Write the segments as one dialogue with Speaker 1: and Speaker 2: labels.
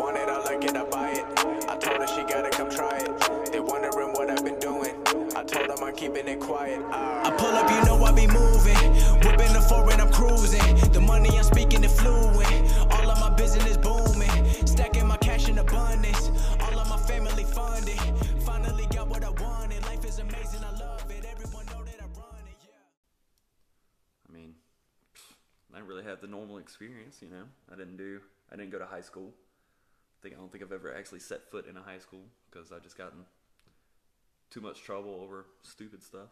Speaker 1: market, I buy it. I told her she gotta come try it. They wondering what I've been doing. I told them I'm keeping it quiet. Ah. I pull up, you know I be moving. Whipping the foreign, I'm cruising. The money I'm speaking is fluent. All of my business booming. Stacking my cash in abundance. All of my family funded. Finally got what I wanted. Life is amazing, I love it. Everyone know that I run it. Yeah.
Speaker 2: I mean, I didn't really have the normal experience, you know. I didn't do, I didn't go to high school. I think I don't think I've ever actually set foot in a high school because I just gotten too much trouble over stupid stuff.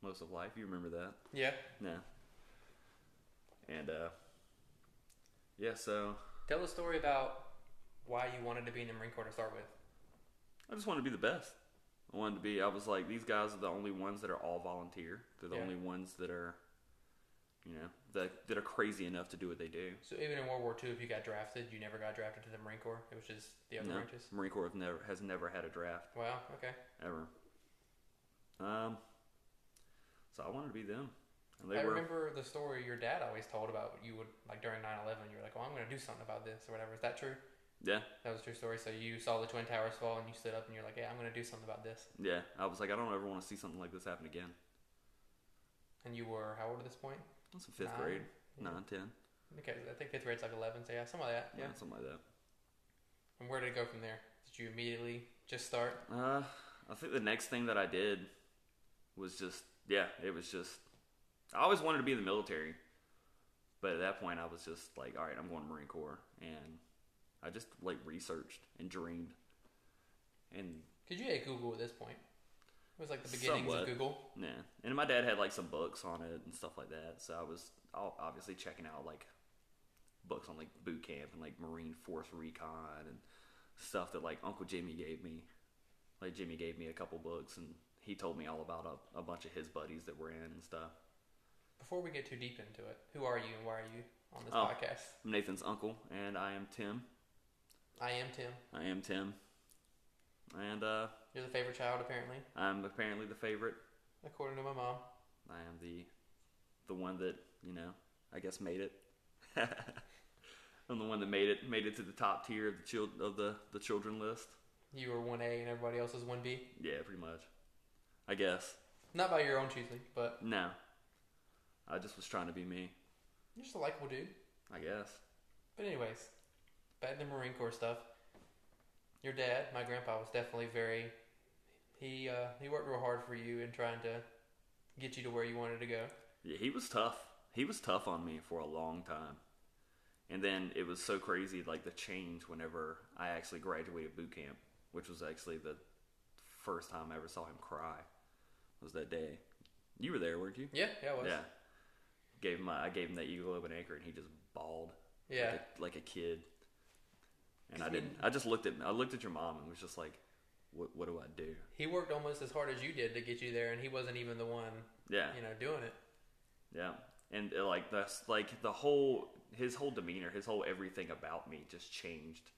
Speaker 2: Most of life, you remember that?
Speaker 3: Yeah.
Speaker 2: Nah. And uh, yeah, so
Speaker 3: Tell the story about why you wanted to be in the Marine Corps to start with.
Speaker 2: I just wanted to be the best. I wanted to be. I was like, these guys are the only ones that are all volunteer. They're the
Speaker 3: Yeah.
Speaker 2: only ones that are, you know, that that are crazy enough to do what they do.
Speaker 3: So even in World War II, if you got drafted, you never got drafted to the Marine Corps. It was just the other
Speaker 2: No,
Speaker 3: branches.
Speaker 2: Marine Corps have never has never had a draft
Speaker 3: Wow. Okay.
Speaker 2: ever. Um, so I wanted to be them. And they
Speaker 3: I
Speaker 2: were
Speaker 3: remember the story your dad always told about you would like during 9/11. You were like, "Oh, I'm going to do something about this or whatever." Is that true?
Speaker 2: yeah
Speaker 3: That was a true story. So you saw the twin towers fall and you stood up and you're like, "Yeah, I'm going to do something about this."
Speaker 2: yeah. I was like, I don't ever want to see something like this happen again.
Speaker 3: And you were how old at this point?
Speaker 2: That's in fifth
Speaker 3: Nine?
Speaker 2: grade,
Speaker 3: Yeah.
Speaker 2: nine, ten,
Speaker 3: Okay, I think fifth grade's like 11. So yeah, some of that.
Speaker 2: yeah,
Speaker 3: Yeah.
Speaker 2: something like that.
Speaker 3: And where did it go from there? Did you immediately just start?
Speaker 2: Uh, I think the next thing that I did was just yeah, it was just I always wanted to be in the military, but at that point I was just like, all right, I'm going to Marine Corps, and I just like researched and dreamed, and
Speaker 3: Because you had Google at this point. It was like the beginnings
Speaker 2: Somewhat.
Speaker 3: of Google.
Speaker 2: yeah, and my dad had like some books on it and stuff like that, so I was o- obviously checking out like books on like boot camp and like Marine Force Recon and stuff that like Uncle Jimmy gave me. Like Jimmy gave me a couple books and he told me all about a, a bunch of his buddies that were in and stuff.
Speaker 3: Before we get too deep into it, who are you and why are you on this
Speaker 2: Oh.
Speaker 3: podcast?
Speaker 2: I'm Nathan's uncle and I am Tim.
Speaker 3: I am Tim.
Speaker 2: I am Tim. And uh,
Speaker 3: You're the favorite child, apparently,
Speaker 2: I'm apparently the favorite.
Speaker 3: according to my mom.
Speaker 2: I am the the one that, you know, I guess made it. I'm the one that made it made it to the top tier of the child of the, the children list.
Speaker 3: You were 1A and everybody else was 1B.
Speaker 2: Yeah, pretty much. I guess.
Speaker 3: Not by your own choosing, but
Speaker 2: No. I just was trying to be me,
Speaker 3: you're just a likable dude.
Speaker 2: I guess.
Speaker 3: But anyways, back to the Marine Corps stuff. Your dad, my grandpa, was definitely very. He uh, he worked real hard for you in trying to get you to where you wanted to go.
Speaker 2: Yeah, he was tough. He was tough on me for a long time. And then it was so crazy, like the change whenever I actually graduated boot camp, which was actually the first time I ever saw him cry. Was that day? You were there, weren't you?
Speaker 3: Yeah, yeah, it was.
Speaker 2: Yeah. Gave him. A, I gave him that eagle open anchor, and he just bawled.
Speaker 3: Yeah.
Speaker 2: Like a, like a kid. And I
Speaker 3: Cause we-
Speaker 2: didn't. I just looked at. I looked at your mom and was just like, "What? What do I do?"
Speaker 3: He worked almost as hard as you did to get you there, and he wasn't even the one,
Speaker 2: Yeah.
Speaker 3: you know, doing it.
Speaker 2: Yeah, and uh, like that's like the whole his whole demeanor, his whole everything about me just changed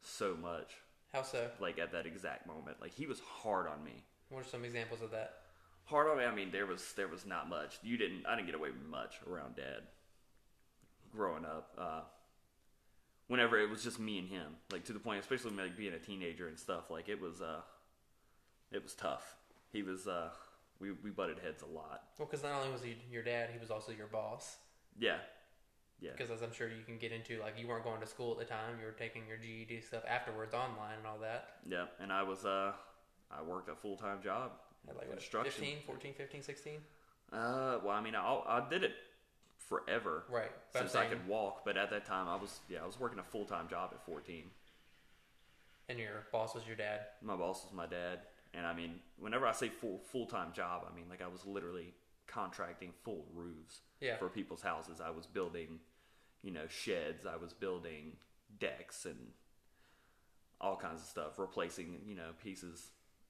Speaker 2: so much.
Speaker 3: How so?
Speaker 2: Like at that exact moment, like he was hard on me.
Speaker 3: What are some examples of that?
Speaker 2: Hard on me. I mean, there was there was not much. You didn't. I didn't get away with much around dad. Growing up, uh, whenever it was just me and him, like to the point, especially like being a teenager and stuff, like it was uh, it was tough. He was uh, we we butted heads a lot.
Speaker 3: Well, because not only was he your dad, he was also your boss.
Speaker 2: Yeah, yeah.
Speaker 3: Because as I'm sure you can get into, like you weren't going to school at the time, you were taking your GED stuff afterwards online and all that.
Speaker 2: Yeah, and I was uh, I worked a full time job,
Speaker 3: At like what,
Speaker 2: construction.
Speaker 3: 15, 14, 15, 16?
Speaker 2: Uh, well, I mean, I I did it forever,
Speaker 3: Right. But I'm
Speaker 2: Since I
Speaker 3: saying-
Speaker 2: could walk, but at that time I was yeah I was working a full time job at fourteen.
Speaker 3: And your boss was your dad.
Speaker 2: My boss was my dad, and I mean, whenever I say full full time job, I mean like I was literally contracting full roofs
Speaker 3: Yeah.
Speaker 2: for people's houses. I was building, you know, sheds. I was building decks and all kinds of stuff, replacing you know pieces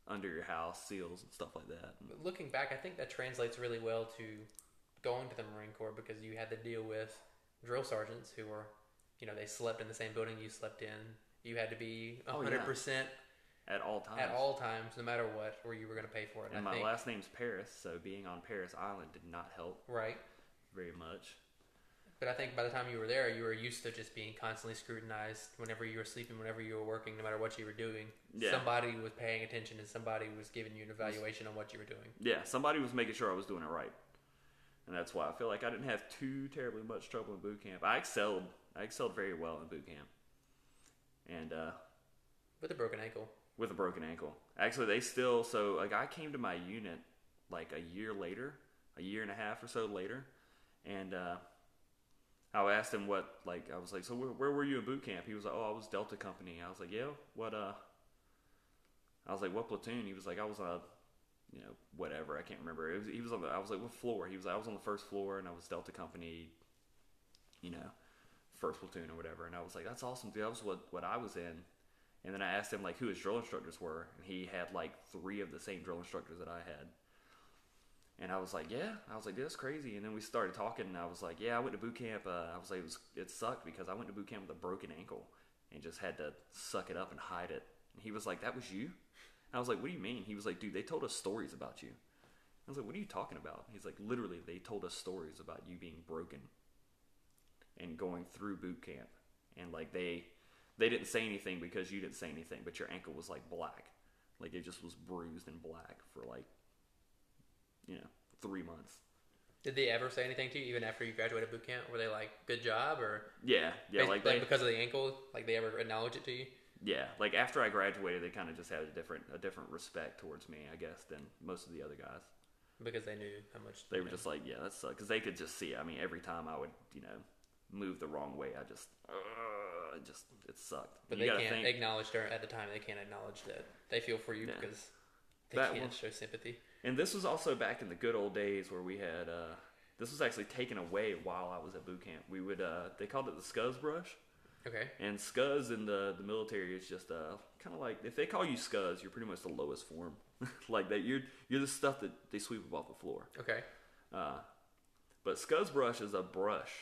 Speaker 2: under your house, seals and stuff like that.
Speaker 3: But looking back, I think that translates really well to going to the Marine Corps because you had to deal with drill sergeants who were, you know, they slept in the same building you slept in. You had to be
Speaker 2: Oh, yeah.
Speaker 3: 100%
Speaker 2: at all times.
Speaker 3: at all times, no matter what, or you were going to pay for it.
Speaker 2: And
Speaker 3: I
Speaker 2: my
Speaker 3: think,
Speaker 2: last name's Paris, so being on Paris Island did not help
Speaker 3: Right.
Speaker 2: very much.
Speaker 3: But I think by the time you were there, you were used to just being constantly scrutinized whenever you were sleeping, whenever you were working, no matter what you were doing.
Speaker 2: Yeah.
Speaker 3: Somebody was paying attention and somebody was giving you an evaluation on what you were doing.
Speaker 2: Yeah, somebody was making sure I was doing it right. And that's why I feel like I didn't have too terribly much trouble in boot camp. I excelled. I excelled very well in boot camp. And uh,
Speaker 3: With a broken ankle.
Speaker 2: with a broken ankle. Actually, they still so like I came to my unit like a year later, a year and a half or so later, and uh, I asked him what like I was like, so where, where were you in boot camp? He was like, oh, I was Delta Company. I was like, yeah, what? Uh, I was like, what platoon? He was like, I was uh, you know, whatever. I can't remember. It was, he was on the. I was like, what floor? He was. I was on the first floor, and I was Delta Company. You know, first platoon or whatever. And I was like, that's awesome, dude. That was what what I was in. And then I asked him like who his drill instructors were, and he had like three of the same drill instructors that I had. And I was like, yeah. I was like, dude, that's crazy. And then we started talking, and I was like, yeah, I went to boot camp. Uh, I was like, it, was, it sucked because I went to boot camp with a broken ankle and just had to suck it up and hide it. And he was like, that was you? I was like, what do you mean? He was like, dude, they told us stories about you. I was like, what are you talking about? He's like, literally, they told us stories about you being broken and going through boot camp and like they they didn't say anything because you didn't say anything but your ankle was like black like it just was bruised and black for like you know three months
Speaker 3: Did they ever say anything to you, even after you graduated boot camp? Were they like, good job? Or
Speaker 2: yeah yeah
Speaker 3: bas-
Speaker 2: like they,
Speaker 3: because of the ankle, like they ever acknowledge it to you?
Speaker 2: yeah like after i graduated they kind of just had a different a different respect towards me i guess than most of the other guys
Speaker 3: Because they knew how much
Speaker 2: they were just like yeah that sucks because they could just see i mean every time i would you know move the wrong way i just uh, it just it sucked
Speaker 3: But
Speaker 2: You
Speaker 3: they
Speaker 2: gotta
Speaker 3: can't
Speaker 2: think-
Speaker 3: acknowledge during, at the time. They can't acknowledge that they feel for you
Speaker 2: Yeah.
Speaker 3: because they
Speaker 2: That
Speaker 3: can't
Speaker 2: one-
Speaker 3: show sympathy.
Speaker 2: And this was also back in the good old days where we had. Uh, this was actually taken away while I was at boot camp. We would. Uh, they called it the scuzz brush.
Speaker 3: Okay.
Speaker 2: And scuzz in the the military is just uh, kind of like if they call you scuzz, you're pretty much the lowest form. like that, you're you're the stuff that they sweep up off the floor.
Speaker 3: Okay.
Speaker 2: Uh, but scuzz brush is a brush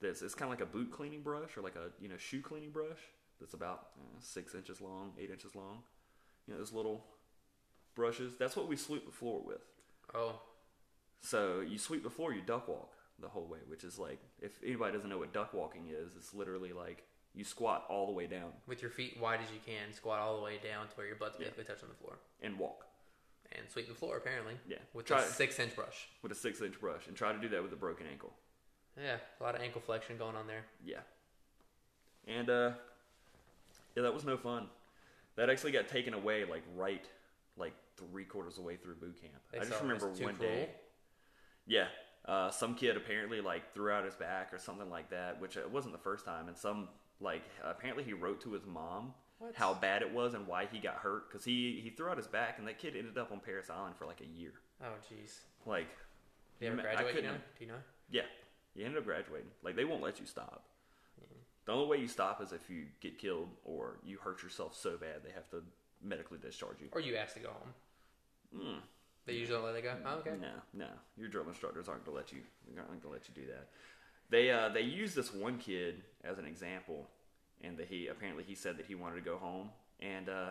Speaker 2: that's it's kind of like a boot cleaning brush or like a you know shoe cleaning brush that's about uh, six inches long, eight inches long. You know those little brushes. That's what we sweep the floor with.
Speaker 3: Oh,
Speaker 2: So you sweep the floor, you duck walk the whole way, which is like if anybody doesn't know what duck walking is, it's literally like you squat all the way down
Speaker 3: with your feet wide as you can, squat all the way down to where your butt's basically touching the floor,
Speaker 2: and walk
Speaker 3: and sweep the floor apparently.
Speaker 2: Yeah.
Speaker 3: With
Speaker 2: Try
Speaker 3: a
Speaker 2: it.
Speaker 3: six-inch brush.
Speaker 2: with a six inch brush and try to do that with a broken ankle.
Speaker 3: Yeah, a lot of ankle flexion going on there.
Speaker 2: Yeah. And uh yeah, that was no fun. That actually got taken away like right like three quarters of the way through boot camp.
Speaker 3: They
Speaker 2: I just
Speaker 3: saw it was
Speaker 2: remember
Speaker 3: too
Speaker 2: one day.
Speaker 3: cruel?
Speaker 2: Yeah. Uh, some kid apparently like threw out his back or something like that, which it wasn't the first time. And some like apparently he wrote to his mom
Speaker 3: What?
Speaker 2: how bad it was and why he got hurt because he he threw out his back and that kid ended up on Paris Island for like a year.
Speaker 3: Oh, jeez.
Speaker 2: Like
Speaker 3: Did you ever
Speaker 2: I
Speaker 3: graduate? You
Speaker 2: couldn't-
Speaker 3: know? Do you know?
Speaker 2: yeah, you ended up graduating. Like they won't let you stop. The only way you stop is if you get killed or you hurt yourself so bad they have to medically discharge you.
Speaker 3: Or you asked to go home?
Speaker 2: Hmm.
Speaker 3: They usually don't let it go. Oh, okay.
Speaker 2: No, no, your drill instructors aren't gonna let you. They're not gonna let you do that. They uh, they used this one kid as an example, and that he apparently he said that he wanted to go home and uh,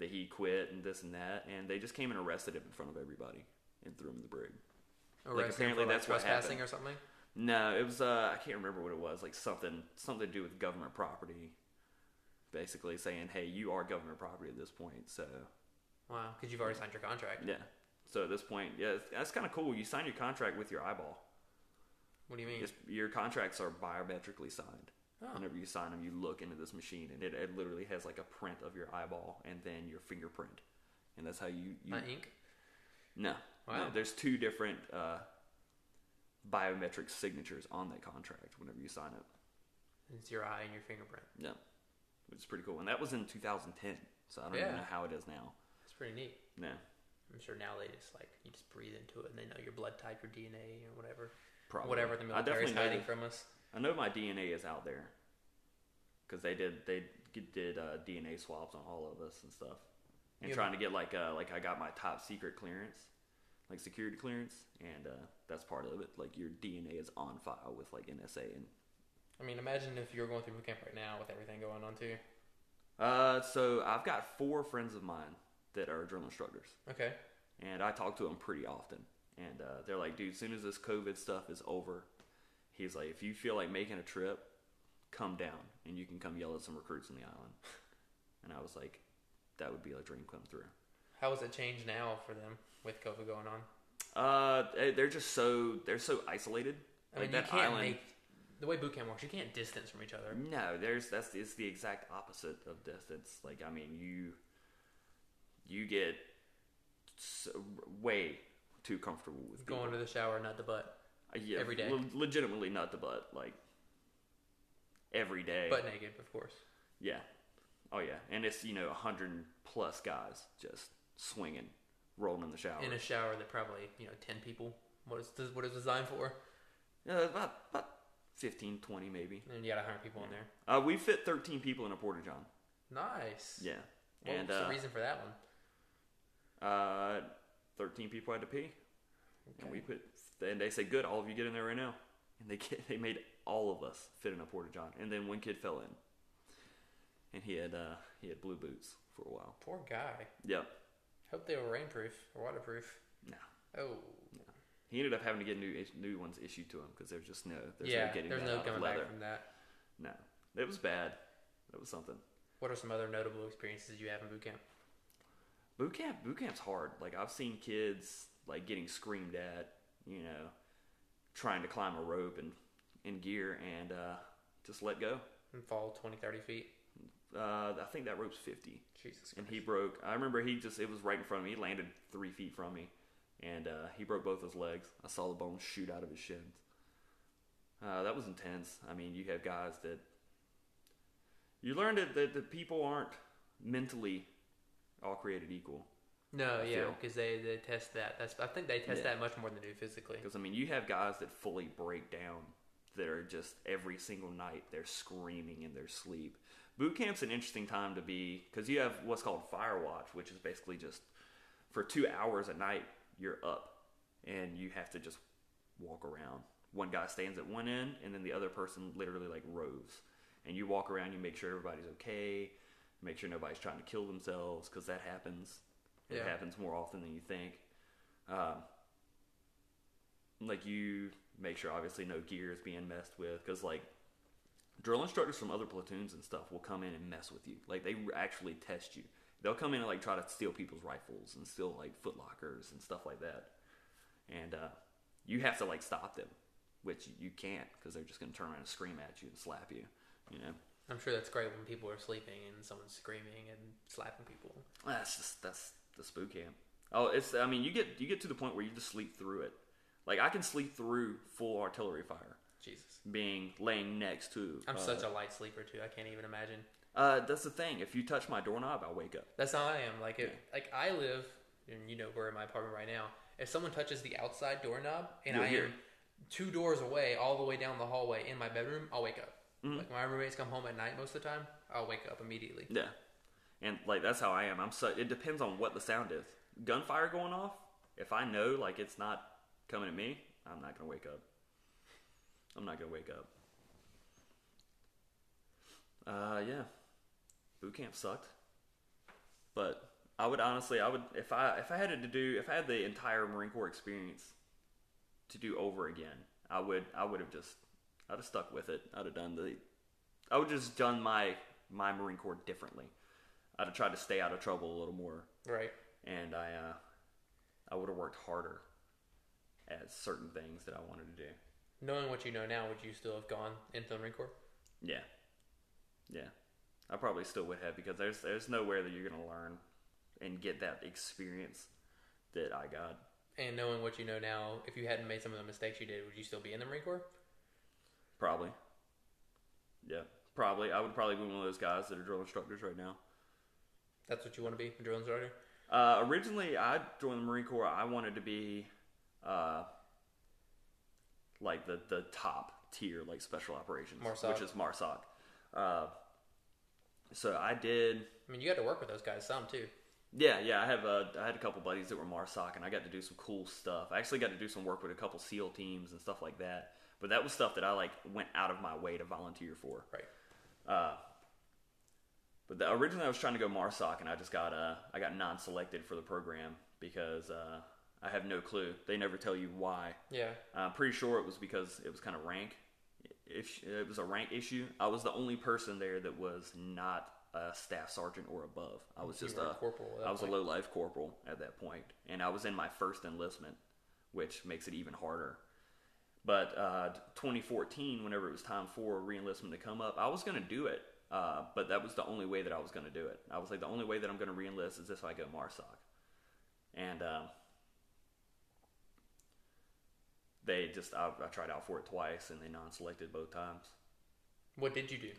Speaker 2: that he quit and this and that, and they just came and arrested him in front of everybody and threw him in the brig.
Speaker 3: Arrested for,
Speaker 2: apparently that's what
Speaker 3: trespassing
Speaker 2: happened.
Speaker 3: or something.
Speaker 2: No, it was uh, I can't remember what it was. Like something something to do with government property. Basically saying, hey, you are government property at this point. So
Speaker 3: Wow, because you've already signed your contract.
Speaker 2: yeah. So at this point, yeah, it's- that's kind of cool. You sign your contract with your eyeball.
Speaker 3: What do you mean?
Speaker 2: It's, your contracts are biometrically signed.
Speaker 3: Oh.
Speaker 2: Whenever you sign them, you look into this machine, and it, it literally has like a print of your eyeball and then your fingerprint, and that's how you. you
Speaker 3: Not ink.
Speaker 2: No,
Speaker 3: Wow.
Speaker 2: no, there's two different uh, biometric signatures on that contract whenever you sign it.
Speaker 3: It's your eye and your fingerprint.
Speaker 2: No, which is pretty cool. And that was in 2010, so I don't
Speaker 3: Yeah.
Speaker 2: even know how it is now.
Speaker 3: It's pretty neat.
Speaker 2: No,
Speaker 3: I'm sure now they just like you just breathe into it and they know your blood type, your DNA, or whatever.
Speaker 2: probably
Speaker 3: Whatever the
Speaker 2: I
Speaker 3: military is
Speaker 2: definitely know
Speaker 3: hiding
Speaker 2: that-
Speaker 3: from us.
Speaker 2: I know my DNA is out there because they did they g- did uh, DNA swabs on all of us and stuff, and
Speaker 3: Yeah.
Speaker 2: trying to get like uh, like I got my top secret clearance, like security clearance, and uh, that's part of it. Like your DNA is on file with like NSA and
Speaker 3: I mean, imagine if you were going through boot camp right now with everything going on too.
Speaker 2: uh, so I've got four friends of mine that are drill instructors.
Speaker 3: Okay.
Speaker 2: and I talk to them pretty often. And uh, they're like, dude, as soon as this COVID stuff is over He's like, if you feel like making a trip, come down and you can come yell at some recruits on the island. And I was like, that would be a dream come through.
Speaker 3: How has it changed now for them with COVID going on?
Speaker 2: Uh, they- they're just so they're so isolated.
Speaker 3: I mean, you can't make the way boot camp works. You can't distance from each other.
Speaker 2: No, there's that's it's the exact opposite of distance. Like I mean, you you get so, way too comfortable with people.
Speaker 3: Going to the shower, not the butt,
Speaker 2: Uh, yeah,
Speaker 3: every day.
Speaker 2: le- legitimately not the butt, like every day.
Speaker 3: butt naked, of course.
Speaker 2: yeah, oh yeah, and it's you know a hundred plus guys just swinging, rolling in the shower.
Speaker 3: In a shower that probably you know ten people. What is this, what it's designed for?
Speaker 2: yeah, about about 15, 20 maybe.
Speaker 3: And you got hundred people in there.
Speaker 2: Uh, we fit thirteen people in a porta john.
Speaker 3: Nice.
Speaker 2: Yeah,
Speaker 3: What
Speaker 2: and
Speaker 3: was
Speaker 2: uh,
Speaker 3: the reason for that one?
Speaker 2: Uh, 13 people had to pee. And we put, and they said, good, all of you get in there right now. And they get, they made all of us fit in a porta john. And then one kid fell in. And he had, uh, he had blue boots for a while.
Speaker 3: Poor guy.
Speaker 2: Yep.
Speaker 3: Hope they were rainproof or waterproof.
Speaker 2: No.
Speaker 3: Oh.
Speaker 2: He ended up having to get new is- new ones issued to him because there's just no, there's
Speaker 3: yeah.
Speaker 2: no getting
Speaker 3: there's
Speaker 2: that
Speaker 3: no
Speaker 2: out of
Speaker 3: coming
Speaker 2: leather.
Speaker 3: back from that.
Speaker 2: No. It was bad. It was something.
Speaker 3: What are some other notable experiences you have in boot camp?
Speaker 2: boot camp boot camp's hard like i've seen kids like getting screamed at you know trying to climb a rope and in gear and uh just let go
Speaker 3: And fall 20, 30 feet.
Speaker 2: uh i think that rope's 50
Speaker 3: Jesus Christ.
Speaker 2: and he broke i remember he just it was right in front of me he landed three feet from me and uh he broke both his legs i saw the bones shoot out of his shins uh that was intense i mean you have guys that you learn that, that the people aren't mentally all created equal
Speaker 3: No,
Speaker 2: I
Speaker 3: yeah,
Speaker 2: feel.
Speaker 3: because they, they test that. That's I think they test
Speaker 2: Yeah.
Speaker 3: that much more than they do physically.
Speaker 2: Because I mean, you have guys that fully break down that are just every single night they're screaming in their sleep. Boot camp's an interesting time to be because you have what's called fire watch, which is basically just for two hours a night you're up and you have to just walk around. One guy stands at one end and then the other person literally like roves, and you walk around. You make sure everybody's okay, make sure nobody's trying to kill themselves because that happens. It
Speaker 3: Yeah.
Speaker 2: happens more often than you think. Um, like you make sure obviously no gear is being messed with because like drill instructors from other platoons and stuff will come in and mess with you like they actually test you they'll come in and like try to steal people's rifles and steal like foot lockers and stuff like that and uh, you have to like stop them which you can't because they're just going to turn around and scream at you and slap you you know
Speaker 3: I'm sure that's great when people are sleeping and someone's screaming and slapping people.
Speaker 2: That's just that's the spook camp. Oh, it's I mean you get you get to the point where you just sleep through it. Like I can sleep through full artillery fire
Speaker 3: Jesus.
Speaker 2: being laying next to.
Speaker 3: I'm
Speaker 2: uh,
Speaker 3: such a light sleeper too. I can't even imagine.
Speaker 2: Uh, that's the thing. If you touch my doorknob, I'll wake up.
Speaker 3: That's how I am. Like it, like I live, and you know we're in my apartment right now. If someone touches the outside doorknob and
Speaker 2: You'll
Speaker 3: I
Speaker 2: hear
Speaker 3: am
Speaker 2: it.
Speaker 3: two doors away, all the way down the hallway in my bedroom, I'll wake up. Like my roommates come home at night most of the time, I'll wake up immediately.
Speaker 2: Yeah, and like that's how I am. I'm so. It depends on what the sound is. Gunfire going off. If I know like it's not coming at me, I'm not gonna wake up. I'm not gonna wake up. Uh, yeah, boot camp sucked, but I would honestly, I would if I if I had it to do if I had the entire Marine Corps experience to do over again, I would I would have just I'd have stuck with it. I'd have done the I would just done my my Marine Corps differently. I'd have tried to stay out of trouble a little more,
Speaker 3: Right.
Speaker 2: and I uh, I would have worked harder at certain things that I wanted to do.
Speaker 3: Knowing what you know now, would you still have gone into the Marine Corps?
Speaker 2: Yeah, yeah, I probably still would have because there's there's nowhere that you're gonna learn and get that experience that I got.
Speaker 3: And knowing what you know now, if you hadn't made some of the mistakes you did, would you still be in the Marine Corps?
Speaker 2: Probably. Yeah, probably. I would probably be one of those guys that are drill instructors right now.
Speaker 3: That's what you want to be, a drill instructor?
Speaker 2: Uh, originally, I joined the Marine Corps. I wanted to be, uh, like the the top tier, like special operations,
Speaker 3: MARSOC.
Speaker 2: which is MARSOC. Uh, so I did.
Speaker 3: I mean, you got to work with those guys some too.
Speaker 2: Yeah, yeah. I have a, I had a couple buddies that were MARSOC, and I got to do some cool stuff. I actually got to do some work with a couple SEAL teams and stuff like that. But that was stuff that I like went out of my way to volunteer for.
Speaker 3: Right.
Speaker 2: But the, originally, I was trying to go MARSOC, and I just got uh, I got non-selected for the program because uh, I have no clue. They never tell you why.
Speaker 3: Yeah.
Speaker 2: I'm pretty sure it was because it was kind of rank. If it was a rank issue, I was the only person there that was not a staff sergeant or above. I was
Speaker 3: You
Speaker 2: just
Speaker 3: were a
Speaker 2: a
Speaker 3: corporal at that
Speaker 2: I was
Speaker 3: point.
Speaker 2: a low life corporal at that point, and I was in my first enlistment, which makes it even harder. But uh, 2014, whenever it was time for reenlistment to come up, I was going to do it, uh, but that was the only way that I was going to do it. I was like, the only way that I'm going to reenlist is if I go MARSOC, and um, they just I, I tried out for it twice, and they non-selected both times.
Speaker 3: What did you do?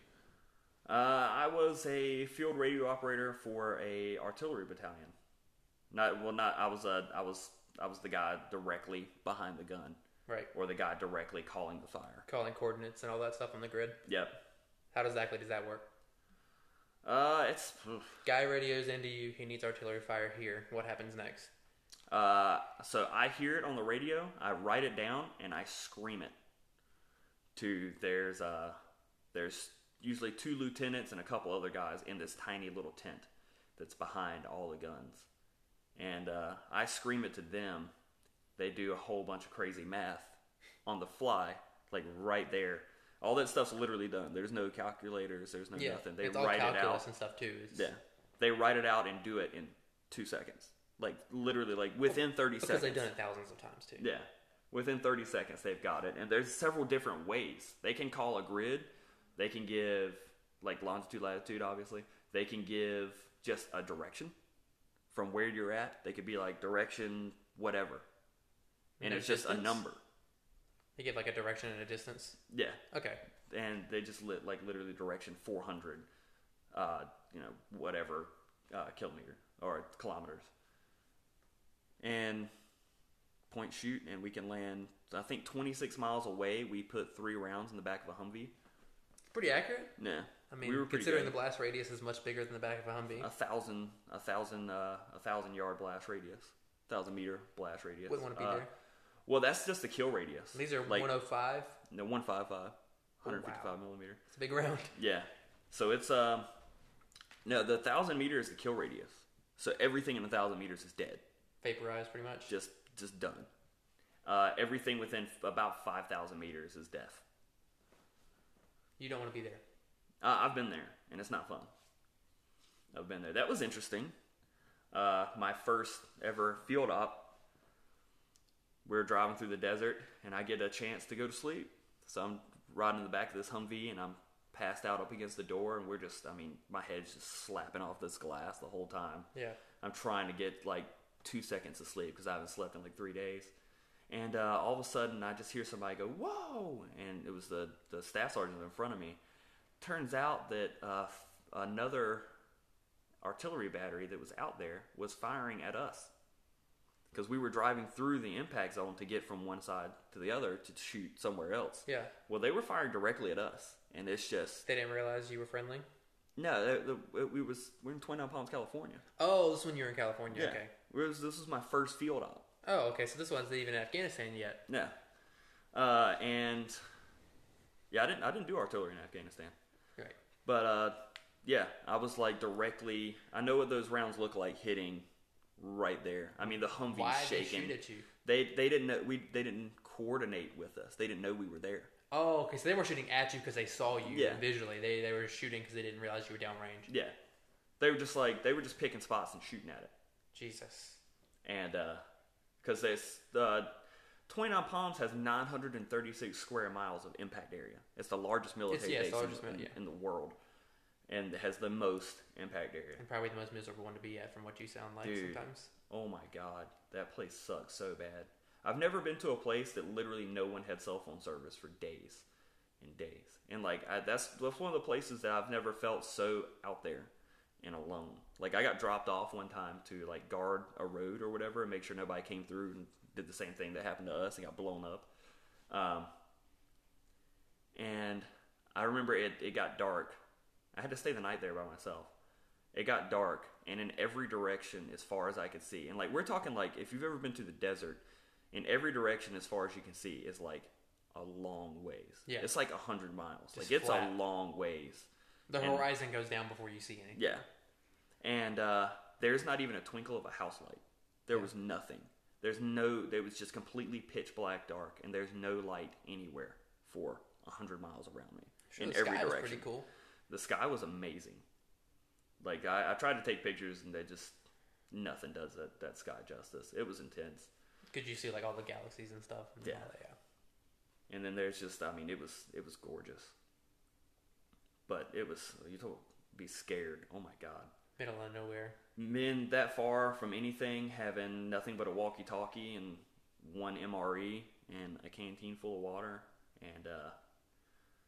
Speaker 2: Uh, I was a field radio operator for a artillery battalion. Not well, not I was a I was I was the guy directly behind the gun,
Speaker 3: Right.
Speaker 2: or the guy directly calling the fire.
Speaker 3: Calling coordinates and all that stuff on the grid.
Speaker 2: Yep.
Speaker 3: How exactly does that work?
Speaker 2: Uh, it's oof.
Speaker 3: Guy radios into you. He needs artillery fire here. What happens next?
Speaker 2: uh. So I hear it on the radio. I write it down and I scream it. To there's uh there's usually two lieutenants and a couple other guys in this tiny little tent that's behind all the guns. and uh, I scream it to them. They do a whole bunch of crazy math on the fly, like right there. All that stuff's literally done. There's no calculators. There's no nothing. They
Speaker 3: it's all
Speaker 2: write it
Speaker 3: calculus
Speaker 2: out.
Speaker 3: and stuff too. It's,
Speaker 2: Yeah, they write it out and do it in two seconds. Like literally, like within thirty
Speaker 3: Because
Speaker 2: seconds.
Speaker 3: they've done it thousands of times too.
Speaker 2: Yeah. Within 30 seconds, they've got it. And there's several different ways. They can call a grid. They can give, like, longitude, latitude, obviously. They can give just a direction from where you're at. They could be like, direction, whatever. And
Speaker 3: No
Speaker 2: it's just a
Speaker 3: distance?
Speaker 2: number.
Speaker 3: They give like a direction and a distance.
Speaker 2: Yeah.
Speaker 3: Okay.
Speaker 2: And they just lit, like, literally direction 400, uh, you know, whatever, uh, kilometer or kilometers. and point shoot, and we can land. I think 26 miles away, we put three rounds in the back of a Humvee.
Speaker 3: Pretty accurate.
Speaker 2: Nah,
Speaker 3: I mean,
Speaker 2: we were pretty
Speaker 3: considering
Speaker 2: good.
Speaker 3: the blast radius is much bigger than the back of a Humvee,
Speaker 2: a thousand, a thousand, uh, a thousand yard blast radius, thousand meter blast radius.
Speaker 3: Wouldn't wanna be
Speaker 2: Uh,
Speaker 3: there.
Speaker 2: Well, that's just the kill radius.
Speaker 3: these are
Speaker 2: like
Speaker 3: 105.
Speaker 2: no 155, 155
Speaker 3: wow.
Speaker 2: millimeter.
Speaker 3: It's a big round.
Speaker 2: Yeah, so it's um, no, the thousand meter is the kill radius. So everything in a thousand meters is dead.
Speaker 3: Vaporized, pretty much.
Speaker 2: just just done. Uh, everything within f- about five thousand meters is death.
Speaker 3: You don't want to be there.
Speaker 2: Uh, I've been there, and it's not fun. I've been there. That was interesting. Uh, my first ever field op. We were driving through the desert, and I get a chance to go to sleep. So I'm riding in the back of this Humvee, and I'm passed out up against the door, and we're just, I mean, my head's just slapping off this glass the whole time.
Speaker 3: Yeah.
Speaker 2: I'm trying to get like two seconds of sleep because I haven't slept in like three days. And uh, all of a sudden, I just hear somebody go, "Whoa!" And it was the the staff sergeant in front of me. Turns out that uh, f- another artillery battery that was out there was firing at us because we were driving through the impact zone to get from one side to the other to shoot somewhere else.
Speaker 3: Yeah.
Speaker 2: Well, they were firing directly at us, and it's just
Speaker 3: They didn't realize you were friendly.
Speaker 2: no. the- the- We was we're in Twin Elm Palms, California.
Speaker 3: Oh, this one you were in California.
Speaker 2: Yeah.
Speaker 3: Okay.
Speaker 2: Whereas this was my first field op.
Speaker 3: Oh, okay. So this one's not even in Afghanistan yet.
Speaker 2: Yeah. Uh, and yeah, I didn't I didn't do artillery in Afghanistan.
Speaker 3: Right.
Speaker 2: But uh, yeah, I was like directly I know what those rounds look like hitting right there. I mean the Humvee's
Speaker 3: Why they
Speaker 2: shaking.
Speaker 3: shoot at you?
Speaker 2: They they didn't know we they didn't coordinate with us. They didn't know we were there.
Speaker 3: Oh, okay. So they were shooting at you because they saw you
Speaker 2: Yeah.
Speaker 3: visually. They they were shooting because they didn't realize you were downrange.
Speaker 2: Yeah. They were just like they were just picking spots and shooting at it.
Speaker 3: Jesus.
Speaker 2: and because this uh, 29 Palms has 936 square miles of impact area. It's the largest military
Speaker 3: yeah, it's
Speaker 2: base
Speaker 3: the
Speaker 2: in-
Speaker 3: largest mil-
Speaker 2: in,
Speaker 3: yeah.
Speaker 2: in the world, and it has the most impact area.
Speaker 3: And probably the most miserable one to be at from what you sound like
Speaker 2: Dude.
Speaker 3: sometimes.
Speaker 2: Oh my God, that place sucks so bad. I've never been to a place that literally no one had cell phone service for days and days, and like I, that's that's one of the places that I've never felt so out there and alone. Like I got dropped off one time to like guard a road or whatever and make sure nobody came through and did the same thing that happened to us and got blown up. Um, and I remember it, it got dark. I had to stay the night there by myself. It got dark, and in every direction, as far as I could see, and like we're talking like if you've ever been to the desert, in every direction as far as you can see is like a long ways.
Speaker 3: Yeah.
Speaker 2: it's like a hundred miles. like
Speaker 3: Just
Speaker 2: it's
Speaker 3: flat.
Speaker 2: a long ways.
Speaker 3: The
Speaker 2: And-
Speaker 3: horizon goes down before you see anything.
Speaker 2: Yeah, and uh, there's not even a twinkle of a house light. There was nothing. There's no, it was just completely pitch black dark, and there's no light anywhere for 100 miles around me
Speaker 3: Sure,
Speaker 2: in
Speaker 3: the
Speaker 2: every
Speaker 3: sky was
Speaker 2: direction.
Speaker 3: pretty cool.
Speaker 2: The sky was amazing. Like, I, I tried to take pictures, and they just, nothing does that, that sky justice. It was intense.
Speaker 3: Could you see like all the galaxies and stuff? and
Speaker 2: Yeah.
Speaker 3: all that, yeah.
Speaker 2: And then there's just, I mean, it was it was gorgeous. But it was you told be scared. Oh my god,
Speaker 3: Middle of nowhere.
Speaker 2: men that far from anything having nothing but a walkie-talkie and one MRE and a canteen full of water, and uh,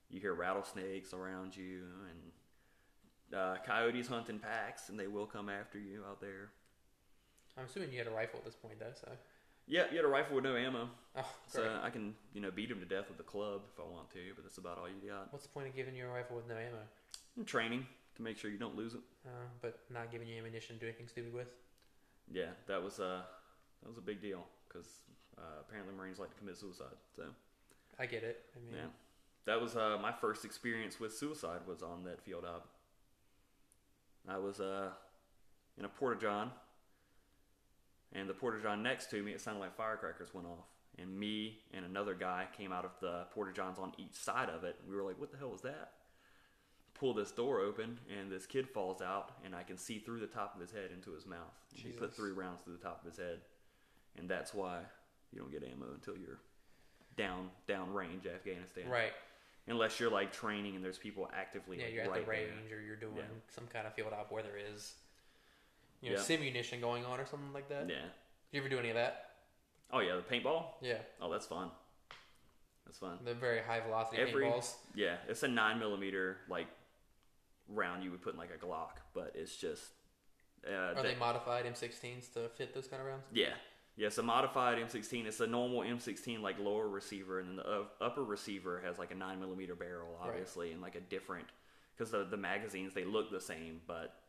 Speaker 2: you hear rattlesnakes around you and uh, coyotes hunting packs, and they will come after you out there.
Speaker 3: I'm assuming you had a rifle at this point though, so.
Speaker 2: Yeah, you had a rifle with no ammo,
Speaker 3: Oh,
Speaker 2: so
Speaker 3: great.
Speaker 2: I can you know beat them to death with a club if I want to, but that's about all you got.
Speaker 3: What's the point of giving you a rifle with no ammo?
Speaker 2: And training to make sure you don't lose it.
Speaker 3: Uh, but not giving you ammunition to do anything stupid with?
Speaker 2: Yeah, that was uh, that was a big deal because uh, apparently Marines like to commit suicide. So
Speaker 3: I get it. I mean,
Speaker 2: yeah, that was uh, my first experience with suicide was on that field op. I was uh, in a porta john, and the porta john next to me, it sounded like firecrackers went off, and me and another guy came out of the porta johns on each side of it. We were like, "What the hell was that?" Pull this door open, and this kid falls out, and I can see through the top of his head into his mouth. And He put
Speaker 3: Jesus.
Speaker 2: three rounds through the top of his head, and that's why you don't get ammo until you're down down range Afghanistan,
Speaker 3: Right.
Speaker 2: Unless you're like training and there's people actively
Speaker 3: Yeah,
Speaker 2: like,
Speaker 3: you're at
Speaker 2: right
Speaker 3: the
Speaker 2: there.
Speaker 3: range or you're doing
Speaker 2: Yeah.
Speaker 3: some kind of field op where there is, you know,
Speaker 2: Yeah.
Speaker 3: simunition going on or something like that.
Speaker 2: Yeah.
Speaker 3: You ever do any of that?
Speaker 2: Oh yeah, the paintball.
Speaker 3: Yeah.
Speaker 2: Oh, that's fun. That's fun.
Speaker 3: The very high velocity
Speaker 2: Every
Speaker 3: paintballs.
Speaker 2: yeah, it's a nine millimeter like round you would put in like a Glock, but it's just uh,
Speaker 3: Are they modified M16s to fit those kind of rounds?
Speaker 2: yeah yeah. It's a modified M16. It's a normal M16 like lower receiver, and then the up- upper receiver has like a nine millimeter barrel,
Speaker 3: Right.
Speaker 2: obviously, and like a different because the the magazines they look the same, but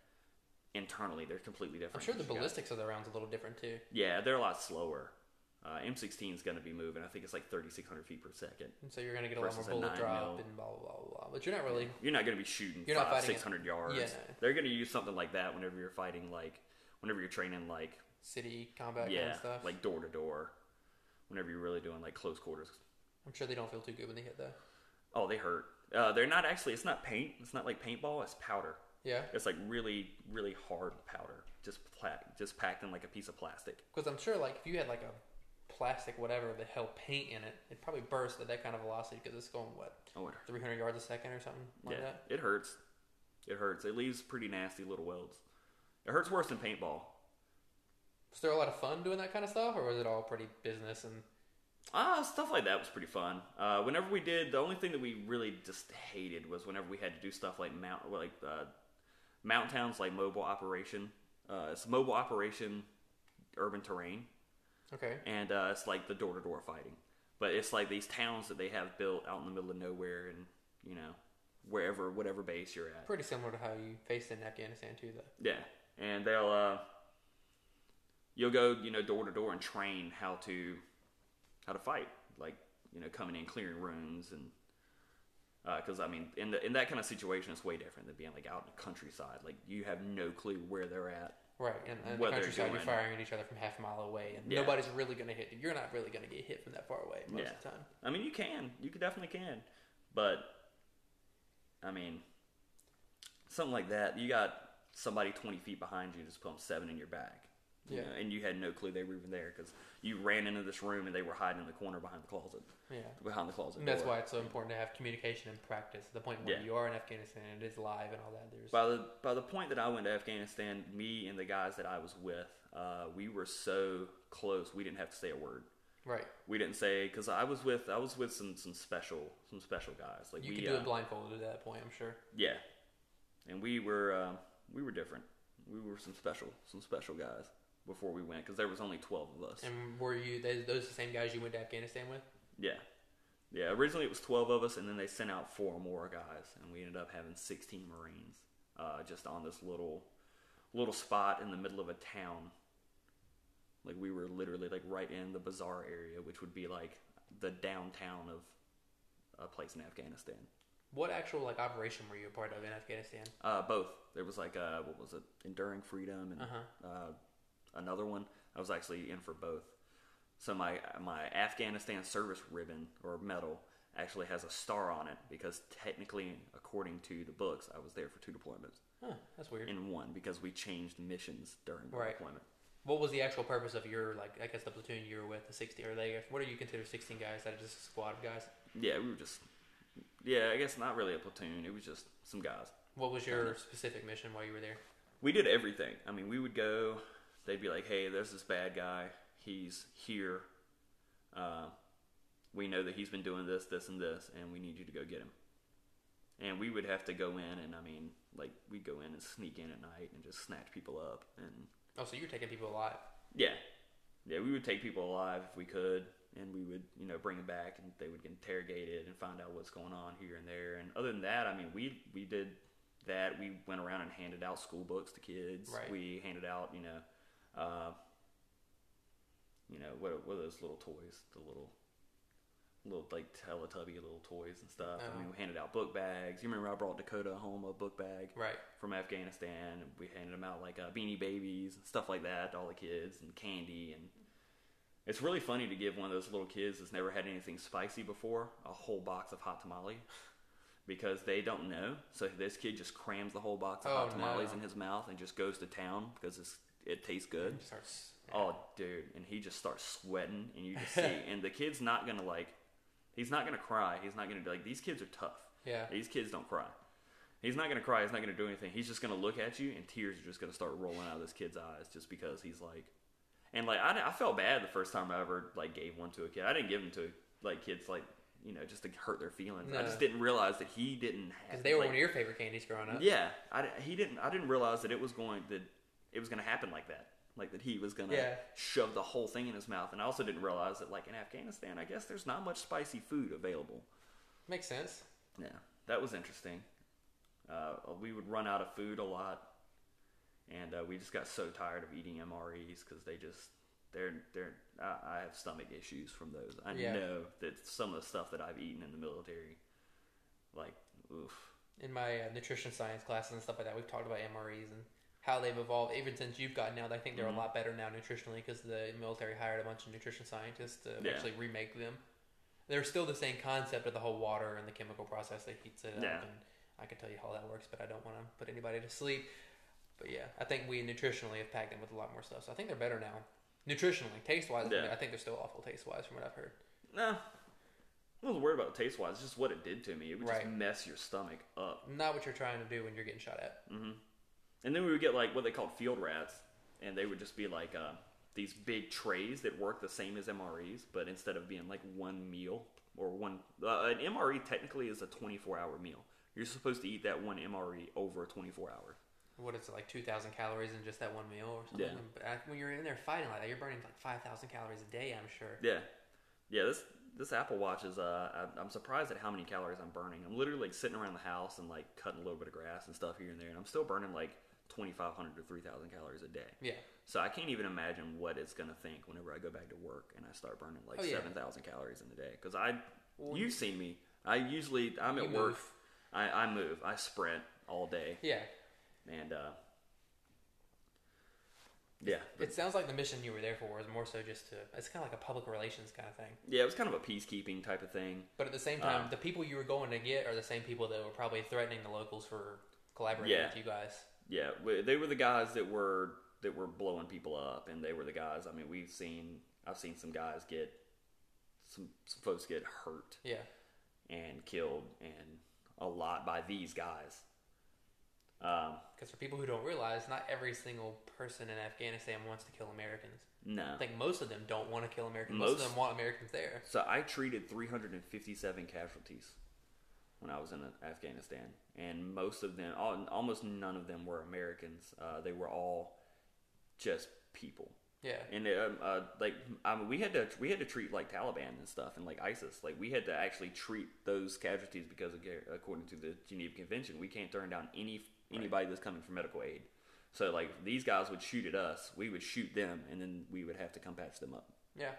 Speaker 2: internally they're completely different.
Speaker 3: I'm sure the
Speaker 2: You got-
Speaker 3: ballistics of the rounds a little different too.
Speaker 2: Yeah, they're a lot slower. Uh, M16 is going to be moving. I think it's like 3,600 feet per second.
Speaker 3: And so you're going to get a lot more
Speaker 2: Versus a
Speaker 3: bullet
Speaker 2: nine
Speaker 3: drop
Speaker 2: mil.
Speaker 3: and blah, blah, blah, blah. But you're not really.
Speaker 2: You're not going to be shooting
Speaker 3: You're not
Speaker 2: five,
Speaker 3: fighting it.
Speaker 2: 600 yards.
Speaker 3: Yeah, no.
Speaker 2: They're going to use something like that whenever you're fighting, like, whenever you're training, like,
Speaker 3: city combat kind
Speaker 2: yeah,
Speaker 3: of stuff.
Speaker 2: like door to door. Whenever you're really doing, like, close quarters.
Speaker 3: I'm sure they don't feel too good when they hit though.
Speaker 2: Oh, they hurt. Uh, they're not actually, it's not paint. It's not like paintball, it's powder.
Speaker 3: Yeah,
Speaker 2: It's like really, really hard powder, just pla- just packed in like a piece of plastic.
Speaker 3: because I'm sure like if you had like a plastic whatever that held paint in it, it'd probably burst at that kind of velocity because it's going what
Speaker 2: Oh, it hurt.
Speaker 3: 300 yards a second or something like
Speaker 2: yeah,
Speaker 3: that.
Speaker 2: it hurts. It hurts. It leaves pretty nasty little welds. It hurts worse than paintball.
Speaker 3: Was there a lot of fun doing that kind of stuff, or was it all pretty business and
Speaker 2: Ah, stuff like that was pretty fun. Uh, whenever we did, the only thing that we really just hated was whenever we had to do stuff like Mount, well, like uh, Mount Town's like mobile operation. Uh, it's mobile operation, urban terrain,
Speaker 3: okay?
Speaker 2: and uh, it's like the door to door fighting. But it's like these towns that they have built out in the middle of nowhere, and you know, wherever, whatever base you're at.
Speaker 3: Pretty similar to how you faced in Afghanistan too, though.
Speaker 2: Yeah, and they'll uh, you'll go you know door to door and train how to how to fight, like you know coming in clearing rooms and because I mean in the in that kind of situation it's way different than being like out in the countryside. Like you have no clue where they're at.
Speaker 3: Right, and, and the
Speaker 2: What they're
Speaker 3: countryside, you're
Speaker 2: doing.
Speaker 3: firing at each other from half a mile away, and
Speaker 2: Yeah.
Speaker 3: nobody's really going to hit you. You're not really going to get hit from that far away most
Speaker 2: Yeah.
Speaker 3: of the time.
Speaker 2: I mean you can you could definitely can, but I mean something like that you got somebody 20 feet behind you just pump seven in your back you
Speaker 3: Yeah.
Speaker 2: know, and you had no clue they were even there because you ran into this room and they were hiding in the corner behind the closet
Speaker 3: Yeah.
Speaker 2: behind the closet.
Speaker 3: And that's
Speaker 2: door.
Speaker 3: why it's so important to have communication and practice. At the point where
Speaker 2: Yeah.
Speaker 3: you are in Afghanistan, it is live and all that. There's
Speaker 2: By the by the point that I went to Afghanistan, me and the guys that I was with, uh, we were so close. We didn't have to say a word.
Speaker 3: right.
Speaker 2: We didn't say because I was with I was with some some special some special guys. Like
Speaker 3: You
Speaker 2: we
Speaker 3: could do
Speaker 2: uh,
Speaker 3: it blindfolded at that point. I'm sure.
Speaker 2: yeah, and we were uh, we were different. We were some special some special guys before we went because there was only twelve of us.
Speaker 3: And were you those, those the same guys you went to Afghanistan with?
Speaker 2: Yeah. Yeah, originally it was 12 of us, and then they sent out four more guys, and we ended up having 16 Marines uh, just on this little little spot in the middle of a town. Like, we were literally, like, right in the bazaar area, which would be, like, the downtown of a place in Afghanistan.
Speaker 3: What actual like operation were you a part of in Afghanistan?
Speaker 2: Uh, both. There was, like, uh, what was it? Enduring Freedom and
Speaker 3: Uh-huh.
Speaker 2: uh, another one. I was actually in for both. So my my Afghanistan service ribbon or medal actually has a star on it because technically, according to the books, I was there for two deployments
Speaker 3: Huh, that's weird.
Speaker 2: in one because we changed missions during the
Speaker 3: Right.
Speaker 2: deployment.
Speaker 3: What was the actual purpose of your like? I guess the platoon you were with, the sixty, or they? What do you consider sixteen guys? That is just a squad of guys.
Speaker 2: Yeah, we were just yeah, I guess not really a platoon. It was just some guys.
Speaker 3: What was your
Speaker 2: Uh-huh.
Speaker 3: specific mission while you were there?
Speaker 2: we did everything. I mean, we would go. They'd be like, "Hey, there's this bad guy. He's here. Uh, we know that he's been doing this, this, and this, and we need you to go get him." And we would have to go in, and I mean, like we go in and sneak in at night and just snatch people up, and
Speaker 3: Oh, so you're taking people alive.
Speaker 2: yeah, yeah, we would take people alive if we could, and we would, you know, bring them back, and they would get interrogated and find out what's going on here and there. And other than that, I mean, we we did that. We went around and handed out school books to kids.
Speaker 3: Right.
Speaker 2: We handed out, you know, uh, you know, what are- what are those little toys? The little little like Teletubby little toys and stuff. I mean,
Speaker 3: Oh.
Speaker 2: we handed out book bags. You remember I brought Dakota home a book bag
Speaker 3: Right.
Speaker 2: from Afghanistan. and We handed them out like uh, beanie babies and stuff like that to all the kids and candy. And it's really funny to give one of those little kids that's never had anything spicy before a whole box of hot tamale because they don't know. So this kid just crams the whole box of
Speaker 3: Oh,
Speaker 2: hot tamales
Speaker 3: no.
Speaker 2: in his mouth and just goes to town because it's, it tastes good.
Speaker 3: It starts.
Speaker 2: Oh, dude, and he just starts sweating, and you just see, and the kid's not gonna like, he's not gonna cry. He's not gonna be like, these kids are tough.
Speaker 3: Yeah.
Speaker 2: These kids don't cry. He's not gonna cry. He's not gonna do anything. He's just gonna look at you, and tears are just gonna start rolling out of this kid's eyes, just because he's like, and like I, I felt bad the first time I ever like gave one to a kid. I didn't give them to like kids like you know just to hurt their feelings. I
Speaker 3: No.
Speaker 2: just didn't realize that he didn't have.
Speaker 3: Because they were
Speaker 2: like,
Speaker 3: one of your favorite candies growing up.
Speaker 2: yeah, I di- he didn't. I didn't realize that it was going that it was going to happen like that. Like that he was going to
Speaker 3: Yeah.
Speaker 2: shove the whole thing in his mouth, and I also didn't realize that like in Afghanistan, I guess there's not much spicy food available.
Speaker 3: Makes sense.
Speaker 2: Yeah, that was interesting. Uh, we would run out of food a lot, and uh, we just got so tired of eating MREs because they just they're they're I, I have stomach issues from those. I
Speaker 3: Yeah.
Speaker 2: know that some of the stuff that I've eaten in the military, like oof.
Speaker 3: In my uh, nutrition science classes and stuff like that, we've talked about MREs and how they've evolved. Even since you've gotten out, I think they're
Speaker 2: Mm-hmm.
Speaker 3: a lot better now nutritionally because the military hired a bunch of nutrition scientists to
Speaker 2: Yeah.
Speaker 3: actually remake them. They're still the same concept of the whole water and the chemical process that heats it
Speaker 2: Yeah.
Speaker 3: up. And I can tell you how that works, but I don't want to put anybody to sleep. But yeah, I think we nutritionally have packed them with a lot more stuff. So I think they're better now. Nutritionally, taste wise,
Speaker 2: Yeah.
Speaker 3: I think they're still awful taste wise from what I've heard.
Speaker 2: Nah. I wasn't worried about taste wise. It's just what it did to me. It would
Speaker 3: Right.
Speaker 2: just mess your stomach up.
Speaker 3: Not what you're trying to do when you're getting shot at.
Speaker 2: And then we would get like what they called field rats, and they would just be like uh, these big trays that work the same as MREs, but instead of being like one meal or one, uh, an MRE technically is a 24 hour meal. You're supposed to eat that one MRE over 24 hours.
Speaker 3: what is it like 2000 calories in just that one meal or something
Speaker 2: Yeah.
Speaker 3: but I- when you're in there fighting like that you're burning like 5000 calories a day i'm sure
Speaker 2: Yeah, yeah. This this Apple Watch is. Uh, I- I'm surprised at how many calories I'm burning. I'm literally like, sitting around the house and like cutting a little bit of grass and stuff here and there, and I'm still burning like 2,500 to 3,000 calories a day.
Speaker 3: yeah
Speaker 2: So I can't even imagine what it's gonna think whenever I go back to work and I start burning like
Speaker 3: Oh, yeah.
Speaker 2: 7,000 calories in a day. Because I,
Speaker 3: Well,
Speaker 2: you've seen me. I usually I'm
Speaker 3: You
Speaker 2: at work.
Speaker 3: move.
Speaker 2: I, I move. I sprint all day,
Speaker 3: yeah
Speaker 2: and uh, yeah,
Speaker 3: it sounds like the mission you were there for was more so just to it's kind of like a public relations kind of thing
Speaker 2: yeah. It was kind of a peacekeeping type of thing.
Speaker 3: but at the same time
Speaker 2: Um,
Speaker 3: the people you were going to get are the same people that were probably threatening the locals for collaborating
Speaker 2: Yeah.
Speaker 3: with you guys
Speaker 2: Yeah, w- they were the guys that were that were blowing people up, and they were the guys. I mean, we've seen I've seen some guys get some some folks get hurt
Speaker 3: yeah
Speaker 2: and killed, and a lot by these guys. Um,
Speaker 3: because for people who don't realize not every single person in afghanistan wants to kill americans
Speaker 2: no,
Speaker 3: i think most of them don't want to kill americans most,
Speaker 2: Most-
Speaker 3: of them want americans there
Speaker 2: so I treated 357 casualties when I was in Afghanistan, and most of them, al- almost none of them were Americans. Uh, they were all just people.
Speaker 3: yeah
Speaker 2: and um, uh, like I mean, we had to we had to treat like Taliban and stuff and like ISIS like we had to actually treat those casualties because aga- according to the Geneva Convention we can't turn down any anybody that's coming for medical aid so like these guys would shoot at us we would shoot them and then we would have to come patch them up
Speaker 3: yeah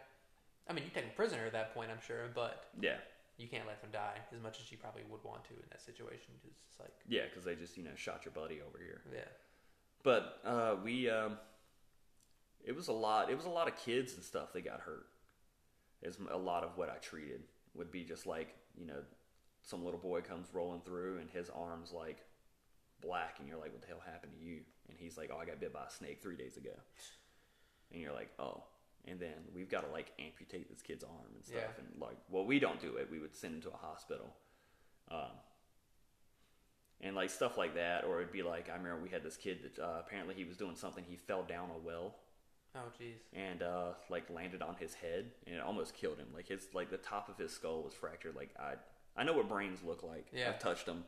Speaker 3: i mean you take a prisoner at that point i'm sure but
Speaker 2: yeah
Speaker 3: you can't let them die as much as you probably would want to in that situation. 'cause It's just like,
Speaker 2: yeah because they just you know shot your buddy over here
Speaker 3: yeah,
Speaker 2: But uh, we, um, it was a lot. It was a lot of kids and stuff that got hurt is a lot of what I treated would be just like you know some little boy comes rolling through and his arms like black and you're like what the hell happened to you and he's like oh I got bit by a snake three days ago and you're like oh and then we've got to like amputate this kid's arm and stuff
Speaker 3: Yeah.
Speaker 2: and like well we don't do it we would send him to a hospital um, and like stuff like that or it'd be like I remember we had this kid that uh, apparently he was doing something he fell down a well
Speaker 3: Oh, jeez.
Speaker 2: and uh, like landed on his head and it almost killed him. Like his like the top of his skull was fractured. Like I I know what brains look like.
Speaker 3: Yeah.
Speaker 2: I've touched them,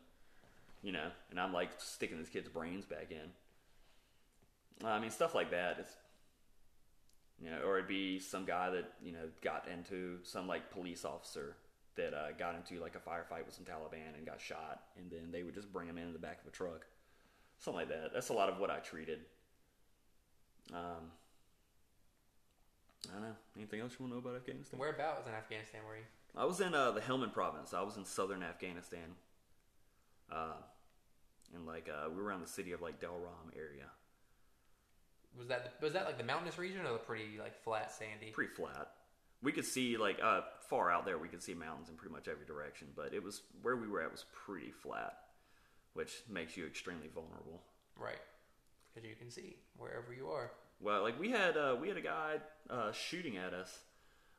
Speaker 2: you know, and I'm like sticking this kid's brains back in. I mean stuff like that. It's you know, or it'd be some guy that you know got into some like police officer that uh, got into like a firefight with some Taliban and got shot, and then they would just bring him in the back of a truck, something like that. That's a lot of what I treated. Um, I don't know. Anything else you want to know about Afghanistan?
Speaker 3: Whereabouts in Afghanistan were you?
Speaker 2: I was in uh, the Helmand province. I was in southern Afghanistan. Uh, and like uh, we were around the city of like Delram area.
Speaker 3: Was that was that like the mountainous region or the pretty like flat sandy?
Speaker 2: Pretty flat. We could see like uh, far out there. We could see mountains in pretty much every direction. But it was where we were at was pretty flat, which makes you extremely vulnerable.
Speaker 3: Right. Because you can see wherever you are.
Speaker 2: Well, like we had uh, we had a guy uh, shooting at us,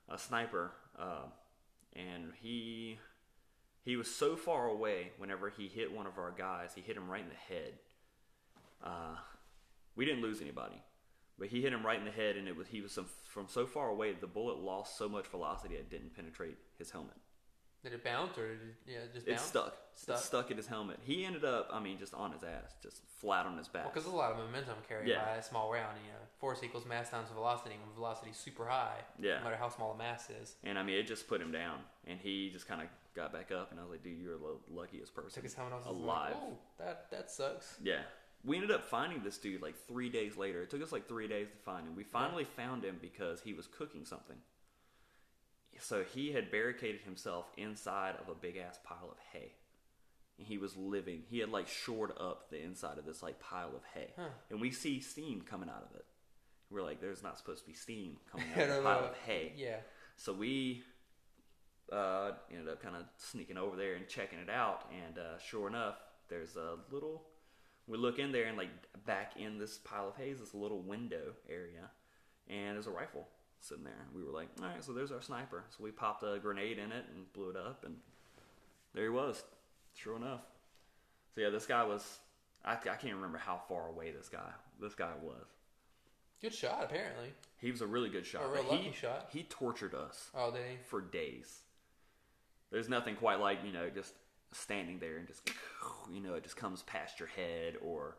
Speaker 2: a sniper, uh, and he he was so far away. Whenever he hit one of our guys, he hit him right in the head. Uh, we didn't lose anybody, but he hit him right in the head, and it was he was some, from so far away. The bullet lost so much velocity it didn't penetrate his helmet.
Speaker 3: Did it bounce or did it, yeah, it just
Speaker 2: It
Speaker 3: bounce?
Speaker 2: stuck.
Speaker 3: Stuck.
Speaker 2: It stuck in his helmet. He ended up, I mean, just on his ass, just flat on his back.
Speaker 3: Because there's a lot of momentum carried
Speaker 2: Yeah.
Speaker 3: by a small round. You know, force equals mass times velocity. When velocity's super high,
Speaker 2: Yeah.
Speaker 3: no matter how small the mass is,
Speaker 2: And I mean, it just put him down, and he just kind of got back up. And I was like, "Dude, you're the luckiest person
Speaker 3: took his helmet off. and was
Speaker 2: alive."
Speaker 3: Like, "Whoa, that that sucks.
Speaker 2: yeah, we ended up finding this dude like three days later. It took us like three days to find him. We finally found him because he was cooking something. So he had barricaded himself inside of a big ass pile of hay, and he was living. He had like shored up the inside of this like pile of hay,
Speaker 3: Huh.
Speaker 2: and we see steam coming out of it. We're like, "There's not supposed to be steam coming
Speaker 3: I
Speaker 2: out of
Speaker 3: don't
Speaker 2: a pile
Speaker 3: know.
Speaker 2: of hay."
Speaker 3: Yeah.
Speaker 2: So we uh, ended up kind of sneaking over there and checking it out, and uh, sure enough, there's a little. We look in there and like back in this pile of haze, this little window area, and there's a rifle sitting there. We were like, all right, so there's our sniper. So we popped a grenade in it and blew it up, and there he was. Sure enough. So yeah, this guy was. I, I can't remember how far away this guy this guy was.
Speaker 3: Good shot, apparently.
Speaker 2: He was a really good shot.
Speaker 3: A real
Speaker 2: but he,
Speaker 3: lucky shot.
Speaker 2: He tortured us
Speaker 3: Oh, did he?
Speaker 2: for days. There's nothing quite like, you know, just standing there and just, you know, it just comes past your head or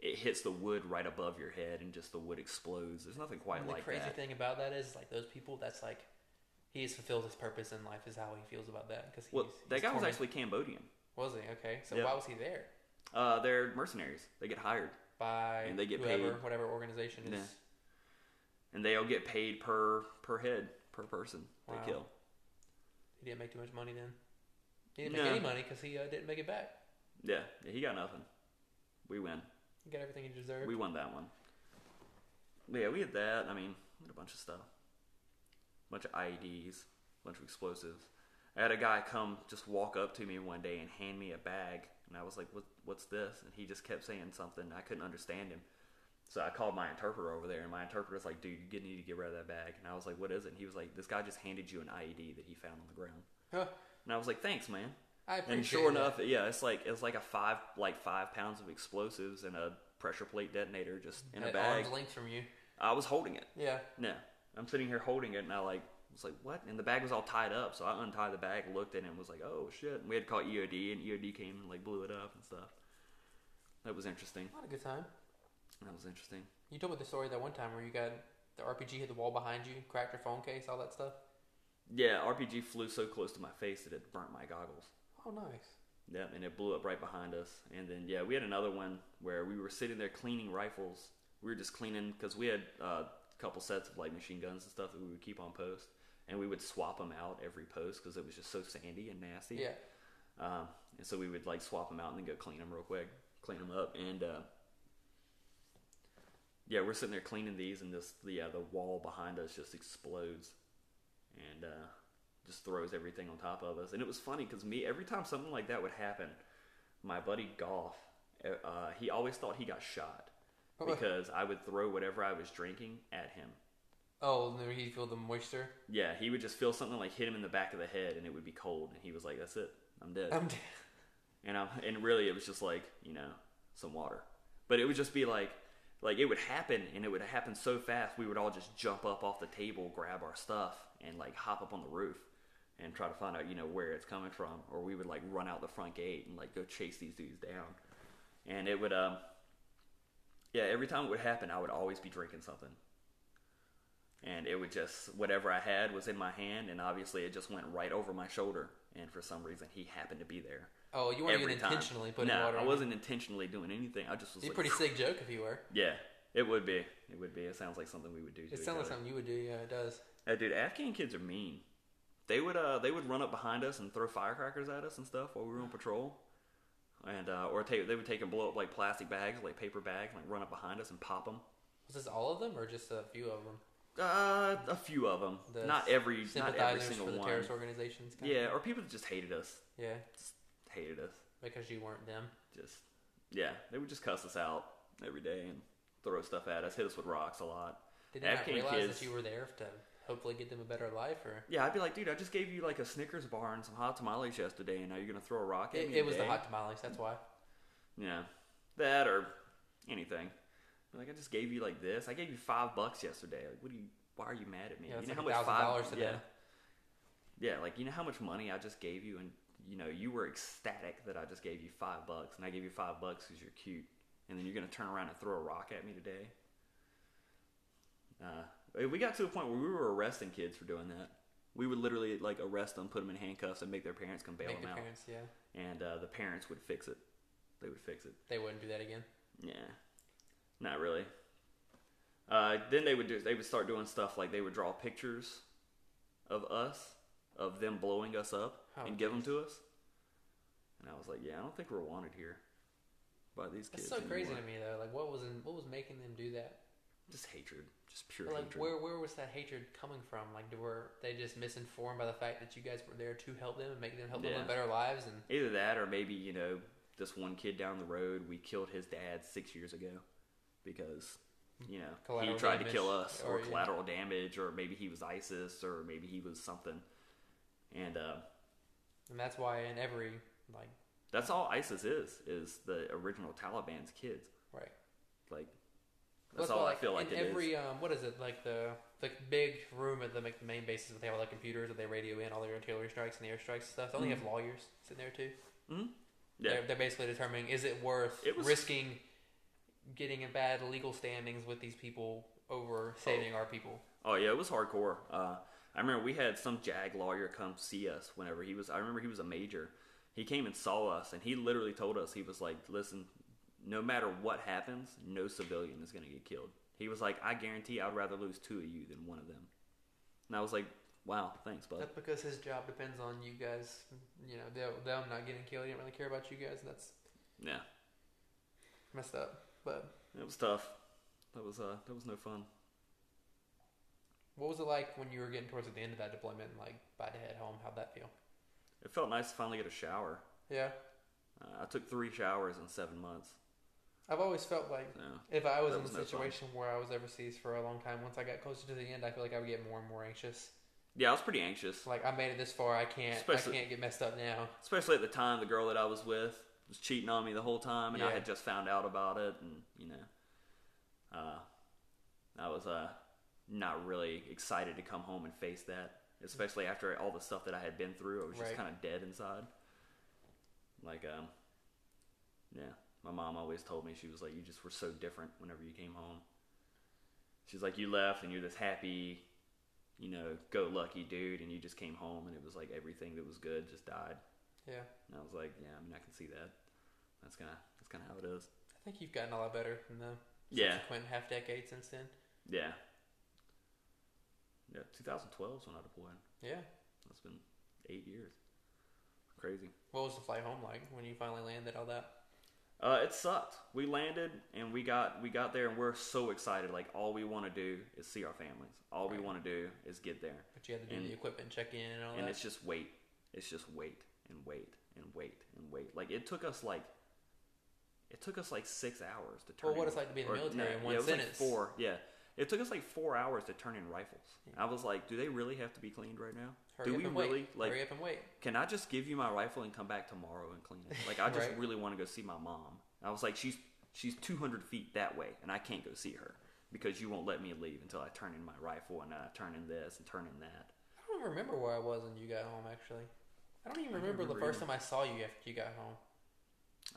Speaker 2: it hits the wood right above your head and just the wood explodes. There's nothing quite
Speaker 3: And the
Speaker 2: like
Speaker 3: crazy
Speaker 2: that.
Speaker 3: thing about that is, like, those people, that's like, he has fulfilled his purpose in life, is how he feels about that. Because
Speaker 2: Well, that guy was
Speaker 3: tormented.
Speaker 2: actually Cambodian.
Speaker 3: Was he? Okay. So
Speaker 2: Yeah.
Speaker 3: why was he there?
Speaker 2: Uh, they're mercenaries. They get hired
Speaker 3: By
Speaker 2: And they get
Speaker 3: whoever,
Speaker 2: paid.
Speaker 3: whatever organization is.
Speaker 2: Yeah. and they'll get paid per per head per person they
Speaker 3: Wow.
Speaker 2: kill.
Speaker 3: He didn't make too much money then. He didn't make
Speaker 2: No.
Speaker 3: any money because he uh, didn't make it back.
Speaker 2: Yeah, yeah, he got nothing. We win.
Speaker 3: He got everything he deserved.
Speaker 2: We won that one. But yeah, we had that. I mean, we had a bunch of stuff. bunch of IEDs, bunch of explosives. I had a guy come just walk up to me one day and hand me a bag, and I was like, what, "What's this?" And he just kept saying something. I couldn't understand him, so I called my interpreter over there, and my interpreter's like, "Dude, you need to get rid of that bag." And I was like, "What is it?" And he was like, "This guy just handed you an IED that he found on the ground."
Speaker 3: Huh.
Speaker 2: And I was like, "Thanks, man."
Speaker 3: I
Speaker 2: And
Speaker 3: appreciate
Speaker 2: sure
Speaker 3: that.
Speaker 2: enough, yeah, it's like it's like a five like five pounds of explosives and a pressure plate detonator just in a
Speaker 3: At
Speaker 2: bag.
Speaker 3: arm's length from you.
Speaker 2: I was holding it.
Speaker 3: Yeah.
Speaker 2: No, I'm sitting here holding it, and I like was like, "What?" And the bag was all tied up, so I untied the bag, looked at it, and was like, "Oh shit!" And we had to call EOD, and EOD came and like blew it up and stuff. That was interesting.
Speaker 3: What a good time.
Speaker 2: That was interesting.
Speaker 3: You told me the story that one time where you got the RPG hit the wall behind you, cracked your phone case, all that stuff.
Speaker 2: Yeah, RPG flew so close to my face that it burnt my goggles.
Speaker 3: Oh, nice.
Speaker 2: Yeah, and it blew up right behind us. And then yeah, we had another one where we were sitting there cleaning rifles. We were just cleaning because we had uh, a couple sets of like machine guns and stuff that we would keep on post, and we would swap them out every post because it was just so sandy and nasty.
Speaker 3: Yeah.
Speaker 2: Um, and so we would like swap them out and then go clean them real quick, clean them up, and uh, uh, yeah, we're sitting there cleaning these, and this yeah the wall behind us just explodes, and uh, just throws everything on top of us. And it was funny because me, every time something like that would happen, my buddy Goff, uh, he always thought he got shot because I would throw whatever I was drinking at him.
Speaker 3: Oh, and then he feel the moisture.
Speaker 2: Yeah, he would just feel something like hit him in the back of the head, and it would be cold, and he was like, "That's it, I'm dead."
Speaker 3: I'm dead.
Speaker 2: and I, and really, it was just like you know some water, but it would just be like like it would happen, and it would happen so fast, we would all just jump up off the table, grab our stuff, and like hop up on the roof and try to find out you know where it's coming from, or we would like run out the front gate and like go chase these dudes down, and it would um yeah every time it would happen, I would always be drinking something and it would just whatever I had was in my hand, and obviously it just went right over my shoulder. And for some reason, he happened to be there.
Speaker 3: Oh, you weren't
Speaker 2: Every
Speaker 3: even
Speaker 2: time.
Speaker 3: intentionally putting
Speaker 2: no,
Speaker 3: water.
Speaker 2: I
Speaker 3: on
Speaker 2: wasn't intentionally doing anything. I just was
Speaker 3: It'd be a
Speaker 2: like,
Speaker 3: pretty sick joke if you were.
Speaker 2: yeah, it would be, it would be. It sounds like something we would do. To
Speaker 3: It
Speaker 2: each
Speaker 3: sounds like
Speaker 2: other.
Speaker 3: something you would do. Yeah, it does.
Speaker 2: Yeah, dude, Afghan kids are mean. They would uh they would run up behind us and throw firecrackers at us and stuff while we were on patrol, and uh, or take, they would take and blow up like plastic bags, like paper bags, and like run up behind us and pop them.
Speaker 3: Was this all of them or just a few of them?
Speaker 2: Uh, a few of them,
Speaker 3: The
Speaker 2: not every, not every
Speaker 3: Sympathizers
Speaker 2: single
Speaker 3: for the
Speaker 2: one.
Speaker 3: terrorist organizations. Kind
Speaker 2: Yeah,
Speaker 3: Of?
Speaker 2: or people that just hated us.
Speaker 3: Yeah,
Speaker 2: Just hated us.
Speaker 3: because you weren't them.
Speaker 2: Just yeah, they would just cuss us out every day and throw stuff at us, hit us with rocks a lot.
Speaker 3: Did they not
Speaker 2: Afghan
Speaker 3: realize
Speaker 2: kids-
Speaker 3: that you were there to hopefully get them a better life? Or
Speaker 2: Yeah, I'd be like, dude, I just gave you like a Snickers bar and some hot tamales yesterday, and now you're gonna throw a rock at
Speaker 3: it,
Speaker 2: me?
Speaker 3: it was the
Speaker 2: today?
Speaker 3: hot tamales. That's why.
Speaker 2: Yeah, that or anything. Like I just gave you like this. I gave you five bucks yesterday. Like, what do you? Why are you mad at me?
Speaker 3: Yeah,
Speaker 2: you
Speaker 3: it's
Speaker 2: know
Speaker 3: like
Speaker 2: how much
Speaker 3: $1,000
Speaker 2: five?
Speaker 3: today.
Speaker 2: Yeah. yeah, like you know how much money I just gave you, and you know you were ecstatic that I just gave you five bucks, and I gave you five bucks because you're cute, and then you're gonna turn around and throw a rock at me today. Uh, we got to the point where we were arresting kids for doing that. We would literally like arrest them, put them in handcuffs, and make their parents come bail
Speaker 3: Make the
Speaker 2: them out,
Speaker 3: parents. Yeah,
Speaker 2: and uh, the parents would fix it. They would fix it.
Speaker 3: they wouldn't do that again.
Speaker 2: Yeah, not really. Uh, then they would do. They would start doing stuff like they would draw pictures of us, of them blowing us up,
Speaker 3: Oh,
Speaker 2: and give them to us. And I was like, yeah, I don't think we're wanted here by these kids.
Speaker 3: That's so crazy
Speaker 2: anymore."
Speaker 3: to me though. Like, what was in, what was making them do that?
Speaker 2: Just hatred, just pure
Speaker 3: But, like,
Speaker 2: hatred.
Speaker 3: where where was that hatred coming from? Like, were they just misinformed by the fact that you guys were there to help them and make them help them
Speaker 2: Yeah.
Speaker 3: live better lives? And
Speaker 2: Either that, or maybe you know, this one kid down the road, we killed his dad six years ago because you know
Speaker 3: Collateral
Speaker 2: he tried
Speaker 3: damage,
Speaker 2: to kill us, or,
Speaker 3: or, yeah.
Speaker 2: collateral damage, or maybe he was ISIS, or maybe he was something. And uh,
Speaker 3: and that's why in every like
Speaker 2: That's all ISIS is, is the original Taliban's kids.
Speaker 3: right.
Speaker 2: Like,
Speaker 3: Well,
Speaker 2: that's all
Speaker 3: why,
Speaker 2: I feel like
Speaker 3: in
Speaker 2: it is.
Speaker 3: every um, what is it like the the big room at the, like, the main bases where they have all their computers that they radio in all their artillery strikes and the airstrikes and stuff. They only have lawyers sitting there too.
Speaker 2: Hmm. Yeah.
Speaker 3: They're, they're basically determining is it worth
Speaker 2: It was-
Speaker 3: risking getting in bad legal standings with these people over saving our people.
Speaker 2: Oh, yeah, it was hardcore. Uh, I remember we had some JAG lawyer come see us whenever he was, I remember he was a major. He came and saw us, and he literally told us, he was like, listen, no matter what happens, no civilian is going to get killed. He was like, I guarantee I'd rather lose two of you than one of them. And I was like, wow, thanks, bud.
Speaker 3: That's because his job depends on you guys. You know, them, them not getting killed. He didn't really care about you guys, and that's
Speaker 2: Yeah.
Speaker 3: messed up. But
Speaker 2: It was tough. That was, uh, that was no fun.
Speaker 3: what was it like when you were getting towards the end of that deployment, and like about to head home? How'd that feel?
Speaker 2: It felt nice to finally get a shower.
Speaker 3: Yeah,
Speaker 2: Uh, I took three showers in seven months.
Speaker 3: I've always felt like
Speaker 2: So
Speaker 3: if I was
Speaker 2: That
Speaker 3: in
Speaker 2: was
Speaker 3: a
Speaker 2: no fun.
Speaker 3: situation where I was overseas for a long time, once I got closer to the end, I feel like I would get more and more anxious.
Speaker 2: yeah, I was pretty anxious,
Speaker 3: Like I made it this far, I can't,
Speaker 2: Especially-
Speaker 3: I can't get messed up now.
Speaker 2: especially at the time. The girl that I was with was cheating on me the whole time, and I
Speaker 3: Yeah.
Speaker 2: had just found out about it, and you know, uh, I was uh, not really excited to come home and face that, especially after all the stuff that I had been through. I was just
Speaker 3: Right.
Speaker 2: kind of dead inside. Like, um, yeah, my mom always told me she was like, "You just were so different whenever you came home." She's like, "You left, and you're this happy." You know, go lucky dude, and you just came home, and it was like everything that was good just died.
Speaker 3: Yeah,
Speaker 2: And I was like, yeah, I mean, I can see that. That's kind of that's kind of how it is.
Speaker 3: I think you've gotten a lot better in the
Speaker 2: Yeah.
Speaker 3: subsequent half decade since then.
Speaker 2: Yeah. Yeah, 2012 is when I deployed.
Speaker 3: Yeah.
Speaker 2: That's been eight years. Crazy.
Speaker 3: What was the flight home like when you finally landed all that?
Speaker 2: Uh, it sucked. We landed and we got we got there and we're so excited. Like all we want to do is see our families. All we want to do is get there.
Speaker 3: But you had to do
Speaker 2: And-
Speaker 3: the equipment check in and all
Speaker 2: and
Speaker 3: that.
Speaker 2: it's just wait. It's just wait and wait and wait and wait. Like it took us like it took us like six hours to turn.
Speaker 3: Well, what
Speaker 2: in-
Speaker 3: it's like to be in the
Speaker 2: or-
Speaker 3: military in one
Speaker 2: yeah, it was like
Speaker 3: sentence.
Speaker 2: four. Yeah, it took us like four hours to turn in rifles. I was like, do they really have to be cleaned right now?
Speaker 3: Hurry
Speaker 2: do
Speaker 3: up
Speaker 2: we
Speaker 3: and
Speaker 2: really
Speaker 3: wait.
Speaker 2: like?
Speaker 3: Hurry up and wait.
Speaker 2: Can I just give you my rifle and come back tomorrow and clean it? Like I just
Speaker 3: Right.
Speaker 2: really want to go see my mom. I was like, she's she's 200 feet that way, and I can't go see her because you won't let me leave until I turn in my rifle and I turn in this and turn in that.
Speaker 3: I don't even remember where I was when you got home. Actually, I don't even remember, the
Speaker 2: remember
Speaker 3: first
Speaker 2: either.
Speaker 3: time I saw you after you got home.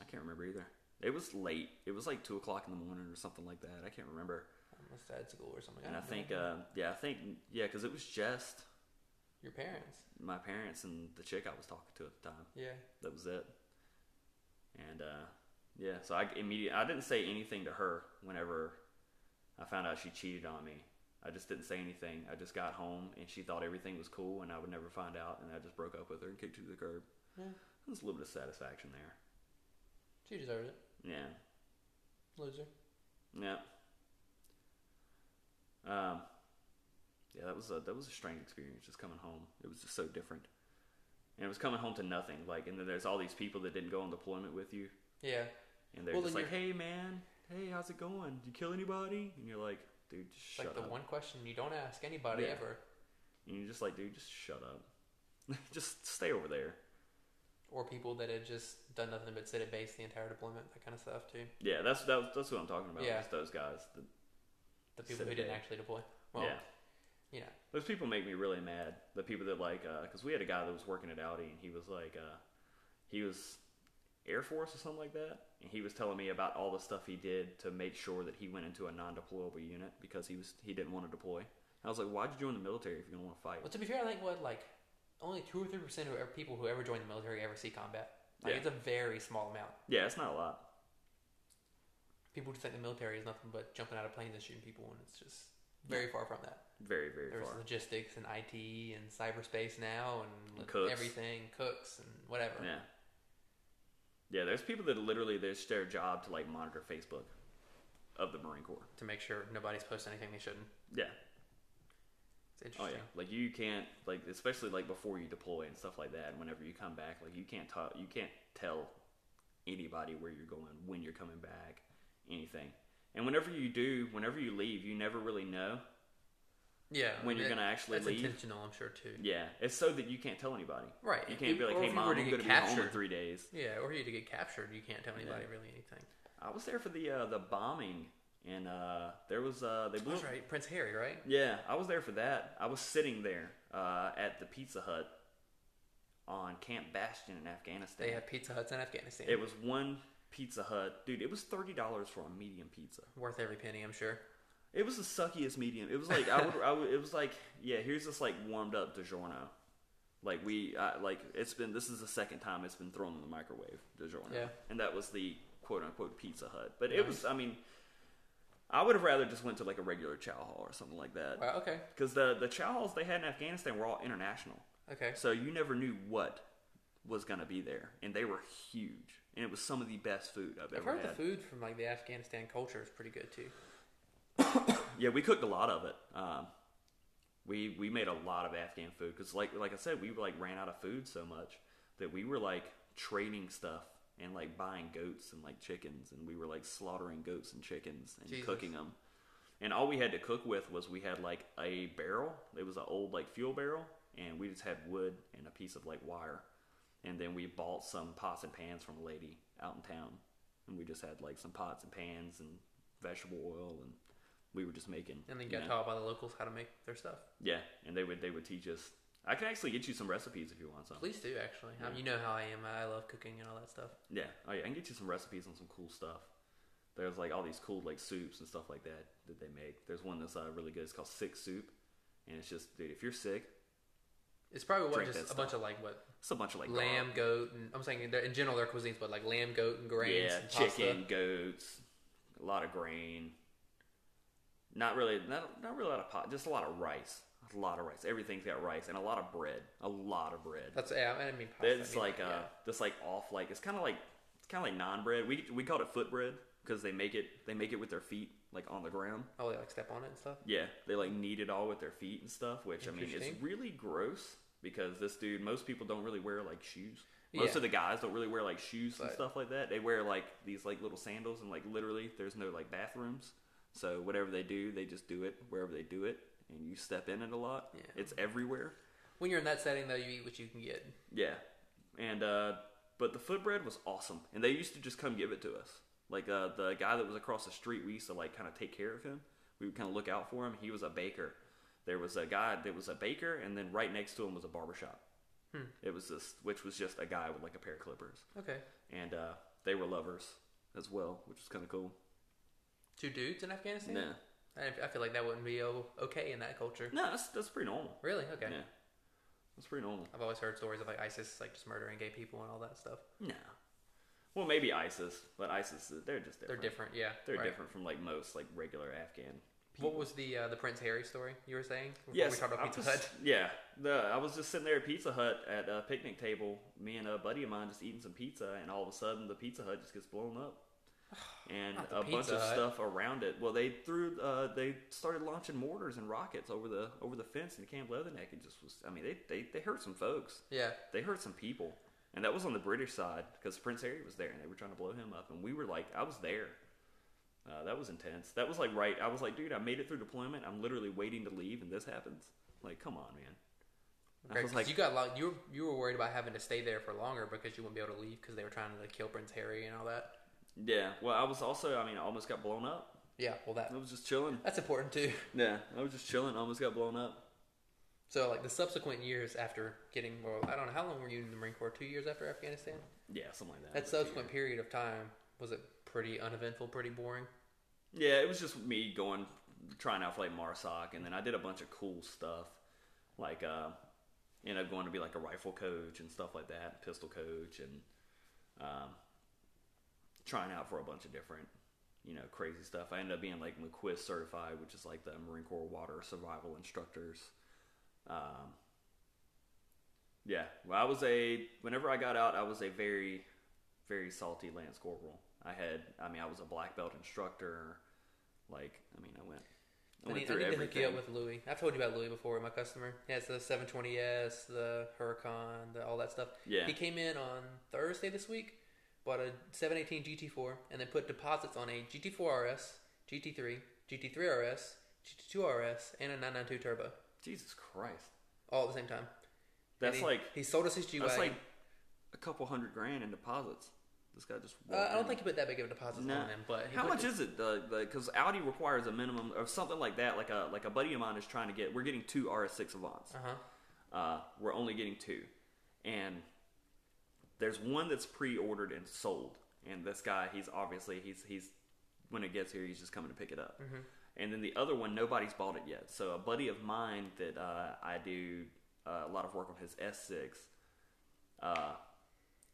Speaker 2: I can't remember either. It was late. It was like two o'clock in the morning or something like that. I can't remember.
Speaker 3: I must have had school or something.
Speaker 2: And I
Speaker 3: don't
Speaker 2: think,
Speaker 3: know.
Speaker 2: uh, yeah, I think, yeah, because it was just
Speaker 3: your parents.
Speaker 2: my parents and the chick I was talking to at the time.
Speaker 3: Yeah.
Speaker 2: That was it. And uh, yeah, so I immediately I didn't say anything to her whenever I found out she cheated on me. I just didn't say anything. I just got home and she thought everything was cool and I would never find out and I just broke up with her and kicked her to the curb.
Speaker 3: Yeah.
Speaker 2: There's a little bit of satisfaction there.
Speaker 3: She deserved it.
Speaker 2: Yeah.
Speaker 3: Loser.
Speaker 2: Yeah. Um, yeah, that was a that was a strange experience. Just coming home, it was just so different, and it was coming home to nothing. Like, and then there's all these people that didn't go on deployment with you,
Speaker 3: Yeah.
Speaker 2: and they're
Speaker 3: Well,
Speaker 2: just
Speaker 3: then
Speaker 2: like, "Hey, man, hey, how's it going? Did you kill anybody?" And you're like, "Dude, just
Speaker 3: It's
Speaker 2: shut
Speaker 3: like the
Speaker 2: up."
Speaker 3: one question you don't ask anybody
Speaker 2: Yeah.
Speaker 3: ever,
Speaker 2: And you're just like, "Dude, just shut up. just stay over there."
Speaker 3: or people that had just done nothing but sit at base the entire deployment, that kind of stuff too.
Speaker 2: Yeah, that's that, was- that's what I'm talking about.
Speaker 3: Yeah.
Speaker 2: Just those guys. that-
Speaker 3: The people
Speaker 2: Sit
Speaker 3: who
Speaker 2: at
Speaker 3: didn't
Speaker 2: base.
Speaker 3: actually deploy. Well,
Speaker 2: yeah.
Speaker 3: you know,
Speaker 2: Those people make me really mad. The people that like, because we had a guy that was working at Audi, and he was like, uh, he was Air Force or something like that, and he was telling me about all the stuff he did to make sure that he went into a non-deployable unit because he was he didn't want to deploy. I was like, why'd you join the military if you don't want to
Speaker 3: Well,
Speaker 2: fight?
Speaker 3: to be fair, I think what like only two or three percent of ever- people who ever join the military ever see combat. Like
Speaker 2: Yeah.
Speaker 3: it's a very small amount.
Speaker 2: Yeah, it's not a lot.
Speaker 3: People just think the military is nothing but jumping out of planes and shooting people, and it's just very far from that.
Speaker 2: Very very
Speaker 3: There's
Speaker 2: far.
Speaker 3: logistics and IT and cyberspace now, and
Speaker 2: And cooks.
Speaker 3: everything, cooks and whatever.
Speaker 2: Yeah. Yeah, there's people that literally there's their job to like monitor Facebook of the Marine Corps.
Speaker 3: To make sure nobody's posting anything they shouldn't.
Speaker 2: Yeah.
Speaker 3: It's
Speaker 2: Oh
Speaker 3: interesting.
Speaker 2: yeah, like you can't like especially like before you deploy and stuff like that. And whenever you come back, like you can't talk, you can't tell anybody where you're going, when you're coming back, anything. And whenever you do, whenever you leave, you never really know.
Speaker 3: yeah.
Speaker 2: When you're
Speaker 3: that-
Speaker 2: gonna actually
Speaker 3: that's
Speaker 2: leave.
Speaker 3: intentional, I'm sure too.
Speaker 2: Yeah, it's so that you can't tell anybody.
Speaker 3: Right.
Speaker 2: You can't be like,
Speaker 3: Or
Speaker 2: hey
Speaker 3: if you
Speaker 2: mom,
Speaker 3: were
Speaker 2: I'm
Speaker 3: to
Speaker 2: going
Speaker 3: get
Speaker 2: to be home in
Speaker 3: captured.
Speaker 2: three days.
Speaker 3: Yeah, or you to get captured, you can't tell anybody really anything.
Speaker 2: I was there for the uh, the bombing, and uh, there was uh, they blew.
Speaker 3: That's right, Prince Harry, right?
Speaker 2: Yeah, I was there for that. I was sitting there uh, at the Pizza Hut on Camp Bastion in Afghanistan.
Speaker 3: They have Pizza Huts in Afghanistan.
Speaker 2: It was one Pizza Hut. Dude, it was $30 for a medium pizza.
Speaker 3: Worth every penny, I'm sure.
Speaker 2: It was the suckiest medium. It was like I would, I would it was like, yeah, here's this like warmed up DiGiorno. Like we I, like it's been this is the second time it's been thrown in the microwave DiGiorno.
Speaker 3: Yeah.
Speaker 2: And that was the quote unquote Pizza Hut. But it was I mean I would have rather just went to like a regular chow hall or something like that.
Speaker 3: Wow, okay,
Speaker 2: Cuz the the chow halls they had in Afghanistan were all international.
Speaker 3: okay.
Speaker 2: So you never knew what was going to be there, and they were huge, and it was some of the best food I've,
Speaker 3: I've
Speaker 2: ever
Speaker 3: heard
Speaker 2: had.
Speaker 3: the food from like the Afghanistan culture is pretty good too.
Speaker 2: Yeah, we cooked a lot of it. Um, we we made a lot of Afghan food because, like like I said, we like ran out of food so much that we were like trading stuff and like buying goats and like chickens, and we were like slaughtering goats and chickens and
Speaker 3: Jesus.
Speaker 2: cooking them. And all we had to cook with was we had like a barrel. It was an old like fuel barrel, and we just had wood and a piece of like wire. And then we bought some pots and pans from a lady out in town, and we just had like some pots and pans and vegetable oil, and we were just making.
Speaker 3: And then
Speaker 2: you
Speaker 3: got
Speaker 2: know.
Speaker 3: taught by the locals how to make their stuff.
Speaker 2: Yeah, and they would they would teach us. I can actually get you some recipes if you want some.
Speaker 3: Please do actually. I mean, you know how I am. I love cooking and all that stuff.
Speaker 2: Yeah, oh yeah, I can get you some recipes on some cool stuff. There's like all these cool like soups and stuff like that that they make. There's one that's uh, really good. It's called sick soup, and it's just dude, if you're sick,
Speaker 3: It's probably what
Speaker 2: Drink
Speaker 3: just a
Speaker 2: that stuff.
Speaker 3: bunch of like what
Speaker 2: it's a bunch of like gar-
Speaker 3: lamb, goat, and I'm saying they're- in general their cuisines, but like lamb, goat, and grains,
Speaker 2: yeah,
Speaker 3: and
Speaker 2: chicken, goats, a lot of grain. Not really, not not really a lot of pot. Just a lot of rice. A lot of rice. Everything's got rice and a lot of bread. A lot of bread.
Speaker 3: Pasta. That's yeah. I mean, pasta. I
Speaker 2: It's
Speaker 3: mean,
Speaker 2: like uh,
Speaker 3: yeah.
Speaker 2: this like off like it's kind of like it's kind of like non bread. We we called it foot bread because they make it they make it with their feet like on the ground.
Speaker 3: Oh, they like step on it and stuff.
Speaker 2: Yeah, they like knead it all with their feet and stuff, which I mean is
Speaker 3: Interesting.
Speaker 2: really gross because this dude, most people don't really wear like shoes. Most
Speaker 3: Yeah.
Speaker 2: of the guys don't really wear like shoes and
Speaker 3: Right.
Speaker 2: stuff like that. They wear like these like little sandals and like literally there's no like bathrooms. So whatever they do, they just do it wherever they do it, and you step in it a lot.
Speaker 3: Yeah.
Speaker 2: It's everywhere.
Speaker 3: When you're in that setting, though, you eat what you can get.
Speaker 2: Yeah, and uh, but the food bread was awesome, and they used to just come give it to us. Like uh, the guy that was across the street, we used to like kind of take care of him. We would kind of look out for him. He was a baker. There was a guy that was a baker, and then right next to him was a barber shop.
Speaker 3: Hmm.
Speaker 2: It was this, which was just a guy with like a pair of clippers,
Speaker 3: Okay,
Speaker 2: and uh, they were lovers as well, which was kind of cool.
Speaker 3: two dudes in Afghanistan.
Speaker 2: Yeah,
Speaker 3: I, I feel like that wouldn't be o- okay in that culture.
Speaker 2: no, that's that's pretty normal.
Speaker 3: Really? Okay.
Speaker 2: Yeah, that's pretty normal.
Speaker 3: I've always heard stories of like ISIS like just murdering gay people and all that stuff.
Speaker 2: No, well maybe ISIS, but ISIS they're just
Speaker 3: They're different, yeah.
Speaker 2: They're
Speaker 3: right.
Speaker 2: different from like most like regular Afghan.
Speaker 3: What was the uh, the Prince Harry story you were saying? Before
Speaker 2: Yes,
Speaker 3: we talked about
Speaker 2: I'm
Speaker 3: Pizza
Speaker 2: just-
Speaker 3: Hut.
Speaker 2: Yeah, the, I was just sitting there at Pizza Hut at a picnic table. Me and a buddy of mine just eating some pizza, and all of a sudden the Pizza Hut just gets blown up, and
Speaker 3: Not the
Speaker 2: a bunch
Speaker 3: Pizza
Speaker 2: of
Speaker 3: Hut.
Speaker 2: stuff around it. Well, they threw, uh, they started launching mortars and rockets over the over the fence in Camp Leatherneck. It just was. I mean, they they, they hurt some folks.
Speaker 3: Yeah.
Speaker 2: They hurt some people, and that was on the British side because Prince Harry was there, and they were trying to blow him up, and we were like, I was there. Uh, that was intense. That was like right. I was like, dude, I made it through deployment. I'm literally waiting to leave, and this happens. Like, come on, man. I
Speaker 3: Right,
Speaker 2: was
Speaker 3: 'cause
Speaker 2: like,
Speaker 3: you got long, you were, you were worried about having to stay there for longer because you wouldn't be able to leave because they were trying to like, kill Prince Harry and all that.
Speaker 2: yeah. Well, I was also. I mean, I almost got blown up.
Speaker 3: Yeah, well that
Speaker 2: I was just chilling.
Speaker 3: that's important too.
Speaker 2: Yeah, I was just chilling. I almost got blown up.
Speaker 3: So like the subsequent years after getting well, I don't know how long were you in the Marine Corps? Two years after Afghanistan.
Speaker 2: Yeah, something like that.
Speaker 3: That subsequent period of time was it pretty uneventful, pretty boring.
Speaker 2: Yeah, it was just me going trying out for like Marsoc, and then I did a bunch of cool stuff, like uh, ended up going to be like a rifle coach and stuff like that, pistol coach, and um, trying out for a bunch of different, you know, crazy stuff. I ended up being like McQuist certified, which is like the Marine Corps water survival instructors. Um, yeah, well, I was a whenever I got out, I was a very, very salty lance corporal. I had, I mean, I was a black belt instructor. Like, I mean, I went, I
Speaker 3: I
Speaker 2: went
Speaker 3: need, I
Speaker 2: through
Speaker 3: need to hook you
Speaker 2: everything.
Speaker 3: up with Louis. I've told you about Louis before, my customer. He has the 720S, the Huracan, the, all that stuff.
Speaker 2: Yeah.
Speaker 3: He came in on Thursday this week, bought a 718 GT4, and then put deposits on a GT4 RS, GT3, GT3 RS, GT2 RS, and a 992 Turbo,
Speaker 2: Jesus Christ,
Speaker 3: all at the same time. And
Speaker 2: that's
Speaker 3: he-
Speaker 2: like
Speaker 3: he sold us his G
Speaker 2: that's
Speaker 3: wagon.
Speaker 2: like a couple hundred grand in deposits. This guy just.
Speaker 3: uh, I
Speaker 2: walked
Speaker 3: don't
Speaker 2: in.
Speaker 3: think he put that big of a deposit
Speaker 2: No.
Speaker 3: on him, but he
Speaker 2: how
Speaker 3: put
Speaker 2: much
Speaker 3: the-
Speaker 2: is it? Because Audi requires a minimum or something like that. Like a like a buddy of mine is trying to get. We're getting two RS6 Avants.
Speaker 3: Uh-huh.
Speaker 2: Uh, we're only getting two, and there's one that's pre-ordered and sold. And this guy, he's obviously he's he's when it gets here, he's just coming to pick it up.
Speaker 3: Mm-hmm.
Speaker 2: And then the other one, nobody's bought it yet. So a buddy of mine that uh, I do uh, a lot of work on his S6. Uh,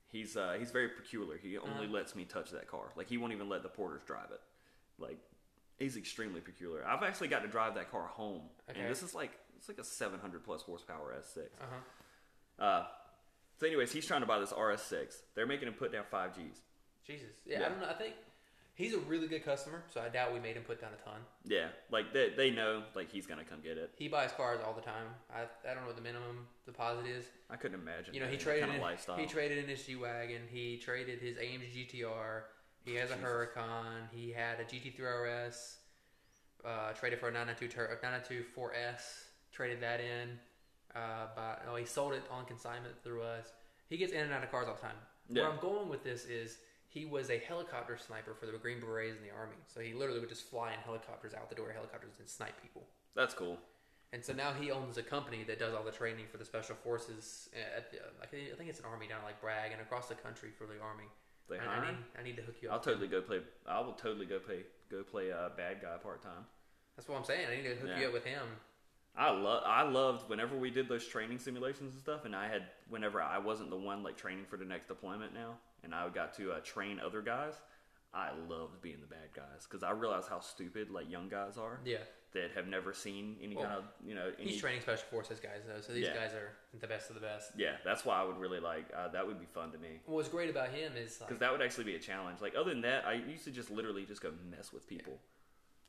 Speaker 2: he's uh, he's very peculiar. He only
Speaker 3: Uh-huh.
Speaker 2: lets me touch that car. Like he won't even let the porters drive it. Like he's extremely peculiar. I've actually got to drive that car home,
Speaker 3: Okay.
Speaker 2: and this is like it's like a 700 plus horsepower S6.
Speaker 3: Uh-huh.
Speaker 2: Uh, so, anyways, he's trying to buy this RS6. They're making him put down five Gs.
Speaker 3: Jesus. Yeah,
Speaker 2: Yeah.
Speaker 3: I don't know. I think he's a really good customer, so I doubt we made him put down a ton.
Speaker 2: Yeah, like they they know like he's gonna come get it.
Speaker 3: He buys cars all the time. I, I don't know what the minimum deposit is.
Speaker 2: I couldn't imagine.
Speaker 3: You know, he
Speaker 2: that
Speaker 3: traded
Speaker 2: kind of
Speaker 3: in,
Speaker 2: lifestyle.
Speaker 3: he traded in his G wagon. He traded his AMG GTR. He has a
Speaker 2: Jesus.
Speaker 3: Huracan. He had a GT3 RS. Uh, traded for a 992 tur- 992 4S. Traded that in. Uh, by, oh, he sold it on consignment through us. He gets in and out of cars all the time.
Speaker 2: Yeah.
Speaker 3: Where I'm going with this is he was a helicopter sniper for the Green Berets in the army. So he literally would just fly in helicopters out the door, of helicopters, and snipe people.
Speaker 2: That's cool.
Speaker 3: And so now he owns a company that does all the training for the special forces. uh, At the, I think I think it's an army down at, like Bragg and across the country for the army.
Speaker 2: They
Speaker 3: I,
Speaker 2: hire
Speaker 3: I, need,
Speaker 2: him?
Speaker 3: I need to hook you up.
Speaker 2: I'll totally go play. I will totally go play. Go play uh, bad guy part time.
Speaker 3: That's what I'm saying. I need to hook
Speaker 2: Yeah.
Speaker 3: you up with him.
Speaker 2: I love. I loved whenever we did those training simulations and stuff, and I had whenever I wasn't the one like training for the next deployment now, and I got to uh, train other guys. I loved being the bad guys because I realized how stupid like young guys are.
Speaker 3: Yeah.
Speaker 2: that have never seen any
Speaker 3: Well,
Speaker 2: kind of you know any
Speaker 3: He's training special forces guys though, so these
Speaker 2: Yeah.
Speaker 3: guys are the best of the best.
Speaker 2: yeah that's why i would really like uh, that would be fun to me
Speaker 3: What's great about him is like
Speaker 2: because that would actually be a challenge like other than that i used to just literally just go mess with people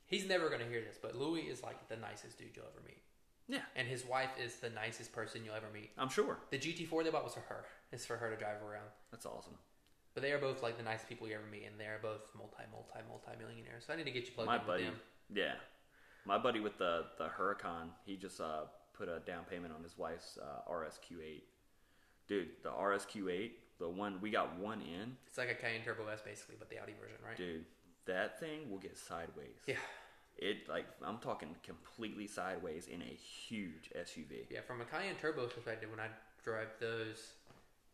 Speaker 3: he's never gonna hear this, but Louis is like the nicest dude you'll ever meet,
Speaker 2: yeah
Speaker 3: and his wife is the nicest person you'll ever meet.
Speaker 2: i'm sure
Speaker 3: The GT4 they bought was for her. It's for her to drive around.
Speaker 2: that's awesome
Speaker 3: But they are both like the nicest people you ever meet, and they are both multi, multi, multi millionaires. So I need to get you plugged
Speaker 2: my
Speaker 3: in
Speaker 2: buddy
Speaker 3: with them.
Speaker 2: yeah my buddy with the the huracan he just uh put a down payment on his wife's uh, rsq8 dude the rsq8 the one we got one in
Speaker 3: It's like a Cayenne Turbo S basically, but the Audi version, right?
Speaker 2: dude that thing will get sideways
Speaker 3: Yeah,
Speaker 2: it like i'm talking completely sideways in a huge suv
Speaker 3: yeah. From a Cayenne Turbo perspective, when I drive those,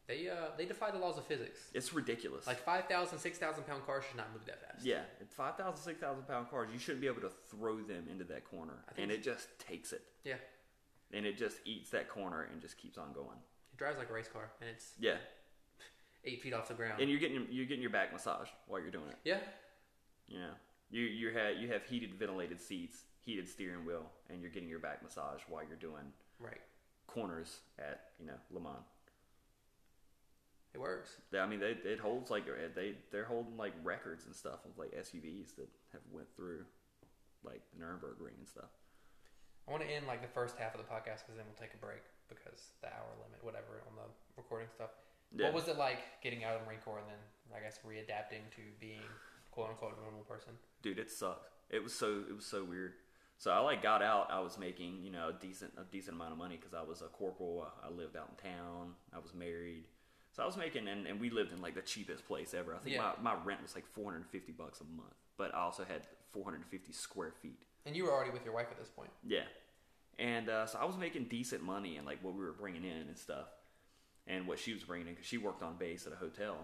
Speaker 3: they uh they defy the laws of physics.
Speaker 2: it's ridiculous
Speaker 3: Like 5,000, 6,000 pound cars should not move that fast.
Speaker 2: yeah at 5000 6000 pound cars you shouldn't be able to throw them into that corner
Speaker 3: I think-
Speaker 2: and it just takes it
Speaker 3: yeah.
Speaker 2: and it just eats that corner and just keeps on going
Speaker 3: It drives like a race car, and it's
Speaker 2: yeah
Speaker 3: eight feet off the ground.
Speaker 2: and you're getting you're getting your back massage while you're doing it
Speaker 3: yeah,
Speaker 2: you know you you have you have heated ventilated seats heated steering wheel and you're getting your back massage while you're doing
Speaker 3: right.
Speaker 2: corners at you know le mans
Speaker 3: It works.
Speaker 2: They- I mean, they, it holds like uh, they they're holding like records and stuff of like SUVs that have went through like the Nuremberg Ring and stuff.
Speaker 3: I want to end like the first half of the podcast because then we'll take a break because the hour limit, whatever, on the recording stuff.
Speaker 2: Yeah.
Speaker 3: What was it like getting out of the Marine Corps and then, I guess, readapting to being quote unquote a normal person?
Speaker 2: Dude, it sucked. It was so it was so weird. So I like got out. I was making you know a decent a decent amount of money because I was a corporal. I lived out in town. I was married. So I was making and, and we lived in like the cheapest place ever. I think
Speaker 3: Yeah.
Speaker 2: my, my rent was like 450 bucks a month, but I also had 450 square feet.
Speaker 3: And you were already with your wife at this point.
Speaker 2: Yeah. And uh, so I was making decent money and like what we were bringing in and stuff, and what she was bringing in because she worked on base at a hotel.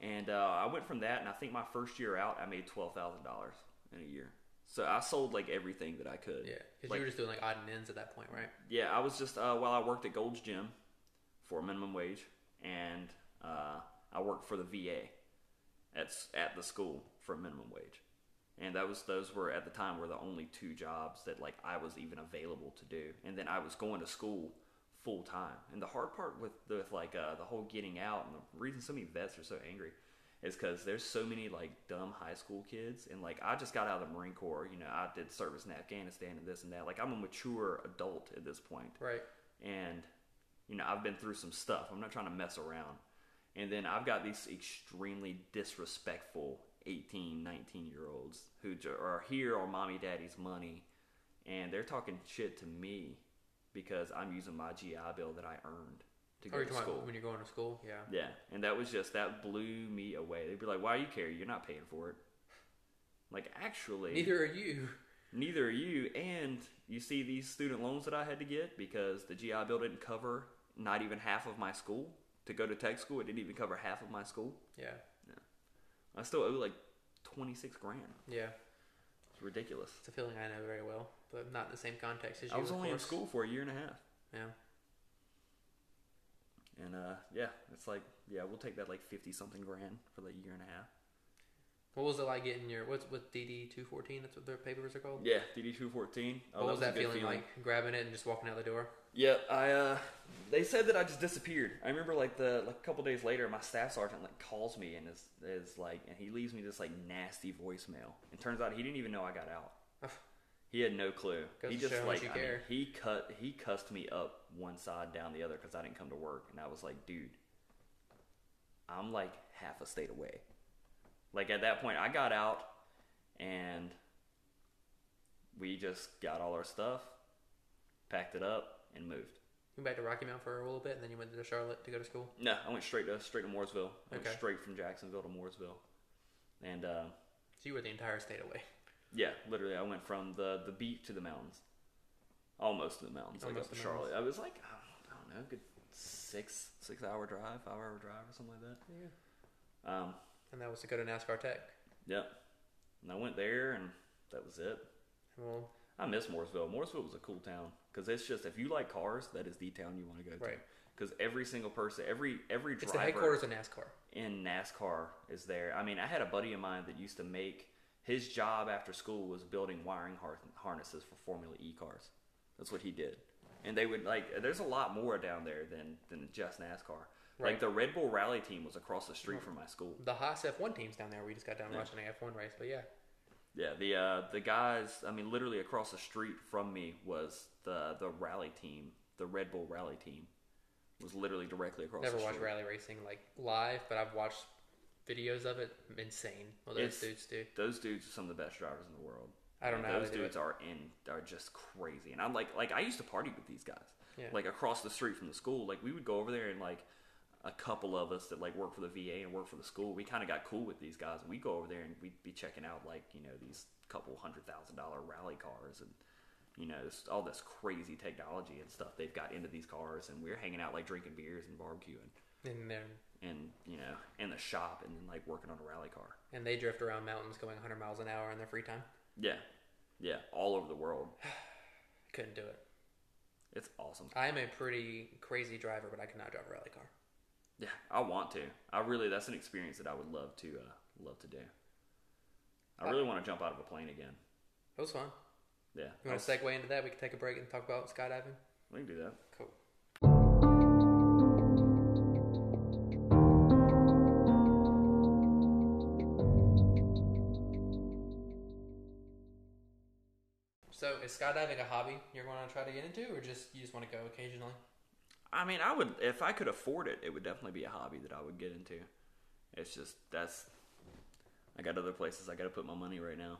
Speaker 2: And uh, I went from that, and I think my first year out, I made twelve thousand dollars in a year. So I sold like everything that I could.
Speaker 3: Yeah, because
Speaker 2: Like,
Speaker 3: you were just doing like odd and ends at that point, right?
Speaker 2: yeah, I was just uh, while I worked at Gold's Gym for minimum wage, and uh, I worked for the VA at s- at the school for minimum wage, and that was those were at the time were the only two jobs that like I was even available to do, and then I was going to school full time. And the hard part with with like uh, the whole getting out and the reason so many vets are so angry is because there's so many like dumb high school kids and like I just got out of the Marine Corps. You know, I did service in Afghanistan and this and that. Like I'm a mature adult at this point
Speaker 3: Right.
Speaker 2: and you know I've been through some stuff. I'm not trying to mess around. And then I've got these extremely disrespectful 18, 19 year olds who j- are here on mommy daddy's money, and they're talking shit to me because I'm using my GI Bill that I earned to
Speaker 3: Or
Speaker 2: go
Speaker 3: Oh,
Speaker 2: to
Speaker 3: you're talking
Speaker 2: school.
Speaker 3: about when you're going to school? Yeah.
Speaker 2: Yeah, and that was just that blew me away. They'd be like, "Why do you care? You're not paying for it." Like actually,
Speaker 3: Neither are you.
Speaker 2: neither are you and you see these student loans that i had to get because the gi bill didn't cover not even half of my school to go to tech school it didn't even cover half of my school
Speaker 3: Yeah.
Speaker 2: i still owe like 26 grand
Speaker 3: Yeah.
Speaker 2: it's ridiculous
Speaker 3: It's a feeling I know very well, but not in the same context as you.
Speaker 2: i was
Speaker 3: of
Speaker 2: only in
Speaker 3: course.
Speaker 2: school for a year and a half
Speaker 3: Yeah.
Speaker 2: and uh yeah it's like yeah we'll take that like 50 something grand for like a year and a half
Speaker 3: What was it like getting your what's with DD two fourteen? That's what their papers are called.
Speaker 2: yeah dd214
Speaker 3: What was Oh, that feeling, like? Grabbing it and just walking out the door.
Speaker 2: Yeah, I. Uh, they said that I just disappeared. I remember like the like a couple days later, my staff sergeant like calls me and is is like, and he leaves me this like nasty voicemail. And turns out he didn't even know I got out. He had no clue.
Speaker 3: Goes
Speaker 2: he
Speaker 3: to
Speaker 2: just
Speaker 3: show how much
Speaker 2: like
Speaker 3: you
Speaker 2: I mean,
Speaker 3: care.
Speaker 2: he cut he cussed me up one side down the other because I didn't come to work, and I was like, dude, I'm like half a state away. Like at that point, I got out, and we just got all our stuff, packed it up, and moved.
Speaker 3: You went back to Rocky Mount for a little bit, and then you went to Charlotte to go to school.
Speaker 2: No, I went straight to straight to Mooresville. I went
Speaker 3: Okay.
Speaker 2: straight from Jacksonville to Mooresville, and uh,
Speaker 3: So you were the entire state away.
Speaker 2: yeah, literally, I went from the the beach to the mountains, almost to the mountains, like
Speaker 3: Almost
Speaker 2: up to
Speaker 3: the
Speaker 2: Charlotte. I was like, I don't, I don't know, good six six hour drive, five hour drive, or something like
Speaker 3: Yeah.
Speaker 2: that. Um,
Speaker 3: And that was to go to NASCAR Tech.
Speaker 2: yep, and I went there, and that was it.
Speaker 3: Well,
Speaker 2: I miss Mooresville. Mooresville was a cool town because it's just if you like cars, that is the town you want to go to.
Speaker 3: Right.
Speaker 2: Because every single person, every every driver,
Speaker 3: it's the headquarters of NASCAR.
Speaker 2: in NASCAR is there. I mean, I had a buddy of mine that used to make His job after school was building wiring har- harnesses for Formula E cars. That's what he did. And they would like. There's a lot more down there than than just NASCAR.
Speaker 3: Right.
Speaker 2: Like the Red Bull Rally team was across the street from my school.
Speaker 3: The Haas F1 team's down there. We just got down watching an F1 race, but yeah,
Speaker 2: Yeah, the uh, the guys. I mean, literally across the street from me was the the rally team. The Red Bull Rally team was literally directly across.
Speaker 3: never
Speaker 2: the
Speaker 3: watched
Speaker 2: street.
Speaker 3: rally racing like live, but I've watched videos of it. Insane. Well, those
Speaker 2: It's-
Speaker 3: dudes do.
Speaker 2: Those dudes are some of the best drivers in the world.
Speaker 3: I don't
Speaker 2: Like,
Speaker 3: know how
Speaker 2: Those
Speaker 3: they do
Speaker 2: dudes
Speaker 3: it.
Speaker 2: are in are just crazy, and I'm like like I used to party with these guys.
Speaker 3: Yeah.
Speaker 2: Like across the street from the school, like we would go over there and like a couple of us that like work for the VA and work for the school, we kind of got cool with these guys, and we go over there and we'd be checking out like you know these couple hundred thousand dollar rally cars and you know this, all this crazy technology and stuff they've got into these cars, and we're hanging out like drinking beers and barbecuing
Speaker 3: And they're
Speaker 2: and you know in the shop and then like working on a rally car.
Speaker 3: and they drift around mountains going 100 miles an hour in their free time.
Speaker 2: Yeah, yeah, all over the world.
Speaker 3: Couldn't do it.
Speaker 2: It's awesome.
Speaker 3: I am a pretty crazy driver, but I could not drive a rally car.
Speaker 2: Yeah, I want to. I really that's an experience that I would love to uh, love to do. I really want to jump out of a plane again.
Speaker 3: It was fun.
Speaker 2: Yeah,
Speaker 3: You want to segue into that? We can take a break and talk about skydiving.
Speaker 2: we can do that.
Speaker 3: Cool. So, is skydiving a hobby you're going to try to get into, or just you just want to go occasionally?
Speaker 2: I mean, I would if I could afford it. It would definitely be a hobby that I would get into. It's just that's I got other places I got to put my money right now.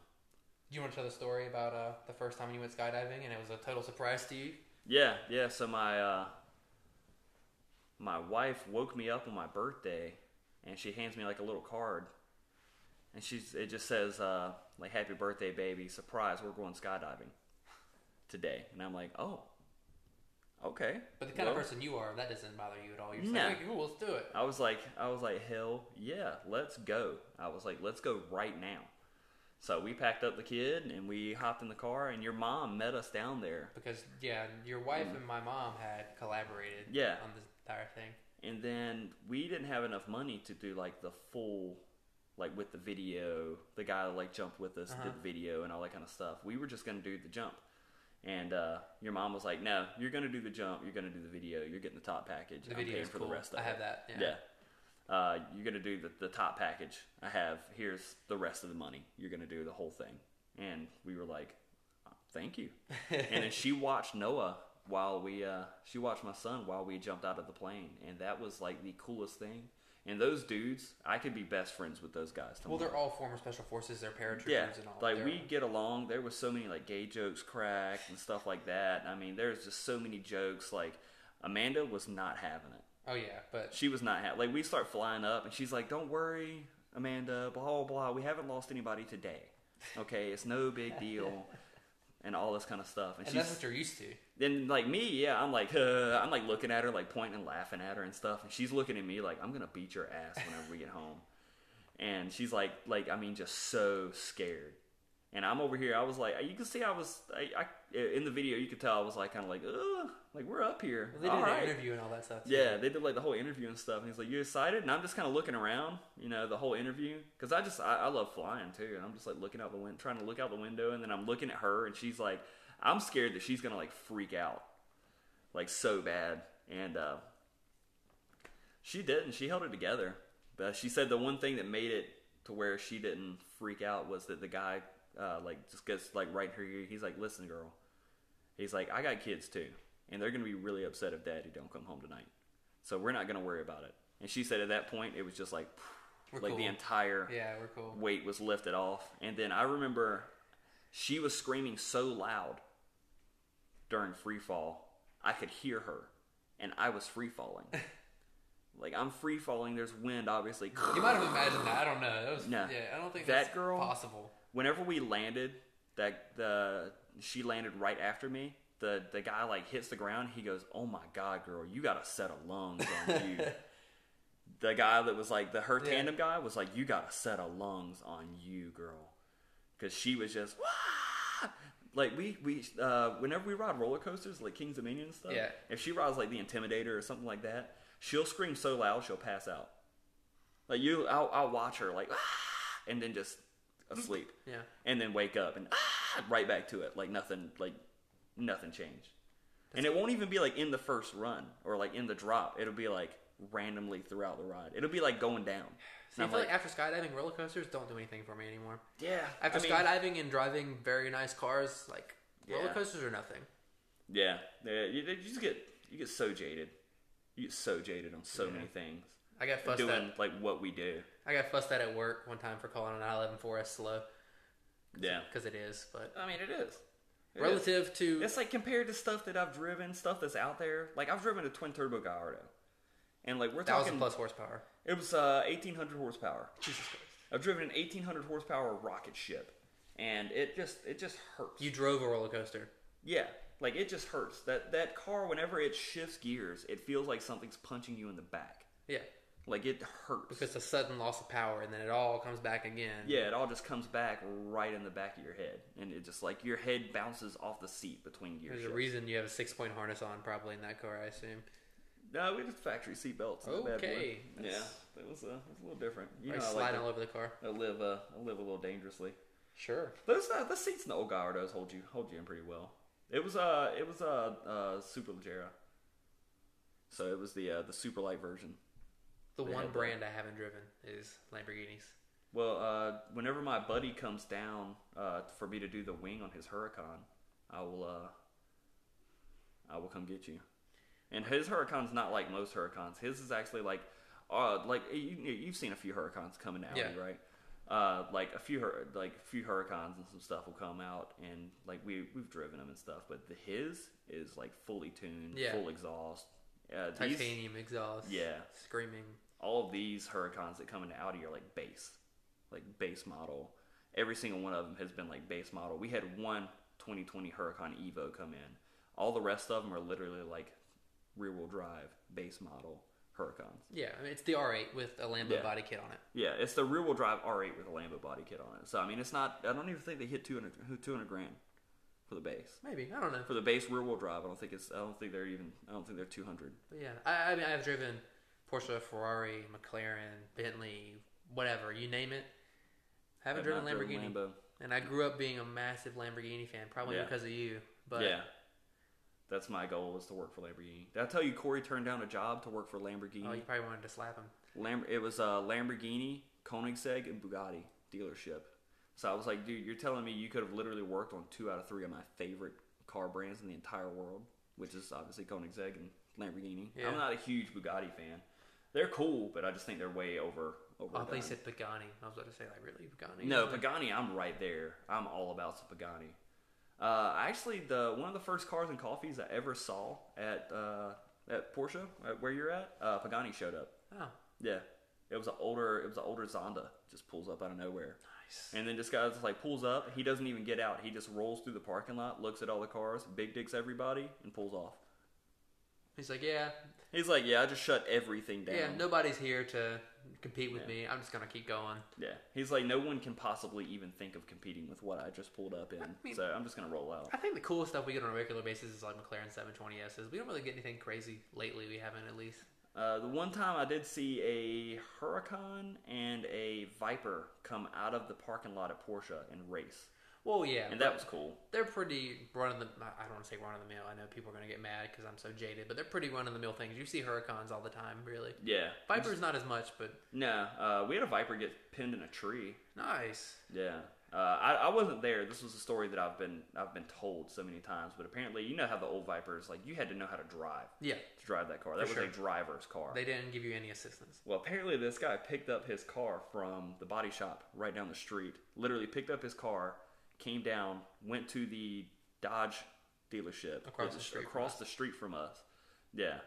Speaker 3: Do you want to tell the story about uh, the first time you went skydiving and it was a total surprise to you?
Speaker 2: Yeah, yeah. So my uh, my wife woke me up on my birthday, and she hands me like a little card, and she's it just says uh, like "Happy birthday, baby! Surprise, we're going skydiving today." And I'm like, "Oh, okay."
Speaker 3: But the kind of
Speaker 2: Well,
Speaker 3: person you are, that doesn't bother you at all. You're just
Speaker 2: No. Uh,
Speaker 3: like, "Okay, cool, let's do it.
Speaker 2: I was like, I was like, hell yeah, let's go. I was like, let's go right now. So we packed up the kid and we hopped in the car, and your mom met us down there.
Speaker 3: Because, yeah, your wife and my mom had collaborated
Speaker 2: mm. Yeah.
Speaker 3: on this entire thing.
Speaker 2: and then we didn't have enough money to do like the full like with the video the guy that like jumped with us
Speaker 3: Uh-huh.
Speaker 2: did the video and all that kind of stuff we were just gonna do the jump and uh, your mom was like no you're gonna do the jump you're gonna do the video you're getting the top package
Speaker 3: The
Speaker 2: I'm
Speaker 3: video
Speaker 2: paying
Speaker 3: is
Speaker 2: for
Speaker 3: cool.
Speaker 2: the rest of
Speaker 3: I
Speaker 2: it
Speaker 3: have that, yeah.
Speaker 2: Uh, you're gonna do the, the top package i have here's the rest of the money you're gonna do the whole thing and we were like thank you and then she watched noah while we uh, she watched my son while we jumped out of the plane and that was like the coolest thing and those dudes i could be best friends with those guys
Speaker 3: Well,
Speaker 2: tomorrow.
Speaker 3: they're all former special forces. They're paratroopers
Speaker 2: yeah
Speaker 3: and all.
Speaker 2: like
Speaker 3: They're-
Speaker 2: we get along there was so many like gay jokes cracked and stuff like that i mean there's just so many jokes like amanda was not having it
Speaker 3: Oh yeah, but
Speaker 2: she was not happy. Like we start flying up, and she's like, "Don't worry, Amanda. Blah blah blah. We haven't lost anybody today. Okay, it's no big deal." And all this kind of stuff, and,
Speaker 3: and that's
Speaker 2: she's
Speaker 3: what you're used to.
Speaker 2: then like me, yeah. I'm like, uh, I'm like looking at her, like pointing and laughing at her and stuff, and she's looking at me like, I'm gonna beat your ass whenever we get home. And she's like, like I mean, just so scared. And I'm over here. I was like, you can see I was, I, I in the video, you could tell I was like, kind of like, ugh, like we're up here.
Speaker 3: They did
Speaker 2: All
Speaker 3: an
Speaker 2: right.
Speaker 3: interview and all that stuff. too.
Speaker 2: Yeah, they did like the whole interview and stuff. And he's like, "You excited?" And I'm just kind of looking around, you know, the whole interview because I just I, I love flying too, and I'm just like looking out the window, trying to look out the window, and then I'm looking at her, and she's like, "I'm scared that she's gonna like freak out, like so bad." And uh, she didn't. She held it together. But she said the one thing that made it to where she didn't freak out was that the guy uh, like just gets like right in her ear. He's like, "Listen, girl." He's like, "I got kids too, and they're gonna be really upset if Daddy don't come home tonight." so we're not going to worry about it. And she said at that point, it was just like,
Speaker 3: We're
Speaker 2: like
Speaker 3: cool.
Speaker 2: the entire
Speaker 3: yeah, we're cool.
Speaker 2: weight was lifted off. And then I remember she was screaming so loud during free fall, I could hear her, and I was free falling. like I'm free falling. There's wind, obviously.
Speaker 3: You might have imagined that. I don't know. That was,
Speaker 2: No.
Speaker 3: Yeah, I don't think
Speaker 2: That
Speaker 3: that's
Speaker 2: girl-
Speaker 3: possible.
Speaker 2: Whenever we landed, that the she landed right after me. The the guy like hits the ground. He goes, "Oh my god, girl, you got a set of lungs on you." the guy that was like the her
Speaker 3: Yeah.
Speaker 2: tandem guy was like, "You got a set of lungs on you, girl," because she was just "Wah!" like we we uh, whenever we ride roller coasters like Kings Dominion and stuff.
Speaker 3: Yeah.
Speaker 2: If she rides like the Intimidator or something like that, she'll scream so loud she'll pass out. Like you, I'll, I'll watch her like, "Ah!" and then just asleep
Speaker 3: Yeah.
Speaker 2: and then wake up and ah, right back to it like nothing like nothing changed and it won't even be like in the first run or like in the drop it'll be like randomly throughout the ride it'll be like going down
Speaker 3: See, I
Speaker 2: And
Speaker 3: feel
Speaker 2: I'm
Speaker 3: like, after skydiving, roller coasters don't do anything for me anymore.
Speaker 2: yeah
Speaker 3: After
Speaker 2: I mean,
Speaker 3: skydiving and driving very nice cars, like roller
Speaker 2: Yeah.
Speaker 3: coasters are nothing.
Speaker 2: yeah, yeah you, you just get you get so jaded you get so jaded on so many things
Speaker 3: I got fussed
Speaker 2: doing
Speaker 3: at.
Speaker 2: like what we do
Speaker 3: I got fussed at at work one time for calling an I-11 4S slow
Speaker 2: yeah
Speaker 3: because it is, but
Speaker 2: i mean it is It is.
Speaker 3: relative to
Speaker 2: It's like compared to stuff that I've driven, stuff that's out there. Like I've driven a twin turbo Gallardo, and like we're
Speaker 3: thousand
Speaker 2: talking,
Speaker 3: plus horsepower.
Speaker 2: it was uh, eighteen hundred horsepower.
Speaker 3: Jesus Christ!
Speaker 2: I've driven an eighteen hundred horsepower rocket ship, and it just it just hurts.
Speaker 3: You drove a roller coaster.
Speaker 2: yeah, like it just hurts. That that car, whenever it shifts gears, it feels like something's punching you in the back.
Speaker 3: Yeah,
Speaker 2: Like it hurts.
Speaker 3: because a sudden loss of power, and then it all comes back again.
Speaker 2: yeah, it all just comes back right in the back of your head, and it just like your head bounces off the seat between gear
Speaker 3: There's a
Speaker 2: shifts.
Speaker 3: reason you have a six-point harness on, probably in that car, I assume.
Speaker 2: No, we just factory seat belts. in the bad boy.
Speaker 3: Okay,
Speaker 2: Yeah,
Speaker 3: that's-
Speaker 2: that was, uh, it was a little different. You
Speaker 3: Or
Speaker 2: know,
Speaker 3: you
Speaker 2: I,
Speaker 3: slide
Speaker 2: like to,
Speaker 3: all over the car.
Speaker 2: I live uh, I live a little dangerously.
Speaker 3: Sure.
Speaker 2: Those uh, the seats in the old Gallardos hold you hold you in pretty well. It was uh it was uh, uh Super Leggera. So it was the uh, the super light version.
Speaker 3: The
Speaker 2: They uh,
Speaker 3: one
Speaker 2: had that.
Speaker 3: brand I haven't driven is Lamborghinis.
Speaker 2: Well, uh, whenever my buddy comes down uh, for me to do the wing on his Huracan, I will uh, I will come get you. And his Huracan's not like most Huracans. His is actually like, uh, like you, you've seen a few Huracans coming out,
Speaker 3: Yeah.
Speaker 2: right? Uh, like a few Hur- like a few Huracans and some stuff will come out, and like we we've driven them and stuff. But the, his is like fully tuned,
Speaker 3: Yeah.
Speaker 2: full exhaust. Uh, these,
Speaker 3: Titanium exhaust.
Speaker 2: Yeah.
Speaker 3: Screaming.
Speaker 2: all of these Huracans that come in Audi are like base, like base model. Every single one of them has been like base model. We had one 2020 Huracan Evo come in. All the rest of them are literally like rear wheel drive base model Huracans.
Speaker 3: Yeah, I mean, it's the R8 with a Lambo
Speaker 2: Yeah.
Speaker 3: body kit on it.
Speaker 2: Yeah, it's the rear wheel drive R8 with a Lambo body kit on it. So I mean, it's not. I don't even think they hit 200 200 grand for the base.
Speaker 3: Maybe I don't know.
Speaker 2: For the base rear wheel drive, I don't think it's. I don't think they're even. I don't think they're 200.
Speaker 3: But yeah, I, I mean, I've driven Porsche, Ferrari, McLaren, Bentley, whatever you name it. I haven't
Speaker 2: Have
Speaker 3: driven
Speaker 2: not
Speaker 3: Lamborghini,
Speaker 2: Lambo.
Speaker 3: and I grew up being a massive Lamborghini fan, probably
Speaker 2: Yeah.
Speaker 3: because of you. But
Speaker 2: yeah, that's my goal is to work for Lamborghini. Did I tell you Corey turned down a job to work for Lamborghini?
Speaker 3: oh, you probably wanted to slap him.
Speaker 2: Lam- it was uh, Lamborghini, Koenigsegg, and Bugatti dealership. So I was like, dude, you're telling me you could have literally worked on two out of three of my favorite car brands in the entire world, which is obviously Koenigsegg and Lamborghini.
Speaker 3: Yeah.
Speaker 2: I'm not a huge Bugatti fan. They're cool, but I just think they're way over
Speaker 3: Oh, I thought
Speaker 2: overdone.
Speaker 3: you said Pagani. I was about to say like really Pagani.
Speaker 2: No, Pagani, I'm right there. I'm all about some Pagani. Uh, actually, the one of the first cars and coffees I ever saw at uh, at Porsche, at where you're at, uh, Pagani showed up.
Speaker 3: Oh,
Speaker 2: Yeah, it was an older it was an older Zonda, just pulls up out of nowhere,
Speaker 3: nice.
Speaker 2: and then this guy just like pulls up. He doesn't even get out. He just rolls through the parking lot, looks at all the cars, big dicks everybody, and pulls off.
Speaker 3: He's like, yeah,
Speaker 2: He's like, yeah, I just shut everything down.
Speaker 3: yeah. Nobody's here to compete with
Speaker 2: Yeah.
Speaker 3: me. I'm just gonna keep going.
Speaker 2: Yeah. He's like, no one can possibly even think of competing with what I just pulled up in.
Speaker 3: mean-
Speaker 2: so I'm just gonna roll out.
Speaker 3: I think the coolest stuff we get on a regular basis is like McLaren 720Ss. We don't really get anything crazy lately. We haven't at least.
Speaker 2: Uh, the one time I did see a Huracan and a Viper come out of the parking lot at Porsche and race,
Speaker 3: Well, yeah,
Speaker 2: and
Speaker 3: but
Speaker 2: that was cool.
Speaker 3: they're pretty run of the. I don't want to say run of the mill. I know people are gonna get mad because I'm so jaded, but they're pretty run of the mill things. You see Huracans all the time, really.
Speaker 2: Yeah,
Speaker 3: Viper's not as much, but
Speaker 2: No, uh, we had a Viper get pinned in a tree.
Speaker 3: nice.
Speaker 2: Yeah, uh, I, I wasn't there. This was a story that I've been I've been told so many times. But apparently, you know how the old Vipers like you had to know how to drive
Speaker 3: Yeah,
Speaker 2: to drive that car. That
Speaker 3: For
Speaker 2: was
Speaker 3: sure.
Speaker 2: a driver's car.
Speaker 3: they didn't give you any assistance.
Speaker 2: Well, apparently this guy picked up his car from the body shop right down the street. Literally picked up his car, came down, went to the Dodge dealership
Speaker 3: Across
Speaker 2: which
Speaker 3: the
Speaker 2: is
Speaker 3: street from
Speaker 2: across the street from us. Yeah,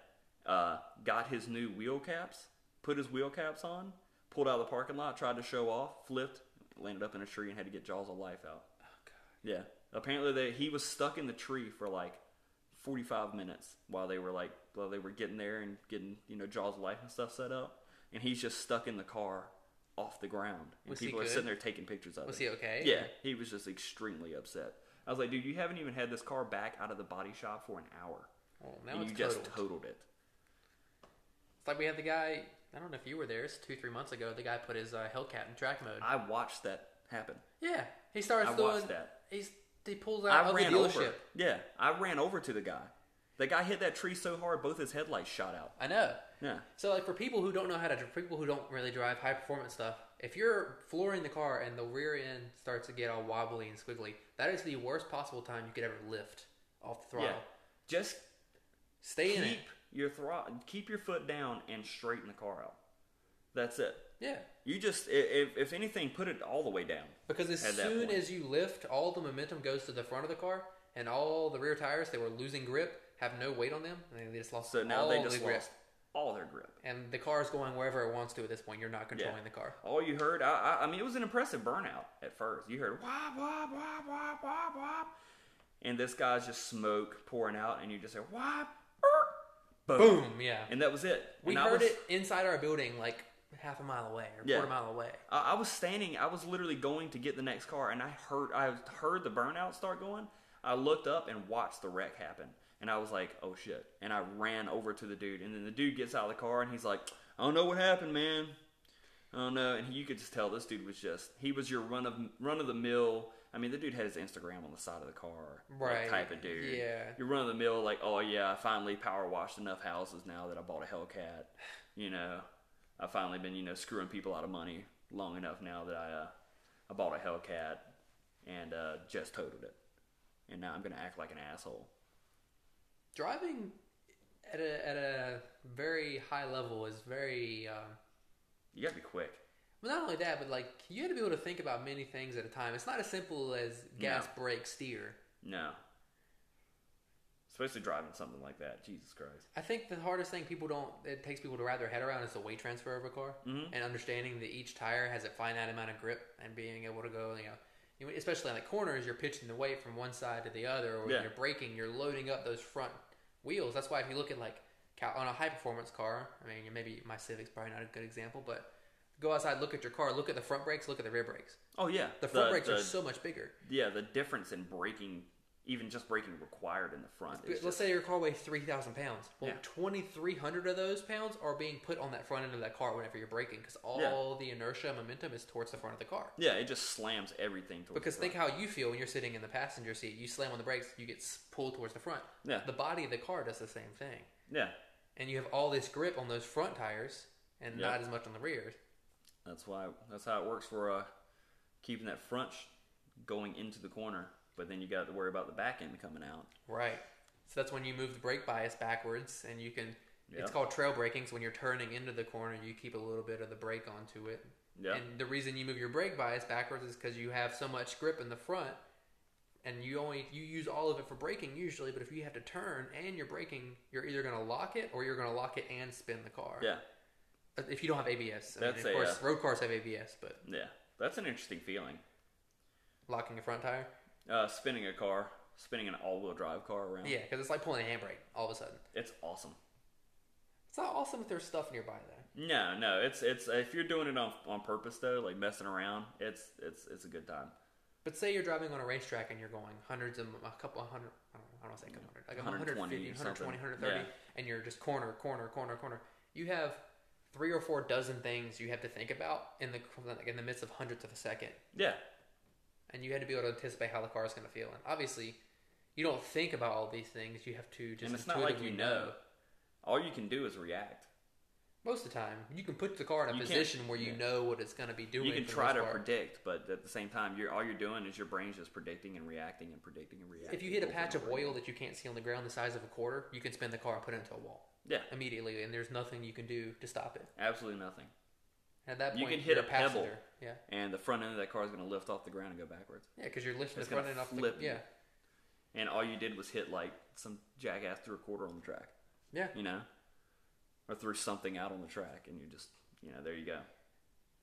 Speaker 2: uh, got his new wheel caps, put his wheel caps on, pulled out of the parking lot, tried to show off, flipped, landed up in a tree, and had to get jaws of life out. Yeah. Apparently, they, he was stuck in the tree for like 45 minutes while they were like while they were getting there and getting you know Jaws of Life and stuff set up, and he's just stuck in the car off the ground, and
Speaker 3: Was he
Speaker 2: people are
Speaker 3: good?
Speaker 2: sitting there taking pictures of
Speaker 3: Was
Speaker 2: him.
Speaker 3: he okay?
Speaker 2: Yeah, he was just extremely upset. I was like, dude, you haven't even had this car back out of the body shop for an hour,
Speaker 3: Well, now
Speaker 2: and
Speaker 3: it's
Speaker 2: you
Speaker 3: totaled.
Speaker 2: just totaled it.
Speaker 3: it's like we had the guy. I don't know if you were there. It's two, three months ago. The guy put his uh, Hellcat in track mode.
Speaker 2: I watched that happen.
Speaker 3: Yeah, he starts
Speaker 2: I
Speaker 3: doing.
Speaker 2: watched that.
Speaker 3: He's he pulls out
Speaker 2: I
Speaker 3: of the
Speaker 2: ran
Speaker 3: dealership.
Speaker 2: over. Yeah, I ran over to the guy. The guy hit that tree so hard, both his headlights shot out.
Speaker 3: I know.
Speaker 2: Yeah,
Speaker 3: So like for people who don't know how to, for people who don't really drive high performance stuff, if you're flooring the car and the rear end starts to get all wobbly and squiggly, that is the worst possible time you could ever lift off the throttle.
Speaker 2: yeah. Just
Speaker 3: Stay in it.
Speaker 2: keep your throttle, keep your foot down, and straighten the car out. That's it.
Speaker 3: Yeah,
Speaker 2: You just, i- if, if anything, put it all the way down.
Speaker 3: because as
Speaker 2: At that
Speaker 3: soon
Speaker 2: point.
Speaker 3: as you lift, all the momentum goes to the front of the car, and all the rear tires that were losing grip have no weight on them, and they just lost
Speaker 2: So now
Speaker 3: all
Speaker 2: they
Speaker 3: the
Speaker 2: just
Speaker 3: grip.
Speaker 2: lost all their grip.
Speaker 3: And the car is going wherever it wants to at this point. You're not
Speaker 2: Yeah.
Speaker 3: controlling the car.
Speaker 2: All you heard, I, I, I mean, it was an impressive burnout at first. You heard wop wop wop wop wop wop, and this guy's just smoke pouring out, and you just hear wop, er, boom,
Speaker 3: Boom. Yeah.
Speaker 2: and that was it.
Speaker 3: We
Speaker 2: And I
Speaker 3: heard
Speaker 2: was-
Speaker 3: it inside our building, like half a mile away or
Speaker 2: Yeah.
Speaker 3: quarter mile away.
Speaker 2: I, I was standing. I was literally going to get the next car, and I heard I heard the burnout start going. I looked up and watched the wreck happen, and I was like, "Oh shit!" And I ran over to the dude, and then the dude gets out of the car, and he's like, "I don't know what happened, man. I don't know." And you could just tell this dude was just he was your run of run of the mill. I mean, the dude had his Instagram on the side of the car, like,
Speaker 3: Right.
Speaker 2: type of dude.
Speaker 3: Yeah.
Speaker 2: you're run of the mill, like, "Oh yeah, I finally power washed enough houses now that I bought a Hellcat." You know, I've finally been, you know, screwing people out of money long enough now that I, uh, I bought a Hellcat and uh, just totaled it, and now I'm gonna act like an asshole.
Speaker 3: Driving at a at a very high level is very. Um,
Speaker 2: You gotta be quick.
Speaker 3: well, not only that, but like you had to be able to think about many things at a time. It's not as simple as gas,
Speaker 2: No.
Speaker 3: brake, steer.
Speaker 2: No, especially driving something like that. Jesus Christ.
Speaker 3: I think the hardest thing people don't it takes people to wrap their head around is the weight transfer of a car
Speaker 2: Mm-hmm.
Speaker 3: and understanding that each tire has a finite amount of grip and being able to go you know you know, especially on the corners you're pitching the weight from one side to the other or when
Speaker 2: Yeah.
Speaker 3: you're braking you're loading up those front wheels that's why if you look at like Cal- on a high performance car I mean maybe my Civic's probably not a good example but go outside look at your car look at the front brakes look at the rear brakes
Speaker 2: Oh yeah,
Speaker 3: the front brakes
Speaker 2: the-
Speaker 3: are so much bigger
Speaker 2: yeah the difference in braking, even just braking required in the front. is
Speaker 3: But let's
Speaker 2: just-
Speaker 3: say your car weighs 3,000 pounds. Well,
Speaker 2: Yeah.
Speaker 3: 2,300 of those pounds are being put on that front end of that car whenever you're braking because all the inertia and momentum is towards the front of the car.
Speaker 2: yeah, it just slams everything towards
Speaker 3: Because
Speaker 2: the
Speaker 3: think
Speaker 2: front.
Speaker 3: how you feel when you're sitting in the passenger seat. You slam on the brakes, you get s- pulled towards the front.
Speaker 2: Yeah.
Speaker 3: The body of the car does the same thing.
Speaker 2: yeah,
Speaker 3: And you have all this grip on those front tires and
Speaker 2: Yeah.
Speaker 3: not as much on the rear.
Speaker 2: That's why. That's how it works for uh, keeping that front sh- going into the corner, but then you got to worry about the back end coming out.
Speaker 3: Right. So that's when you move the brake bias backwards and you can. It's
Speaker 2: Yeah.
Speaker 3: called trail braking. So when you're turning into the corner, you keep a little bit of the brake onto it.
Speaker 2: Yeah.
Speaker 3: And the reason you move your brake bias backwards is because you have so much grip in the front, and you only you use all of it for braking usually. But if you have to turn and you're braking, you're either going to lock it or you're going to lock it and spin the car.
Speaker 2: Yeah,
Speaker 3: Uh, If you don't have ABS, I mean,
Speaker 2: That's
Speaker 3: of
Speaker 2: a,
Speaker 3: course
Speaker 2: uh,
Speaker 3: road cars have ABS, but
Speaker 2: yeah. That's an interesting feeling.
Speaker 3: locking a front tire,
Speaker 2: Uh, spinning a car, spinning an all-wheel drive car around.
Speaker 3: yeah, because it's like pulling a handbrake all of a sudden.
Speaker 2: it's awesome.
Speaker 3: It's not awesome if there's stuff nearby though.
Speaker 2: No, no, it's it's if you're doing it on on purpose though, like messing around, it's it's it's a good time.
Speaker 3: But say you're driving on a racetrack and you're going hundreds of a couple of hundred, I don't, know, I don't want to say a couple hundred, like
Speaker 2: 120
Speaker 3: 150,
Speaker 2: or something.
Speaker 3: 120, 130,
Speaker 2: Yeah.
Speaker 3: and you're just corner, corner, corner, corner. You have three or four dozen things you have to think about in the like in the midst of hundreds of a second,
Speaker 2: Yeah,
Speaker 3: and you had to be able to anticipate how the car is going to feel. And obviously, you don't think about all these things. You have to just
Speaker 2: and it's not like you
Speaker 3: intuitively
Speaker 2: know. All you can do is react.
Speaker 3: Most of the time, you can put the car in a
Speaker 2: You can't-
Speaker 3: position where you
Speaker 2: yeah.
Speaker 3: know what it's going to be doing.
Speaker 2: You can
Speaker 3: for the
Speaker 2: try
Speaker 3: most
Speaker 2: to
Speaker 3: part.
Speaker 2: predict, but at the same time, you're all you're doing is your brain's just predicting and reacting and predicting and reacting.
Speaker 3: If you hit a
Speaker 2: over
Speaker 3: patch
Speaker 2: and
Speaker 3: of
Speaker 2: over
Speaker 3: oil
Speaker 2: again.
Speaker 3: that you can't see on the ground the size of a quarter, you can spin the car and put it into a wall.
Speaker 2: yeah,
Speaker 3: immediately, and there's nothing you can do to stop it.
Speaker 2: absolutely nothing.
Speaker 3: At that point,
Speaker 2: You can hit
Speaker 3: you're
Speaker 2: a pebble.
Speaker 3: passenger. Yeah,
Speaker 2: and the front end of that car is going to lift off the ground and go backwards.
Speaker 3: yeah, because you're lifting
Speaker 2: It's
Speaker 3: the front
Speaker 2: gonna
Speaker 3: end off. The,
Speaker 2: flip you.
Speaker 3: yeah,
Speaker 2: And all you did was hit like some jackass through a quarter on the track,
Speaker 3: yeah.
Speaker 2: you know, or threw something out on the track, and you just, you know, there you go.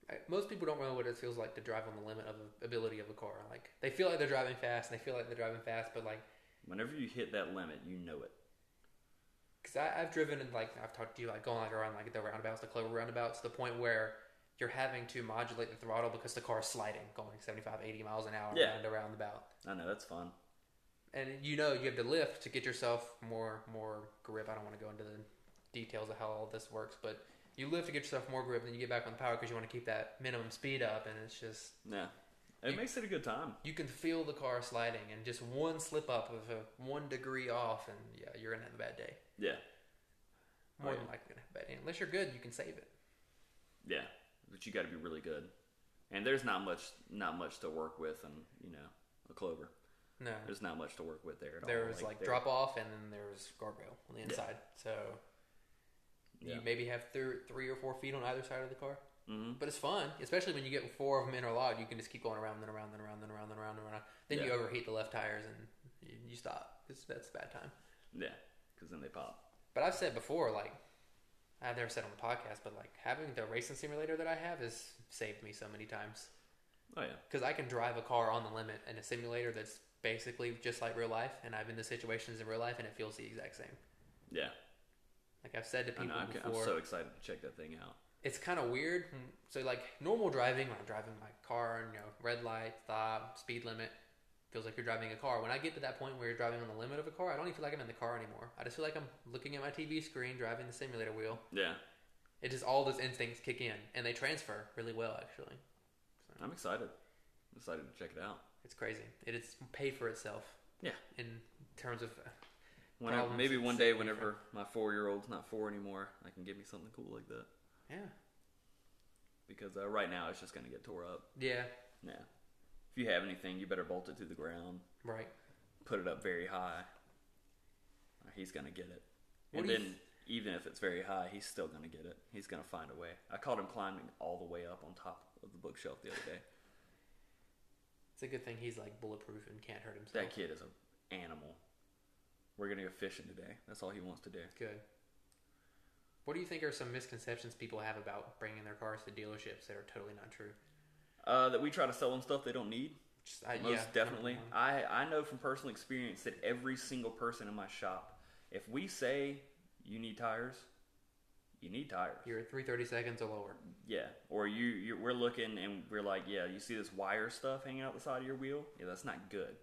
Speaker 3: I- Most people don't know what it feels like to drive on the limit of the ability of a car. Like they feel like they're driving fast, and they feel like they're driving fast, but like,
Speaker 2: Whenever you hit that limit, you know it.
Speaker 3: because I've driven and like I've talked to you like going like around like the roundabouts, the clover roundabouts, to the point where you're having to modulate the throttle because the car's sliding, going 75, 80 miles an hour
Speaker 2: Yeah.
Speaker 3: around a roundabout.
Speaker 2: I know that's fun.
Speaker 3: and you know you have to lift to get yourself more more grip. I don't want to go into the details of how all this works, but you lift to get yourself more grip, then you get back on the power because you want to keep that minimum speed up, and it's just
Speaker 2: Yeah, It makes it a good time.
Speaker 3: You can feel the car sliding, and just one slip up of a one degree off, and yeah, you're gonna have a bad day.
Speaker 2: Yeah,
Speaker 3: More
Speaker 2: Oh,
Speaker 3: than
Speaker 2: yeah.
Speaker 3: likely gonna have a bad day. Unless you're good, you can save it.
Speaker 2: yeah, but you got to be really good. And there's not much, not much to work with, and you know, a clover.
Speaker 3: No,
Speaker 2: There's not much to work with there. At
Speaker 3: there
Speaker 2: all.
Speaker 3: was like,
Speaker 2: there-
Speaker 3: drop off, and then there was guardrail on the inside. So
Speaker 2: Yeah.
Speaker 3: you maybe have thir- three or four feet on either side of the car.
Speaker 2: Mhm.
Speaker 3: But it's fun, especially when you get four of them interlocked. You can just keep going around and around and around and around and around and around. Then you
Speaker 2: Yeah.
Speaker 3: overheat the left tires and you, you stop. It's, that's a bad time.
Speaker 2: Yeah, because then they pop.
Speaker 3: But I've said before, like I've never said on the podcast, but like having the racing simulator that I have has saved me so many times
Speaker 2: Oh yeah,
Speaker 3: because I can drive a car on the limit in a simulator that's basically just like real life, and I've been to situations in real life and it feels the exact same.
Speaker 2: yeah.
Speaker 3: Like I've said to
Speaker 2: I know,
Speaker 3: people
Speaker 2: I'm, I'm
Speaker 3: before,
Speaker 2: so excited to check that thing out.
Speaker 3: it's kind of weird. So like normal driving, when I'm driving my car and you know red light, stop, speed limit, feels like you're driving a car. When I get to that point where you're driving on the limit of a car, I don't even feel like I'm in the car anymore. I just feel like I'm looking at my TV screen, driving the simulator wheel.
Speaker 2: Yeah,
Speaker 3: It just all those instincts kick in, and they transfer really well. Actually,
Speaker 2: I'm excited. I'm excited to check it out.
Speaker 3: it's crazy. It is paid for itself
Speaker 2: Yeah.
Speaker 3: in terms of
Speaker 2: Whenever,
Speaker 3: Problems
Speaker 2: maybe one
Speaker 3: set
Speaker 2: day,
Speaker 3: me
Speaker 2: whenever my four-year-old's not four anymore, I can give me something cool like that.
Speaker 3: yeah,
Speaker 2: Because uh, right now, it's just gonna get tore up.
Speaker 3: yeah,
Speaker 2: Yeah. If you have anything, you better bolt it to the ground,
Speaker 3: right.
Speaker 2: put it up very high. or He's gonna get it.
Speaker 3: What
Speaker 2: and
Speaker 3: do you
Speaker 2: then, even if it's very high, he's still gonna get it. He's gonna find a way. I caught him climbing all the way up on top of the bookshelf the other day.
Speaker 3: It's a good thing he's like bulletproof and can't hurt himself.
Speaker 2: that kid is an animal. We're gonna go fishing today. That's all he wants to do.
Speaker 3: Good. What do you think are some misconceptions people have about bringing their cars to dealerships that are totally not true?
Speaker 2: Uh, that we try to sell them stuff they don't need.
Speaker 3: Just, I,
Speaker 2: Most
Speaker 3: Uh, yeah,
Speaker 2: definitely.
Speaker 3: number one.
Speaker 2: I, I know from personal experience that every single person in my shop, if we say you need tires, you need tires.
Speaker 3: You're at 330 seconds or lower.
Speaker 2: Yeah, or you, you we're looking and we're like, yeah, you see this wire stuff hanging out the side of your wheel? Yeah, that's not good.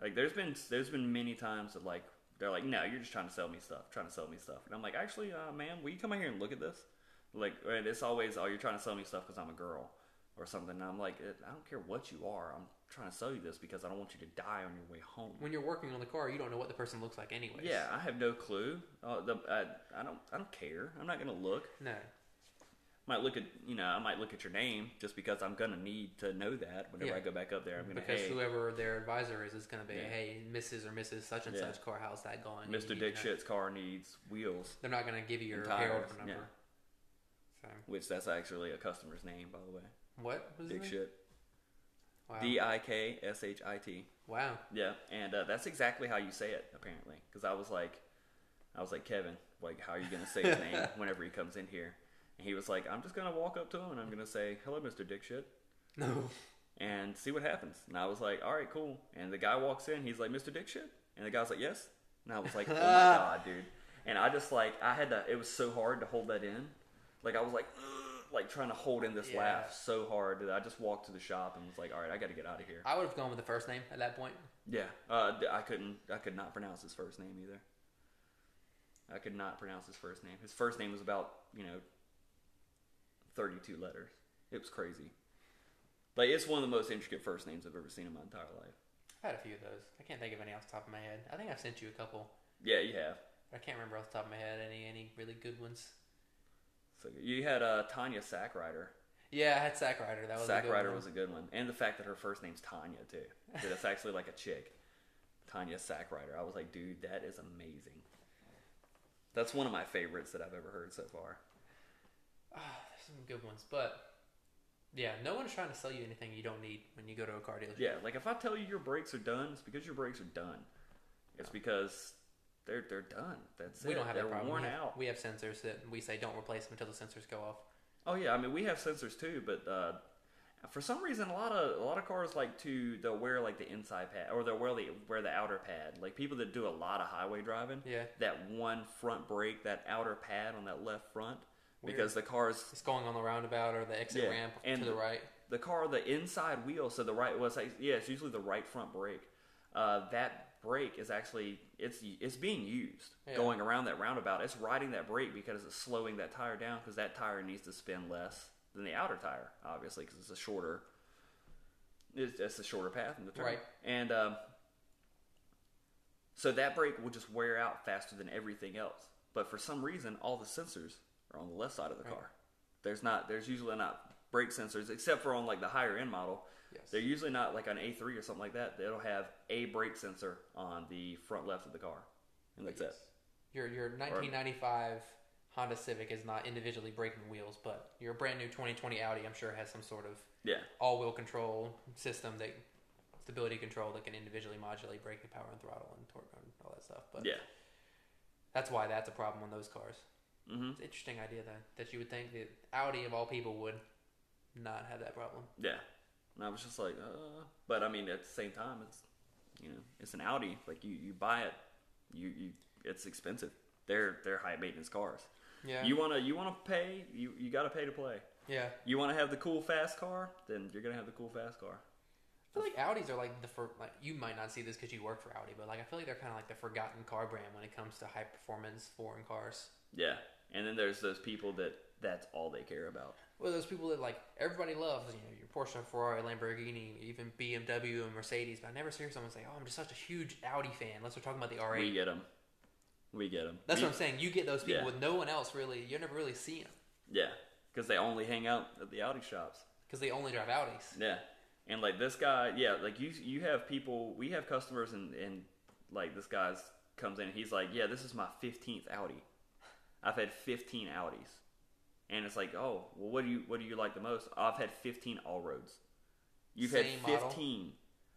Speaker 2: Like there's been there's been many times that like they're like, no, you're just trying to sell me stuff, trying to sell me stuff, and I'm like, actually, uh, ma'am, will you come out here and look at this? Like, and it's always, oh, you're trying to sell me stuff because I'm a girl or something. And I'm like, "Uh, I don't care what you are, I'm trying to sell you this because I don't want you to die on your way home.
Speaker 3: When you're working on the car, you don't know what the person looks like, anyways.
Speaker 2: Yeah, I have no clue. Uh, the, I, I don't I don't care. I'm not gonna look.
Speaker 3: No.
Speaker 2: might look at you know I might look at your name just because I'm gonna need to know that whenever
Speaker 3: Yeah.
Speaker 2: I go back up there. I'm gonna
Speaker 3: Because
Speaker 2: hey
Speaker 3: whoever their advisor is, is going to be,
Speaker 2: Yeah.
Speaker 3: hey, Mrs. or Mrs. such and
Speaker 2: Yeah.
Speaker 3: such car, how's that going? You need
Speaker 2: Mr.
Speaker 3: to know.
Speaker 2: Dick Shit's car needs wheels,
Speaker 3: They're not going to give you your
Speaker 2: And
Speaker 3: Harold
Speaker 2: tires,
Speaker 3: number. So,
Speaker 2: which that's actually a customer's name by the way.
Speaker 3: what was
Speaker 2: Dick
Speaker 3: it? Oh.
Speaker 2: Shit,
Speaker 3: Wow.
Speaker 2: D I K S H I T.
Speaker 3: wow.
Speaker 2: Yeah, and uh, that's exactly how you say it apparently. Because I was like, I was like Kevin, like how are you gonna say his name whenever he comes in here? And he was like, I'm just gonna walk up to him and I'm gonna say hello, Mr. Dick Shit.
Speaker 3: No.
Speaker 2: and see what happens. And I was like, all right, cool. And the guy walks in, he's like, Mr. Dick shit? And the guy's like, yes. And I was like, oh my God, dude. And I just like, I had to, it was so hard to hold that in. Like, I was like, like trying to hold in this
Speaker 3: Yeah.
Speaker 2: laugh so hard that I just walked to the shop and was like, all right, I got to get out of here.
Speaker 3: I would have gone with the first name at that point.
Speaker 2: Yeah. Uh, d- I couldn't, I could not pronounce his first name either. I could not pronounce his first name. His first name was about, you know, 32 letters. It was crazy. Like, it's one of the most intricate first names I've ever seen in my entire life.
Speaker 3: I've had a few of those. I can't think of any off the top of my head. I think I've sent you a couple.
Speaker 2: Yeah, you have.
Speaker 3: I can't remember off the top of my head any any really good ones.
Speaker 2: So you had uh, Tanya Sackrider.
Speaker 3: Yeah, I had Sack Rider. That was a good
Speaker 2: Sackrider
Speaker 3: one.
Speaker 2: was a good one, and the fact that her first name's Tanya too. That it's actually like a chick, Tanya Sackrider. I was like, dude, that is amazing. That's one of my favorites that I've ever heard so far.
Speaker 3: Ah, there's some good ones, but yeah, no one's trying to sell you anything you don't need when you go to a car dealership.
Speaker 2: Yeah, like if I tell you your brakes are done, it's because your brakes are done. It's because they're they're done. That's
Speaker 3: Oh. we
Speaker 2: it.
Speaker 3: don't have
Speaker 2: they're
Speaker 3: that problem.
Speaker 2: worn
Speaker 3: we, have,
Speaker 2: out.
Speaker 3: we have sensors that we say don't replace them until the sensors go off.
Speaker 2: Oh yeah, I mean we have sensors too, but uh, for some reason a lot of a lot of cars like to they'll wear like the inside pad or they'll wear the wear the outer pad. Like people that do a lot of highway driving,
Speaker 3: Yeah.
Speaker 2: that one front brake, that outer pad on that left front, because the car's
Speaker 3: It's going on the roundabout or the exit
Speaker 2: Yeah,
Speaker 3: ramp
Speaker 2: and
Speaker 3: to the right.
Speaker 2: the car the inside wheel, so the right was like yeah, it's usually the right front brake. Uh, that brake is actually it's it's being used
Speaker 3: Yeah.
Speaker 2: going around that roundabout. It's riding that brake because it's slowing that tire down because that tire needs to spin less than the outer tire, obviously because it's a shorter It's, that's the shorter path in the turn.
Speaker 3: Right.
Speaker 2: And um, so that brake will just wear out faster than everything else. But for some reason, all the sensors are on the left side of the car. There's not. There's usually not brake sensors except for on like the higher end model.
Speaker 3: Yes.
Speaker 2: They're usually not like on A3 or something like that. They'll have a brake sensor on the front left of the car, and that's it.
Speaker 3: Your your 1995 Honda Civic is not individually braking wheels, but your brand new 2020 Audi, I'm sure, has some sort of
Speaker 2: Yeah.
Speaker 3: all-wheel control system that stability control that can individually modulate braking power and throttle and torque and all that stuff. But
Speaker 2: Yeah.
Speaker 3: that's why that's a problem on those cars.
Speaker 2: Mhm.
Speaker 3: It's an interesting idea though that you would think that Audi of all people would not have that problem.
Speaker 2: Yeah. And I was just like, uh, but I mean, at the same time, it's you know, it's an Audi. Like you, you buy it, you, you it's expensive. They're they're high maintenance cars.
Speaker 3: Yeah.
Speaker 2: You wanna you wanna pay. You you gotta pay to play.
Speaker 3: yeah.
Speaker 2: You wanna have the cool fast car, then you're gonna have the cool fast car.
Speaker 3: I feel like Audis are like the for like you might not see this because you work for Audi, but like I feel like they're kind of like the forgotten car brand when it comes to high performance foreign cars.
Speaker 2: Yeah. And then there's those people that that's all they care about.
Speaker 3: Well, those people that like everybody loves, you know, your Porsche, Ferrari, Lamborghini, even BMW and Mercedes, but I never hear someone say, "Oh, I'm just such a huge Audi fan." Unless we're talking about the R8.
Speaker 2: We get them. We get them.
Speaker 3: That's what I'm saying. You get those people
Speaker 2: Yeah.
Speaker 3: with no one else really. You never really see them
Speaker 2: Yeah, because they only hang out at the Audi shops.
Speaker 3: because they only drive Audis.
Speaker 2: Yeah, and like this guy, yeah, like you you have people. We have customers, and and like this guy's comes in. and He's like, yeah, this is my fifteenth Audi. I've had fifteen Audis, and it's like, oh, well, what do you what do you like the most? I've had fifteen All Roads. You've
Speaker 3: Same
Speaker 2: had
Speaker 3: model?
Speaker 2: fifteen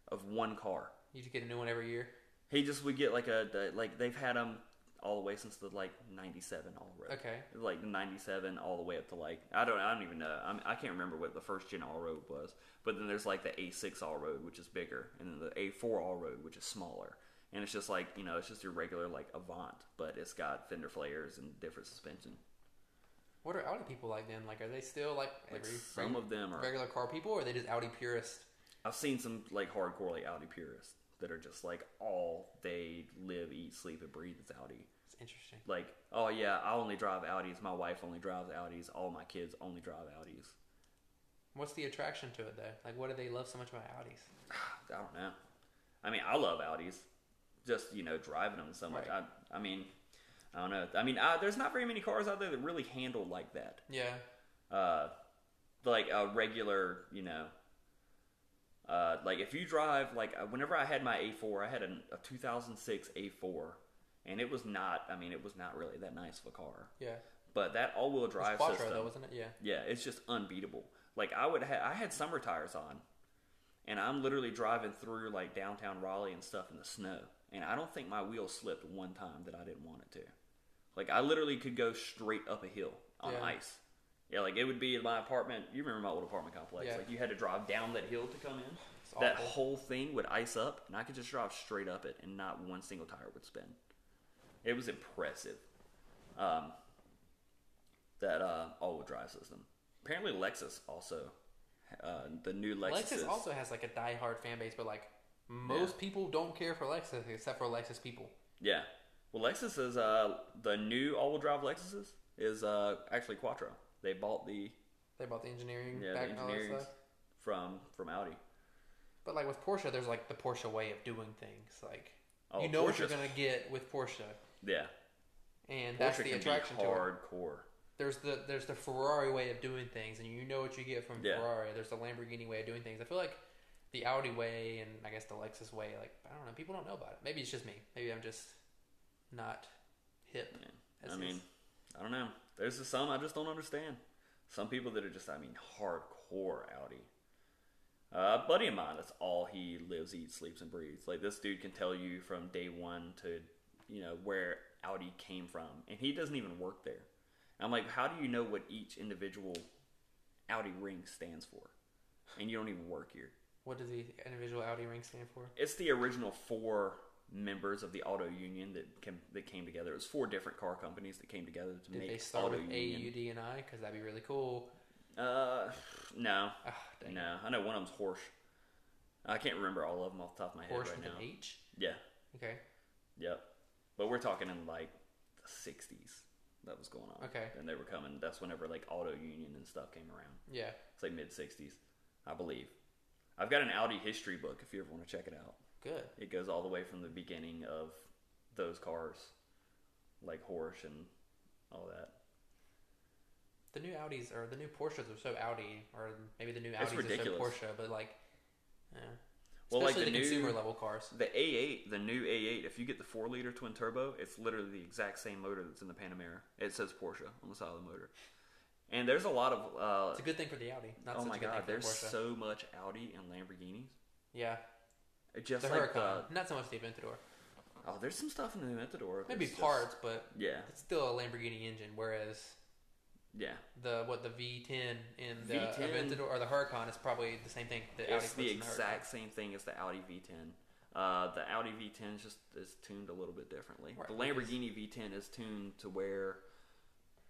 Speaker 2: of one car.
Speaker 3: You just get a new one every year.
Speaker 2: He just would get like a the- like they've had them all the way since the like '97 all road.
Speaker 3: Okay.
Speaker 2: Like '97 all the way up to like I don't I don't even know I'm, I can't remember what the first gen all road was. But then there's like the A6 all road which is bigger, and then the A4 all road which is smaller. And it's just like you know it's just your regular like Avant, but it's got fender flares and different suspension.
Speaker 3: What are Audi people like then? Like, are they still like,
Speaker 2: Like
Speaker 3: every
Speaker 2: some of them are.
Speaker 3: regular car people, or are they just Audi purists?
Speaker 2: I've seen some like hardcore like Audi purists that are just like all they live, eat, sleep, and breathe is Audi.
Speaker 3: It's interesting.
Speaker 2: like, oh yeah, I only drive Audis. My wife only drives Audis. All my kids only drive Audis.
Speaker 3: What's the attraction to it though? Like, what do they love so much about Audis?
Speaker 2: I don't know. I mean, I love Audis. Just you know, driving them so much.
Speaker 3: Right.
Speaker 2: I, I mean, I don't know. I mean, I, there's not very many cars out there that really handle like that.
Speaker 3: Yeah,
Speaker 2: Uh, like a regular, you know. Uh, like if you drive like uh, whenever I had my A4, I had an, a 2006 A4, and it was not. I mean, it was not really that nice of a car.
Speaker 3: yeah.
Speaker 2: But that all-wheel
Speaker 3: It's
Speaker 2: drive
Speaker 3: Quattro
Speaker 2: system,
Speaker 3: though, wasn't it? Yeah.
Speaker 2: Yeah, it's just unbeatable. Like I would, ha- I had summer tires on, and I'm literally driving through like downtown Raleigh and stuff in the snow, and I don't think my wheel slipped one time that I didn't want it to. Like I literally could go straight up a hill on
Speaker 3: Yeah.
Speaker 2: ice. Yeah, like it would be in my apartment. You remember my old apartment complex?
Speaker 3: Yeah.
Speaker 2: Like you had to drive down that hill to come in.
Speaker 3: It's
Speaker 2: That
Speaker 3: awful.
Speaker 2: whole thing would ice up, and I could just drive straight up it, and not one single tire would spin. It was impressive. Um, that uh, all-wheel drive system. Apparently, Lexus also, uh, the new Lexus.
Speaker 3: Lexus also has like a die-hard fan base, but like most people don't care for Lexus except for Lexus people.
Speaker 2: yeah. Well, Lexus is uh, the new all-wheel drive Lexuses is uh, actually Quattro. They bought the
Speaker 3: They bought the engineering
Speaker 2: yeah
Speaker 3: back
Speaker 2: the
Speaker 3: and all that
Speaker 2: engineering
Speaker 3: stuff.
Speaker 2: from from Audi.
Speaker 3: But like with Porsche, there's like the Porsche way of doing things. Like
Speaker 2: Oh,
Speaker 3: you know what you're
Speaker 2: Porsche's-
Speaker 3: gonna get with Porsche,
Speaker 2: Yeah,
Speaker 3: and that's
Speaker 2: Porsche
Speaker 3: the
Speaker 2: can
Speaker 3: attraction
Speaker 2: be
Speaker 3: to it.
Speaker 2: hardcore.
Speaker 3: There's the there's the Ferrari way of doing things, and you know what you get from
Speaker 2: Yeah.
Speaker 3: Ferrari. There's the Lamborghini way of doing things. I feel like the Audi way and I guess the Lexus way. Like I don't know, people don't know about it. Maybe it's just me. Maybe I'm just not hip.
Speaker 2: Yeah.
Speaker 3: That's
Speaker 2: I
Speaker 3: his-
Speaker 2: mean, I don't know. There's just some I just don't understand. Some people that are just, I mean, hardcore Audi. Uh, a buddy of mine, that's all he lives, eats, sleeps, and breathes. Like this dude can tell you from day one to, you know, where Audi came from, and he doesn't even work there. I'm like, how do you know what each individual Audi ring stands for? And you don't even work here.
Speaker 3: What does the individual Audi ring stand for?
Speaker 2: It's the original four members of the auto union that came, that came together. It was four different car companies that came together to
Speaker 3: Did
Speaker 2: make
Speaker 3: they start
Speaker 2: auto
Speaker 3: with A
Speaker 2: union.
Speaker 3: U D and I? Because that'd be really cool.
Speaker 2: Uh, no,
Speaker 3: Ah, dang.
Speaker 2: no. I know one of them's Horsch. I can't remember all of them off the top of my head
Speaker 3: Porsche
Speaker 2: right
Speaker 3: with
Speaker 2: now.
Speaker 3: an H.
Speaker 2: Yeah,
Speaker 3: Okay.
Speaker 2: yep. But we're talking in like the '60s that was going on.
Speaker 3: Okay.
Speaker 2: and they were coming. That's whenever like auto union and stuff came around.
Speaker 3: Yeah.
Speaker 2: It's like mid '60s, I believe. I've got an Audi history book if you ever want to check it out.
Speaker 3: Good.
Speaker 2: It goes all the way from the beginning of those cars, like Horsch and all that.
Speaker 3: The new Audis or the new Porsches are so Audi, or maybe the new
Speaker 2: It's
Speaker 3: Audis
Speaker 2: ridiculous.
Speaker 3: are so Porsche, but like, yeah.
Speaker 2: Well, like
Speaker 3: especially
Speaker 2: the
Speaker 3: the,
Speaker 2: new-
Speaker 3: consumer level cars.
Speaker 2: The A8, the new A8, if you get the 4 liter twin turbo, it's literally the exact same motor that's in the Panamera. It says Porsche on the side of the motor. And there's a lot of,
Speaker 3: It's
Speaker 2: uh,
Speaker 3: a good thing for the Audi. Not
Speaker 2: oh
Speaker 3: such
Speaker 2: my
Speaker 3: a good
Speaker 2: god,
Speaker 3: thing for
Speaker 2: there's
Speaker 3: the Porsche.
Speaker 2: so much Audi and Lamborghinis.
Speaker 3: yeah,
Speaker 2: It just
Speaker 3: the
Speaker 2: like
Speaker 3: Huracan.
Speaker 2: the,
Speaker 3: Not so much the Aventador.
Speaker 2: oh, there's some stuff in the Aventador.
Speaker 3: Maybe
Speaker 2: that's just-
Speaker 3: parts, but
Speaker 2: Yeah,
Speaker 3: it's still a Lamborghini engine. Whereas
Speaker 2: yeah.
Speaker 3: the what the V10 and the
Speaker 2: V10.
Speaker 3: Aventador or the Huracan is probably the same thing. The Audi
Speaker 2: It's
Speaker 3: puts
Speaker 2: the
Speaker 3: in the Huracan.
Speaker 2: exact same thing as the Audi V10. Uh, the Audi V10 is just is tuned a little bit differently.
Speaker 3: Right,
Speaker 2: the
Speaker 3: because-
Speaker 2: Lamborghini V10 is tuned to where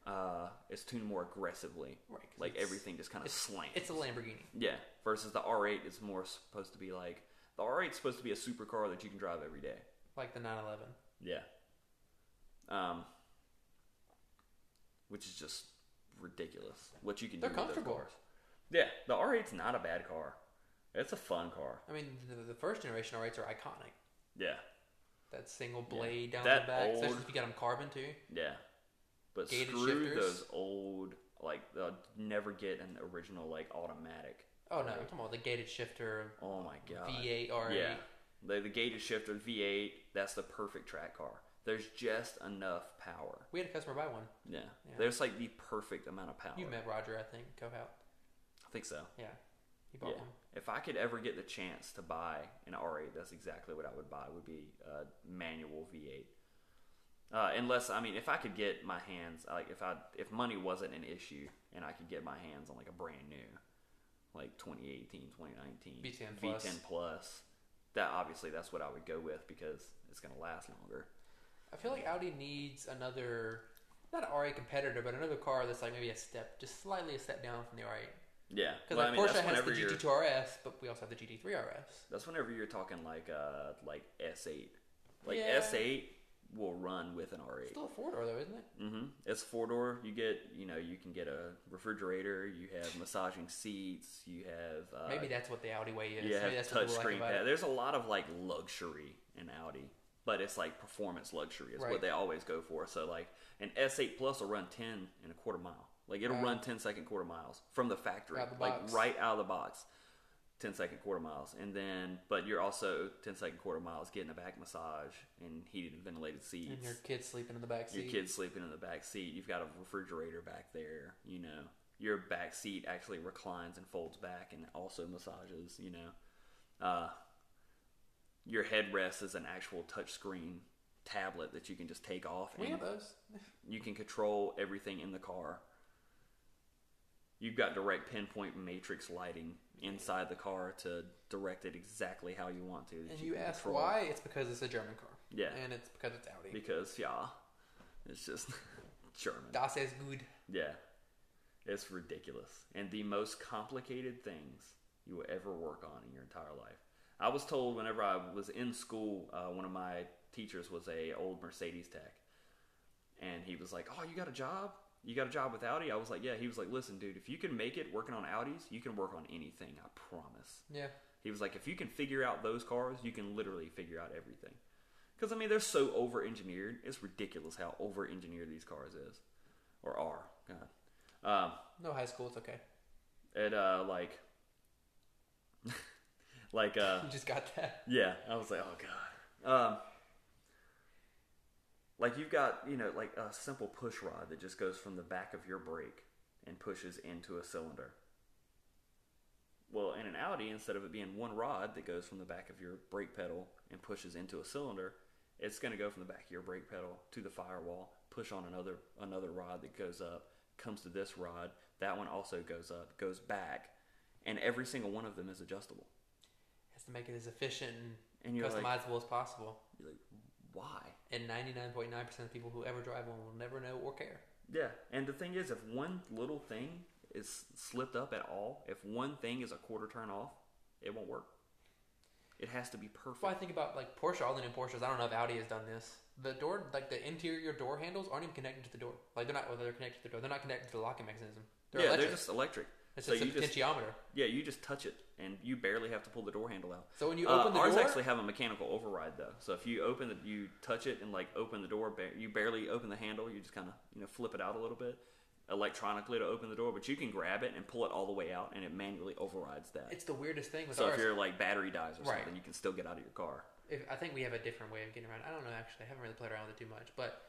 Speaker 2: uh, it's tuned more aggressively.
Speaker 3: Right, 'cause
Speaker 2: Like
Speaker 3: it's-
Speaker 2: everything just kind of slams.
Speaker 3: It's a Lamborghini.
Speaker 2: yeah. Versus the R8 is more supposed to be like the R8 is supposed to be a supercar that you can drive every day.
Speaker 3: like the 911.
Speaker 2: Yeah. Um, which is just ridiculous. What you can
Speaker 3: They're
Speaker 2: do with those
Speaker 3: comfortable.
Speaker 2: cars. Yeah, the R8's not a bad car. It's a fun car.
Speaker 3: I mean, the, the first generation R8s are iconic.
Speaker 2: Yeah,
Speaker 3: That single blade down
Speaker 2: That
Speaker 3: the back, especially
Speaker 2: old-
Speaker 3: if you got them carbon too.
Speaker 2: yeah. But
Speaker 3: Gated
Speaker 2: screw
Speaker 3: shifters.
Speaker 2: those old like they'll never get an original like automatic.
Speaker 3: Oh no, I'm talking about the gated shifter
Speaker 2: Oh my god.
Speaker 3: V8 R8.
Speaker 2: Yeah. The, the gated shifter V8, that's the perfect track car. There's just enough power.
Speaker 3: We had a customer buy one.
Speaker 2: Yeah.
Speaker 3: Yeah.
Speaker 2: There's like the perfect amount of power.
Speaker 3: You met Roger, I think, Cohout.
Speaker 2: I think so.
Speaker 3: Yeah, he bought
Speaker 2: Yeah.
Speaker 3: one.
Speaker 2: If I could ever get the chance to buy an R8, that's exactly what I would buy. Would be a manual V8. Uh, unless I mean, if I could get my hands like if I if money wasn't an issue and I could get my hands on like a brand new, like 2018, 2019
Speaker 3: V10 plus.
Speaker 2: V10 plus, that obviously that's what I would go with because it's gonna last longer.
Speaker 3: I feel like Audi needs another, not an R8 competitor, but another car that's like maybe a step, just slightly a step down from the R8.
Speaker 2: Yeah,
Speaker 3: Because
Speaker 2: Well,
Speaker 3: like
Speaker 2: I mean,
Speaker 3: Porsche
Speaker 2: that's
Speaker 3: has the
Speaker 2: whenever you're-
Speaker 3: GT2 RS, but we also have the GT3 RS.
Speaker 2: That's whenever you're talking like uh like S8, like
Speaker 3: Yeah.
Speaker 2: S8 will run with an R8.
Speaker 3: Still a four door though, isn't it?
Speaker 2: hmm It's four door. You get, you know, you can get a refrigerator. You have massaging seats. You have uh,
Speaker 3: Maybe that's what the Audi way is.
Speaker 2: you
Speaker 3: maybe
Speaker 2: have
Speaker 3: that's what
Speaker 2: touch
Speaker 3: they like
Speaker 2: screen
Speaker 3: about
Speaker 2: pad.
Speaker 3: it.
Speaker 2: There's a lot of like luxury in Audi, but it's like performance luxury is
Speaker 3: Right.
Speaker 2: what they always go for. So like an S8 Plus will run ten and a quarter mile. Like it'll
Speaker 3: Wow.
Speaker 2: run 10 second quarter miles from the factory,
Speaker 3: Out the
Speaker 2: like
Speaker 3: box.
Speaker 2: right out of the box. 10 second quarter miles and then but you're also 10 second quarter miles getting a back massage and heated and ventilated seats
Speaker 3: And your kids sleeping in the back
Speaker 2: your
Speaker 3: seat.
Speaker 2: kid's sleeping in the back seat. You've got a refrigerator back there. You know, your back seat actually reclines and folds back, and also massages. You know, uh, your headrest is an actual touchscreen tablet that you can just take off,
Speaker 3: We
Speaker 2: and
Speaker 3: have those.
Speaker 2: you can control everything in the car. You've got direct pinpoint matrix lighting inside the car to direct it exactly how you want to. that
Speaker 3: And you
Speaker 2: can
Speaker 3: ask
Speaker 2: control.
Speaker 3: why? It's because it's a German car.
Speaker 2: Yeah.
Speaker 3: And it's because it's Audi.
Speaker 2: Because yeah, it's just German.
Speaker 3: Das ist gut.
Speaker 2: Yeah. It's ridiculous. And the most complicated things you will ever work on in your entire life. I was told whenever I was in school, uh, one of my teachers was a old Mercedes tech. And he was like, Oh, you got a job? You got a job with Audi? I was like, Yeah. He was like, Listen, dude, if you can make it working on Audis, you can work on anything, I promise.
Speaker 3: Yeah.
Speaker 2: He was like, if you can figure out those cars, you can literally figure out everything. Because I mean, they're so over engineered. It's ridiculous how over engineered these cars is, or are. God, um,
Speaker 3: No high school. It's okay.
Speaker 2: it uh, like, like uh,
Speaker 3: You just got that.
Speaker 2: yeah, I was like, oh god. Um, like you've got you know like a simple push rod that just goes from the back of your brake and pushes into a cylinder. Well, in an Audi, instead of it being one rod that goes from the back of your brake pedal and pushes into a cylinder, it's going to go from the back of your brake pedal to the firewall, push on another another rod that goes up, comes to this rod, that one also goes up, goes back, and every single one of them is adjustable.
Speaker 3: Has to make it as efficient and,
Speaker 2: And you're like-
Speaker 3: customizable as possible.
Speaker 2: You're like, why?
Speaker 3: And 99.9% of people who ever drive one will never know or care.
Speaker 2: Yeah, and the thing is, if one little thing is slipped up at all, if one thing is a quarter turn off, it won't work. It has to be perfect.
Speaker 3: That's why I think about like Porsche. All the new Porsches. I don't know if Audi has done this. The door, like the interior door handles, aren't even connected to the door. Like they're not. Well, they're connected to the door. They're not connected to the locking mechanism. They're
Speaker 2: yeah,
Speaker 3: electric.
Speaker 2: they're just electric.
Speaker 3: It's
Speaker 2: So
Speaker 3: just a
Speaker 2: you just-
Speaker 3: potentiometer.
Speaker 2: Yeah, you just touch it, and you barely have to pull the door handle out.
Speaker 3: So when you
Speaker 2: Uh,
Speaker 3: open the
Speaker 2: ours
Speaker 3: door-
Speaker 2: actually have a mechanical override though. So if you open the, you touch it and like open the door, ba- you barely open the handle. You just kind of you know flip it out a little bit electronically to open the door, but you can grab it and pull it all the way out, and it manually overrides that.
Speaker 3: It's the weirdest thing with
Speaker 2: so
Speaker 3: ours.
Speaker 2: if your like battery dies or
Speaker 3: Right.
Speaker 2: something, you can still get out of your car.
Speaker 3: if, I think we have a different way of getting around. I don't know actually. I haven't really played around with it too much, but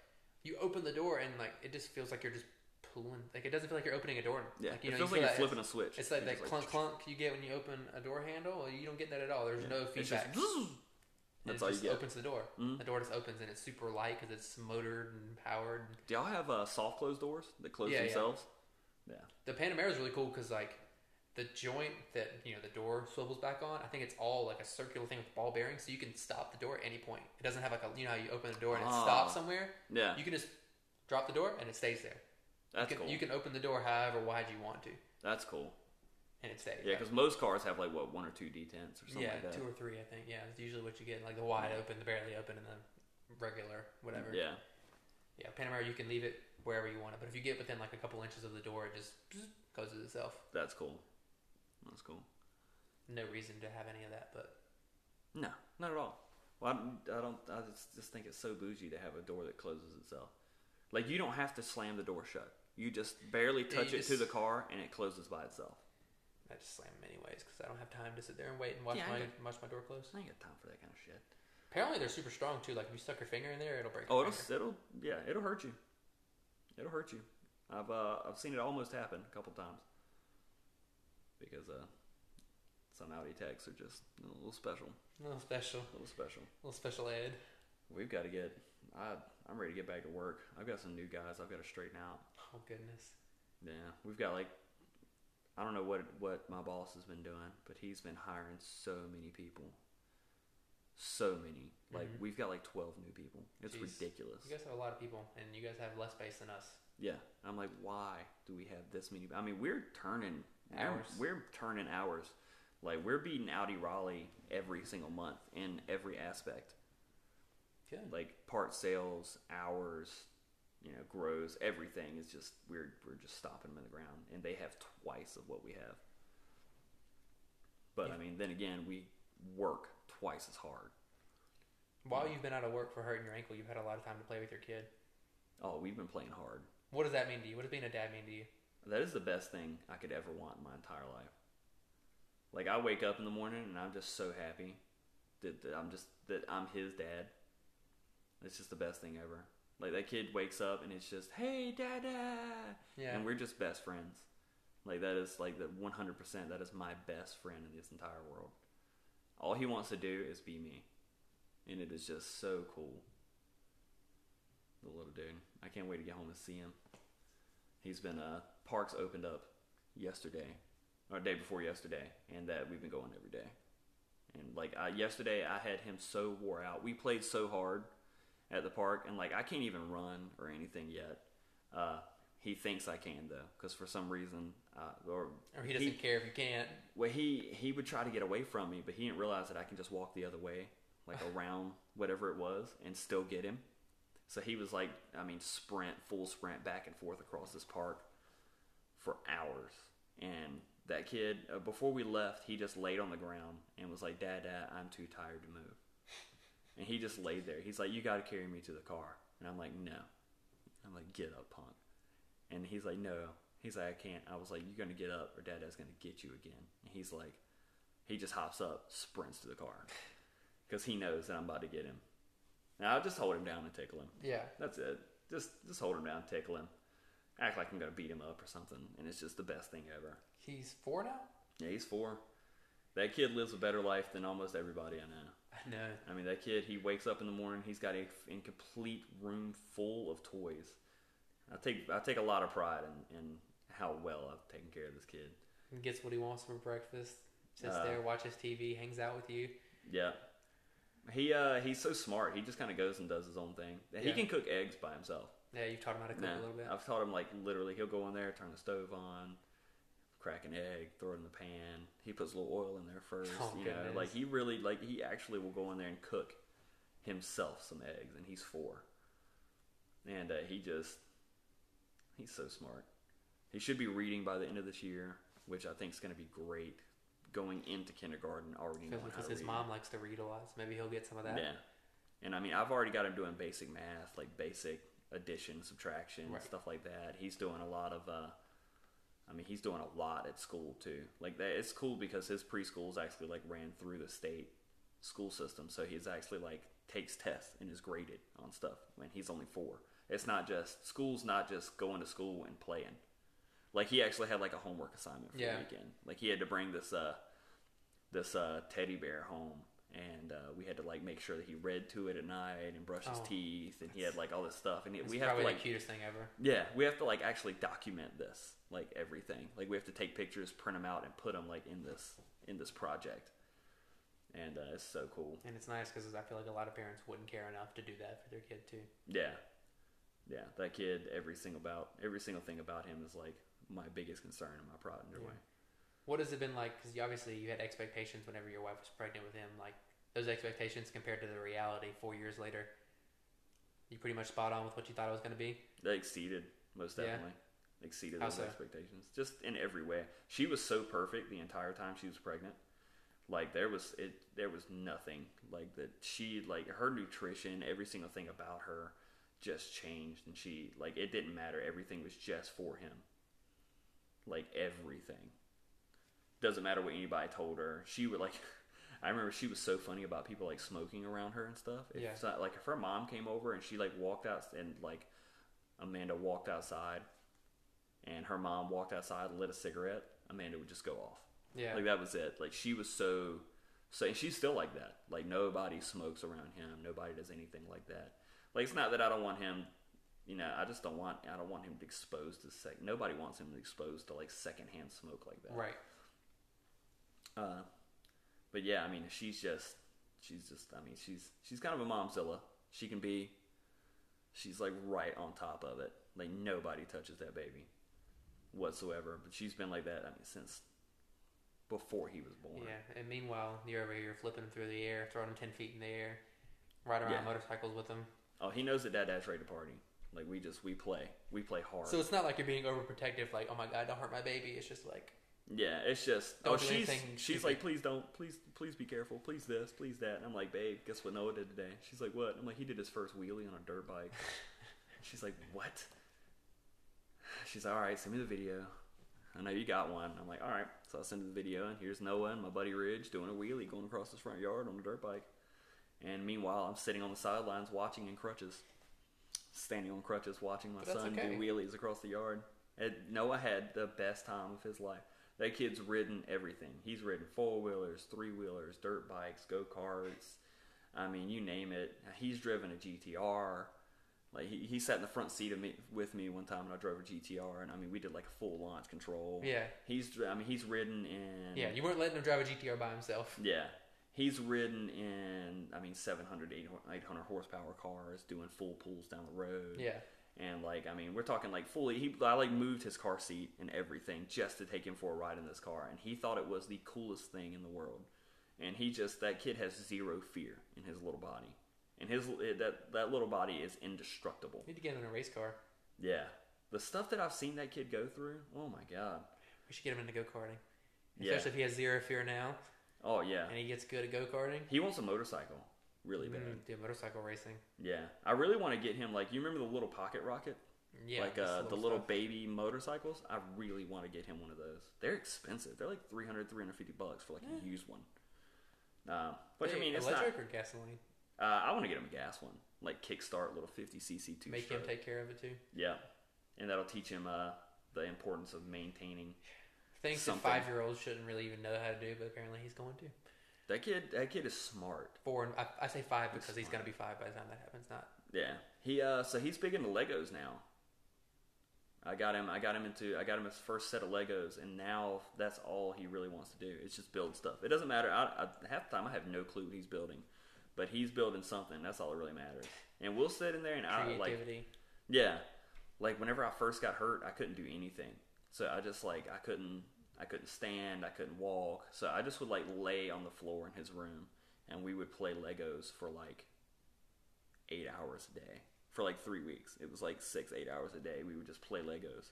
Speaker 3: you open the door and like it just feels like you're just pulling. Like it doesn't feel like you're opening a door.
Speaker 2: Yeah,
Speaker 3: like, you
Speaker 2: it
Speaker 3: know,
Speaker 2: feels
Speaker 3: you
Speaker 2: like
Speaker 3: feel that
Speaker 2: you're flipping a switch.
Speaker 3: It's like
Speaker 2: You're
Speaker 3: that
Speaker 2: just
Speaker 3: clunk clunk you get when you open a door handle. Well, you don't get that at all. There's no
Speaker 2: It's just
Speaker 3: feedback. And
Speaker 2: That's
Speaker 3: it
Speaker 2: all you
Speaker 3: just
Speaker 2: get. Mm-hmm.
Speaker 3: opens the door. The door just opens and it's super light because it's motored and powered.
Speaker 2: Do y'all have uh, soft close doors that close
Speaker 3: Yeah, yeah.
Speaker 2: themselves? Yeah.
Speaker 3: The Panamera is really cool because like the joint that you know the door swivels back on. I think it's all like a circular thing with ball bearings, so you can stop the door at any point. It doesn't have like a you know how you open the door and it
Speaker 2: Ah.
Speaker 3: stops somewhere.
Speaker 2: Yeah.
Speaker 3: you can just drop the door and it stays there.
Speaker 2: That's
Speaker 3: you can,
Speaker 2: cool.
Speaker 3: You can open the door however wide you want to,
Speaker 2: That's cool.
Speaker 3: and it stays.
Speaker 2: Yeah, because most cars have like what one or two detents or something
Speaker 3: yeah,
Speaker 2: like that.
Speaker 3: two or three, I think. Yeah, it's usually what you get, like the wide open, the barely open, and the regular, whatever.
Speaker 2: yeah.
Speaker 3: Yeah, Panamera, you can leave it wherever you want it, but if you get within like a couple inches of the door, it just closes itself.
Speaker 2: That's cool. That's cool.
Speaker 3: No reason to have any of that, but
Speaker 2: No, not at all. Well, I'm, I don't. I just, just think it's so bougie to have a door that closes itself. Like you don't have to slam the door shut. You just barely
Speaker 3: you
Speaker 2: touch it to
Speaker 3: just-
Speaker 2: the car and it closes by itself.
Speaker 3: I just slam them anyways because I don't have time to sit there and wait and watch
Speaker 2: Yeah, I
Speaker 3: my
Speaker 2: get-
Speaker 3: watch my door close.
Speaker 2: I ain't got time for that kind of shit.
Speaker 3: Apparently, they're super strong too. Like if you stuck your finger in there, it'll break.
Speaker 2: Oh,
Speaker 3: your
Speaker 2: it'll,
Speaker 3: finger.
Speaker 2: it'll yeah, it'll hurt you. It'll hurt you. I've uh, I've seen it almost happen a couple times because uh, some Audi techs are just a little special,
Speaker 3: a little special,
Speaker 2: a little special.
Speaker 3: little special ed.
Speaker 2: We've got to get. I I'm ready to get back to work. I've got some new guys. I've got to straighten out.
Speaker 3: Oh goodness.
Speaker 2: Yeah, we've got like I don't know what what my boss has been doing, but he's been hiring so many people. So many. Like we've got like 12 new people. It's
Speaker 3: Jeez.
Speaker 2: ridiculous.
Speaker 3: You guys have a lot of people, and you guys have less space than us.
Speaker 2: Yeah. I'm like, why do we have this many? I mean, we're turning hours.
Speaker 3: Hours.
Speaker 2: We're turning hours. Like we're beating Audi Raleigh every single month in every aspect.
Speaker 3: Good.
Speaker 2: Like part sales, hours, you know, grows, everything is just we're we're just stopping them in the ground, and they have twice of what we have. But I mean, then again, we work twice as hard.
Speaker 3: While you've been out of work for hurting your ankle, you've had a lot of time to play with your kid.
Speaker 2: Oh, we've been playing hard.
Speaker 3: What does that mean to you? What does being a dad mean to you?
Speaker 2: That is the best thing I could ever want in my entire life. Like I wake up in the morning and I'm just so happy that, that I'm just that I'm his dad. It's just the best thing ever. Like that kid wakes up and it's just, "Hey, dada."
Speaker 3: Yeah.
Speaker 2: And we're just best friends. Like that is like the 100% that is my best friend in this entire world. All he wants to do is be me. And it is just so cool. The little dude. I can't wait to get home and see him. He's been uh parks opened up yesterday or day before yesterday and that we've been going every day. And like I, yesterday I had him so wore out. We played so hard at the park and like I can't even run or anything yet. Uh he thinks I can though cuz for some reason uh, or
Speaker 3: Or he doesn't care if you can't.
Speaker 2: well, he he would try to get away from me, but he didn't realize that I can just walk the other way, like around whatever it was, and still get him. So he was like, I mean, sprint, full sprint, back and forth across this park for hours. And that kid, uh, before we left, he just laid on the ground and was like, "Dad, Dad, I'm too tired to move." And he just laid there. He's like, "You got to carry me to the car." And I'm like, "No." I'm like, "Get up, punk." And he's like, no. He's like, I can't. I was like, you're going to get up or Dada's going to get you again. And he's like, he just hops up, sprints to the car because he knows that I'm about to get him. Now I'll just hold him down and tickle him.
Speaker 3: Yeah.
Speaker 2: That's it. Just just hold him down, tickle him, act like I'm going to beat him up or something. And it's just the best thing ever.
Speaker 3: He's four now?
Speaker 2: Yeah, he's four. That kid lives a better life than almost everybody I know.
Speaker 3: I know.
Speaker 2: I mean, that kid, he wakes up in the morning, he's got a f- incomplete room full of toys. I take I take a lot of pride in, in how well I've taken care of this kid.
Speaker 3: He gets what he wants for breakfast, sits
Speaker 2: Uh,
Speaker 3: there, watches TV, hangs out with you.
Speaker 2: Yeah. He uh he's so smart. He just kind of goes and does his own thing. He
Speaker 3: Yeah.
Speaker 2: can cook eggs by himself.
Speaker 3: Yeah, you've taught him how to cook
Speaker 2: Nah,
Speaker 3: a little bit.
Speaker 2: I've taught him like literally he'll go in there, turn the stove on, crack an egg, throw it in the pan. He puts a little oil in there first.
Speaker 3: Oh,
Speaker 2: you
Speaker 3: goodness.
Speaker 2: know, like he really like he actually will go in there and cook himself some eggs, and he's four. And uh, he just he's so smart. He should be reading by the end of this year. which I think is going to be great going into kindergarten already knowing how
Speaker 3: Because
Speaker 2: to
Speaker 3: his
Speaker 2: read.
Speaker 3: mom likes to read a lot, so maybe he'll get some of that.
Speaker 2: Yeah. And I mean, I've already got him doing basic math, like basic addition, subtraction,
Speaker 3: Right.
Speaker 2: stuff like that. He's doing a lot of, uh, I mean, he's doing a lot at school too. Like that, it's cool because his preschool's actually like ran through the state school system, so he's actually like takes tests and is graded on stuff when he's only four. It's not just school's not just going to school and playing. Like he actually had like a homework assignment for
Speaker 3: Yeah.
Speaker 2: the weekend. Like he had to bring this uh this uh, teddy bear home, and uh, we had to like make sure that he read to it at night and brushed his
Speaker 3: Oh,
Speaker 2: teeth, and he had like all this stuff, and it,
Speaker 3: It's
Speaker 2: we have to
Speaker 3: probably
Speaker 2: like
Speaker 3: the cutest thing ever.
Speaker 2: yeah, we have to like actually document this, like everything. Like we have to take pictures, print them out, and put them like in this in this project, and uh, it's so cool.
Speaker 3: And it's nice because I feel like a lot of parents wouldn't care enough to do that for their kid too.
Speaker 2: Yeah, yeah, that kid. Every single about every single thing about him is like my biggest concern and my pride in a
Speaker 3: Yeah.
Speaker 2: way.
Speaker 3: What has it been like? Because obviously you had expectations whenever your wife was pregnant with him. Like those expectations compared to the reality four years later, you pretty much spot on with what you thought it was going to be.
Speaker 2: They exceeded most
Speaker 3: Yeah.
Speaker 2: definitely. Exceeded
Speaker 3: How
Speaker 2: those
Speaker 3: so?
Speaker 2: expectations, just in every way. She was so perfect the entire time she was pregnant. Like there was it, there was nothing like that. She like her nutrition, every single thing about her, just changed, and she like it didn't matter. Everything was just for him. Like everything doesn't matter what anybody told her. She would like, I remember she was so funny about people like smoking around her and stuff. If
Speaker 3: Yeah.
Speaker 2: so- like if her mom came over and she like walked out and like Amanda walked outside, and her mom walked outside and lit a cigarette, Amanda would just go off.
Speaker 3: Yeah.
Speaker 2: Like that was it. Like she was so, so and she's still like that. Like nobody smokes around him. Nobody does anything like that. Like it's not that I don't want him. You know, I just don't want. I don't want him to expose to sec. Nobody wants him to expose to like secondhand smoke like that.
Speaker 3: Right.
Speaker 2: Uh, but yeah, I mean, she's just, she's just, I mean, she's she's kind of a momzilla. She can be. She's like right on top of it. Like nobody touches that baby, whatsoever. But she's been like that. I mean, since before he was born.
Speaker 3: Yeah. And meanwhile, you're over here flipping him through the air, throwing him ten feet in the air, riding around
Speaker 2: Yeah.
Speaker 3: motorcycles with him.
Speaker 2: Oh, he knows that dad dad's ready to party. Like we just we play, we play hard.
Speaker 3: So it's not like you're being overprotective. Like, oh my god, don't hurt my baby. It's just like
Speaker 2: yeah, it's just
Speaker 3: Don't
Speaker 2: oh
Speaker 3: do
Speaker 2: she's
Speaker 3: anything
Speaker 2: she's
Speaker 3: stupid.
Speaker 2: like please don't please please be careful please this please that and I'm like babe guess what Noah did today she's like what I'm like he did his first wheelie on a dirt bike she's like what she's like, all right send me the video I know you got one I'm like all right so I send her the video and here's Noah and my buddy Ridge doing a wheelie going across his front yard on a dirt bike and meanwhile I'm sitting on the sidelines watching in crutches standing on crutches watching my
Speaker 3: But that's
Speaker 2: son
Speaker 3: okay.
Speaker 2: do wheelies across the yard. And Noah had the best time of his life. That kid's ridden everything. He's ridden four wheelers, three wheelers, dirt bikes, go karts. I mean, you name it. He's driven a GTR. Like he, he sat in the front seat of me with me one time, and I drove a GTR, and I mean, we did like a full launch control.
Speaker 3: Yeah.
Speaker 2: He's dri- I mean, he's ridden in
Speaker 3: yeah, you weren't letting him drive a GTR by himself.
Speaker 2: yeah. He's ridden in, I mean, 700, 800 horsepower cars, doing full pulls down the road.
Speaker 3: Yeah.
Speaker 2: And, like, I mean, we're talking, like, fully. He, I, like, moved his car seat and everything just to take him for a ride in this car. And he thought it was the coolest thing in the world. And he just, that kid has zero fear in his little body. And his, that, that little body is indestructible.
Speaker 3: need to get him in a race car.
Speaker 2: Yeah. The stuff that I've seen that kid go through, oh my God.
Speaker 3: We should get him into go karting,
Speaker 2: Yeah.
Speaker 3: especially if he has zero fear now
Speaker 2: Oh, yeah.
Speaker 3: and he gets good at go karting.
Speaker 2: He wants a motorcycle really bad.
Speaker 3: Mm, do motorcycle racing.
Speaker 2: Yeah, I really want to get him like you remember the little pocket rocket,
Speaker 3: Yeah,
Speaker 2: like
Speaker 3: just
Speaker 2: uh, the little
Speaker 3: stuff.
Speaker 2: baby motorcycles. I really want to get him one of those. They're expensive. They're like 300, 350 bucks for like a used one. Um, which I
Speaker 3: Hey,
Speaker 2: mean, it's not.
Speaker 3: electric or gasoline.
Speaker 2: Uh, I want to get him a gas one, like kickstart little fifty cc two.
Speaker 3: Make him take care of it too.
Speaker 2: Yeah, and that'll teach him uh, the importance of maintaining.
Speaker 3: Things
Speaker 2: Something.
Speaker 3: that five year olds shouldn't really even know how to do, but apparently he's going to.
Speaker 2: That kid, that kid is smart.
Speaker 3: Four, and I, I say five because he's going to be five by the time that happens. Not
Speaker 2: Yeah. He uh so he's big into Legos now. I got him I got him into I got him his first set of Legos and now that's all he really wants to do. It's just build stuff. It doesn't matter. I, I half the time I have no clue what he's building. But he's building something. That's all that really matters. And we'll sit in there and I like
Speaker 3: creativity.
Speaker 2: yeah. Like whenever I first got hurt, I couldn't do anything. So I just like I couldn't I couldn't stand, I couldn't walk. So I just would like lay on the floor in his room and we would play Legos for like 8 hours a day for like 3 weeks. It was like 6 8 hours a day we would just play Legos.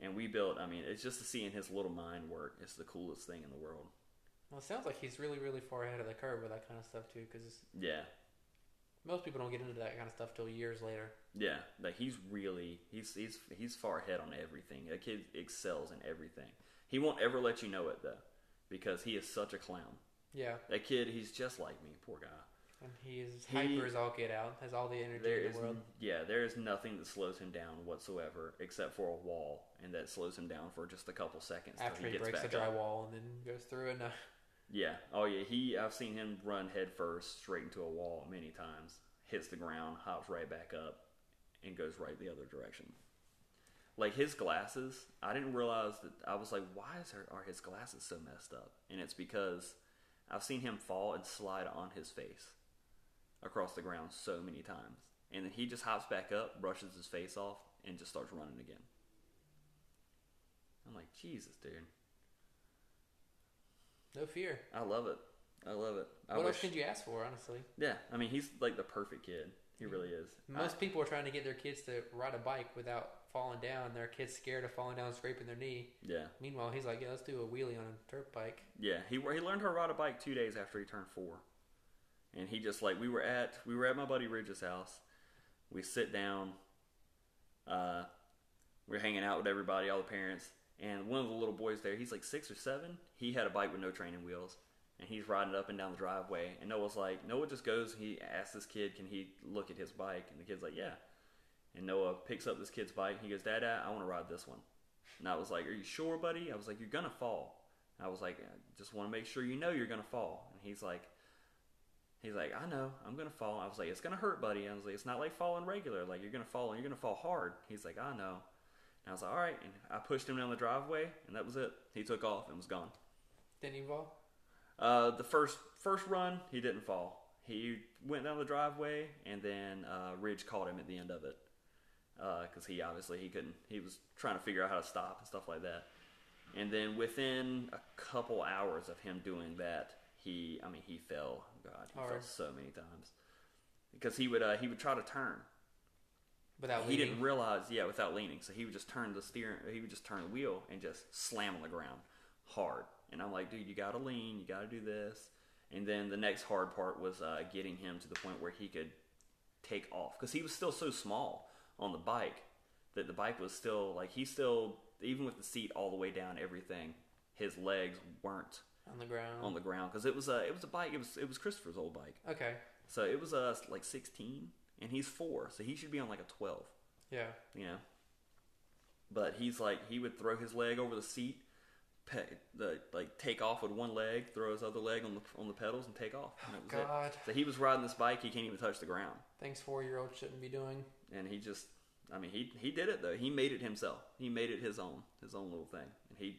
Speaker 2: And we built. I mean, it's just seeing his little mind work. It's the coolest thing in the world.
Speaker 3: Well, it sounds like he's really, really far ahead of the curve with that kind of stuff too, because
Speaker 2: Yeah,
Speaker 3: most people don't get into that kind of stuff till years later.
Speaker 2: yeah. Like he's really he's he's he's far ahead on everything. That kid excels in everything. He won't ever let you know it though, because he is such a clown.
Speaker 3: Yeah,
Speaker 2: That kid, he's just like me. Poor guy.
Speaker 3: and he is
Speaker 2: He-
Speaker 3: hyper as all get out. Has all the energy
Speaker 2: There
Speaker 3: in
Speaker 2: is
Speaker 3: the world.
Speaker 2: yeah, there is nothing that slows him down whatsoever, except for a wall, and that slows him down for just a couple seconds till
Speaker 3: After he,
Speaker 2: gets
Speaker 3: breaks the
Speaker 2: back up.
Speaker 3: drywall and then goes through and uh,
Speaker 2: Yeah. Oh yeah. He. I've seen him run headfirst straight into a wall many times. Hits the ground, hops right back up, and goes right the other direction. Like his glasses, I didn't realize that. I was like, why is her, are his glasses so messed up? And it's because I've seen him fall and slide on his face across the ground so many times, and then he just hops back up, brushes his face off, and just starts running again. I'm like, Jesus, dude.
Speaker 3: no fear.
Speaker 2: I love it. I love it. I
Speaker 3: what
Speaker 2: wish-
Speaker 3: else could you ask for, honestly?
Speaker 2: Yeah, I mean, he's like the perfect kid. He really is.
Speaker 3: Most people are trying to get their kids to ride a bike without falling down. Their kid's scared of falling down and scraping their knee.
Speaker 2: yeah,
Speaker 3: Meanwhile, he's like, yeah, let's do a wheelie on a dirt bike.
Speaker 2: yeah. He he learned how to ride a bike two days after he turned four, and he just like we were at we were at my buddy Ridge's house. We sit down. Uh, we're hanging out with everybody, all the parents, and one of the little boys there. He's like six or seven. He had a bike with no training wheels. And he's riding up and down the driveway, and Noah's like, Noah just goes. and He asks this kid, "Can he look at his bike?" And the kid's like, "Yeah." And Noah picks up this kid's bike. He goes, Dad, I want to ride this one. And I was like, Are you sure, buddy? I was like, You're going to fall. And I was like, I just want to make sure you know you're going to fall. And he's like, He's like, I know, I'm going to fall. I was like, It's going to hurt, buddy. I was like, It's not like falling regular. Like, you're going to fall and you're going to fall hard. He's like, I know. And I was like, All right. And I pushed him down the driveway, and that was it. He took off and was gone.
Speaker 3: Didn't he fall?
Speaker 2: Uh, the first first run, he didn't fall. He went down the driveway, and then uh, Ridge caught him at the end of it because he obviously he couldn't. He was trying to figure out how to stop and stuff like that. And then within a couple hours of him doing that, he I mean he fell. God, he fell
Speaker 3: Hard.
Speaker 2: so many times because he would uh, he would try to turn.
Speaker 3: Without
Speaker 2: He
Speaker 3: leading.
Speaker 2: didn't realize, yeah, without leaning. So he would just turn the steering, he would just turn the wheel and just slam on the ground hard. And I'm like, dude, you gotta lean, you gotta do this. And then the next hard part was uh, getting him to the point where he could take off because he was still so small on the bike that the bike was still like he still even with the seat all the way down, everything, his legs weren't
Speaker 3: on the ground.
Speaker 2: on the ground because it was a it was a bike. It was it was Christopher's old bike,
Speaker 3: okay.
Speaker 2: so it was uh, like 16, and he's four, so he should be on like a 12
Speaker 3: Yeah.
Speaker 2: you know. But he's like he would throw his leg over the seat, pe- the, like take off with one leg, throw his other leg on the on the pedals, and take off. And that was it.
Speaker 3: God.
Speaker 2: So he was riding this bike; he can't even touch the ground,
Speaker 3: Things four year olds shouldn't be doing.
Speaker 2: and he just, I mean, he he did it though. He made it himself. He made it his own, his own little thing, and he.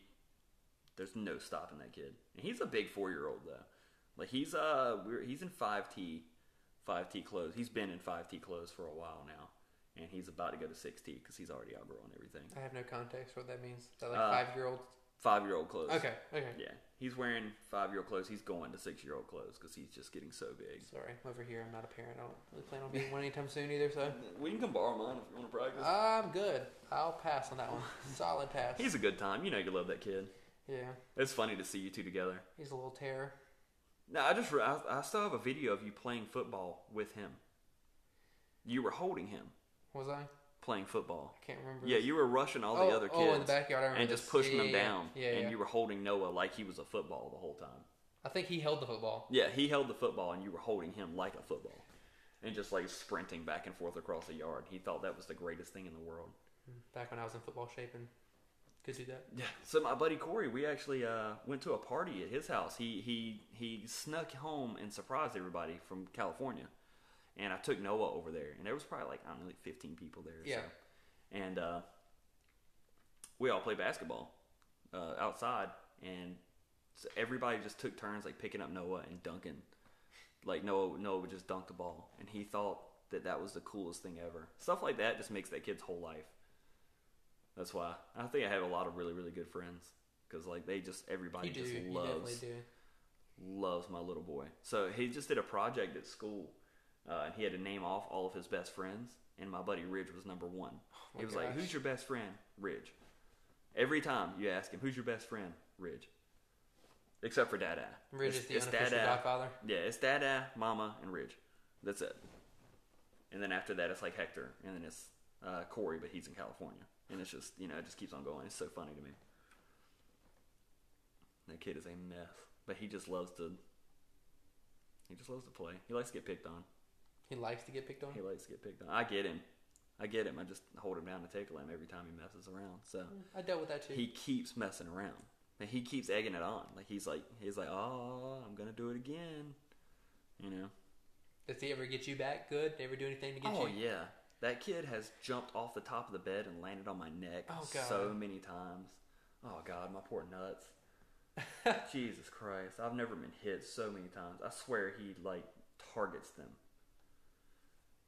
Speaker 2: There's no stopping that kid, and he's a big four year old though. Like he's uh we're, he's in five T, five T clothes. He's been in five T clothes for a while now, and he's about to go to six T because he's already outgrown everything.
Speaker 3: I have no context for what that means. Is that like
Speaker 2: Uh,
Speaker 3: five year olds?
Speaker 2: five year old clothes.
Speaker 3: Okay. Okay.
Speaker 2: Yeah. He's wearing five year old clothes. He's going to six year old clothes because he's just getting so big.
Speaker 3: Sorry, I'm over here. I'm not a parent. I don't really plan on being one anytime soon either. So
Speaker 2: We can come borrow mine if you want to practice.
Speaker 3: I'm good. I'll pass on that one. Solid pass.
Speaker 2: he's a good time. You know you love that kid.
Speaker 3: yeah,
Speaker 2: It's funny to see you two together.
Speaker 3: he's a little terror.
Speaker 2: No, I just re- I, I still have a video of you playing football with him. You were holding him
Speaker 3: Was I? I
Speaker 2: playing football.
Speaker 3: can't remember.
Speaker 2: Yeah, you were rushing all the
Speaker 3: Oh,
Speaker 2: other kids
Speaker 3: oh, in the backyard, I remember
Speaker 2: and
Speaker 3: this.
Speaker 2: just pushing
Speaker 3: Yeah,
Speaker 2: them
Speaker 3: yeah, yeah.
Speaker 2: down.
Speaker 3: Yeah,
Speaker 2: and
Speaker 3: yeah.
Speaker 2: you were holding Noah like he was a football the whole time.
Speaker 3: I think he held the football.
Speaker 2: Yeah, he held the football and you were holding him like a football. And just like sprinting back and forth across the yard. He thought that was the greatest thing in the world.
Speaker 3: Back when I was in football shape and could do that.
Speaker 2: Yeah. So my buddy Corey, we actually uh, went to a party at his house. He he he snuck home and surprised everybody from California. And I took Noah over there and there was probably like I don't know, like fifteen people there. or
Speaker 3: Yeah.
Speaker 2: So. And uh, we all played basketball uh, outside and so everybody just took turns like picking up Noah and dunking. Like Noah, Noah would just dunk the ball, and he thought that that was the coolest thing ever. Stuff like that just makes that kid's whole life. That's why I think I have a lot of really really good friends because like they just everybody
Speaker 3: You do.
Speaker 2: just
Speaker 3: You definitely
Speaker 2: loves
Speaker 3: do.
Speaker 2: loves my little boy. So he just did a project at school, uh, and he had to name off all of his best friends, and my buddy Ridge was number one.
Speaker 3: Oh my
Speaker 2: he was like,
Speaker 3: gosh.
Speaker 2: "Who's your best friend, Ridge?" Every time you ask him, who's your best friend? Ridge. Except for Dada.
Speaker 3: Ridge is the unofficial godfather.
Speaker 2: Yeah, it's Dada, Mama, and Ridge. That's it. And then after that, it's like Hector, and then it's uh, Corey, but he's in California, and it's just you know it just keeps on going. It's so funny to me. That kid is a mess, but he just loves to. He just loves to play. He likes to get picked on.
Speaker 3: He likes to get picked on.
Speaker 2: He likes to get picked on. I get him. I get him. I just hold him down and tackle him every time he messes around. So
Speaker 3: I dealt with that too.
Speaker 2: he keeps messing around. And he keeps egging it on. Like he's like he's like, Oh, I'm gonna do it again. You know?
Speaker 3: Does he ever get you back good? Ever do anything to get
Speaker 2: Oh
Speaker 3: you?
Speaker 2: yeah. That kid has jumped off the top of the bed and landed on my neck
Speaker 3: Oh,
Speaker 2: so
Speaker 3: God.
Speaker 2: many times. Oh god, my poor nuts. Jesus Christ. I've never been hit so many times. I swear he like targets them.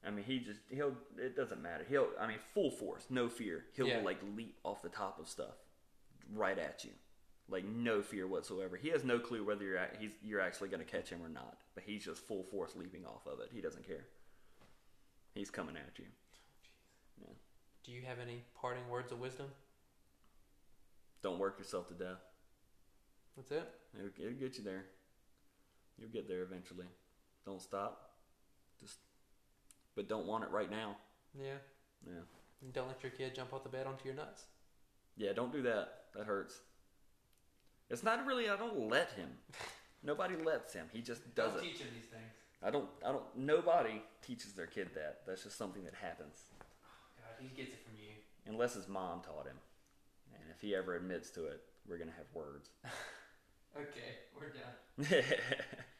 Speaker 2: I mean, he just he'll it doesn't matter. He'll I mean, full force, no fear. He'll
Speaker 3: Yeah.
Speaker 2: like leap off the top of stuff right at you. Like no fear whatsoever. He has no clue whether you're ac- he's you're actually going to catch him or not, but he's just full force leaping off of it. He doesn't care. He's coming at you. Yeah.
Speaker 3: Do you have any parting words of wisdom?
Speaker 2: Don't work yourself to death.
Speaker 3: That's it.
Speaker 2: It'll, it'll get you there. You'll get there eventually. Don't stop. Just, but don't want it right now.
Speaker 3: Yeah.
Speaker 2: Yeah.
Speaker 3: And don't let your kid jump off the bed onto your nuts.
Speaker 2: Yeah. Don't do that. That hurts. It's not really. I don't let him. Nobody lets him. He just does it.
Speaker 3: him these things.
Speaker 2: I don't. I don't. Nobody teaches their kid that. That's just something that happens,
Speaker 3: God, he gets it from you.
Speaker 2: unless his mom taught him. And if he ever admits to it, we're gonna have words.
Speaker 3: Okay, we're done.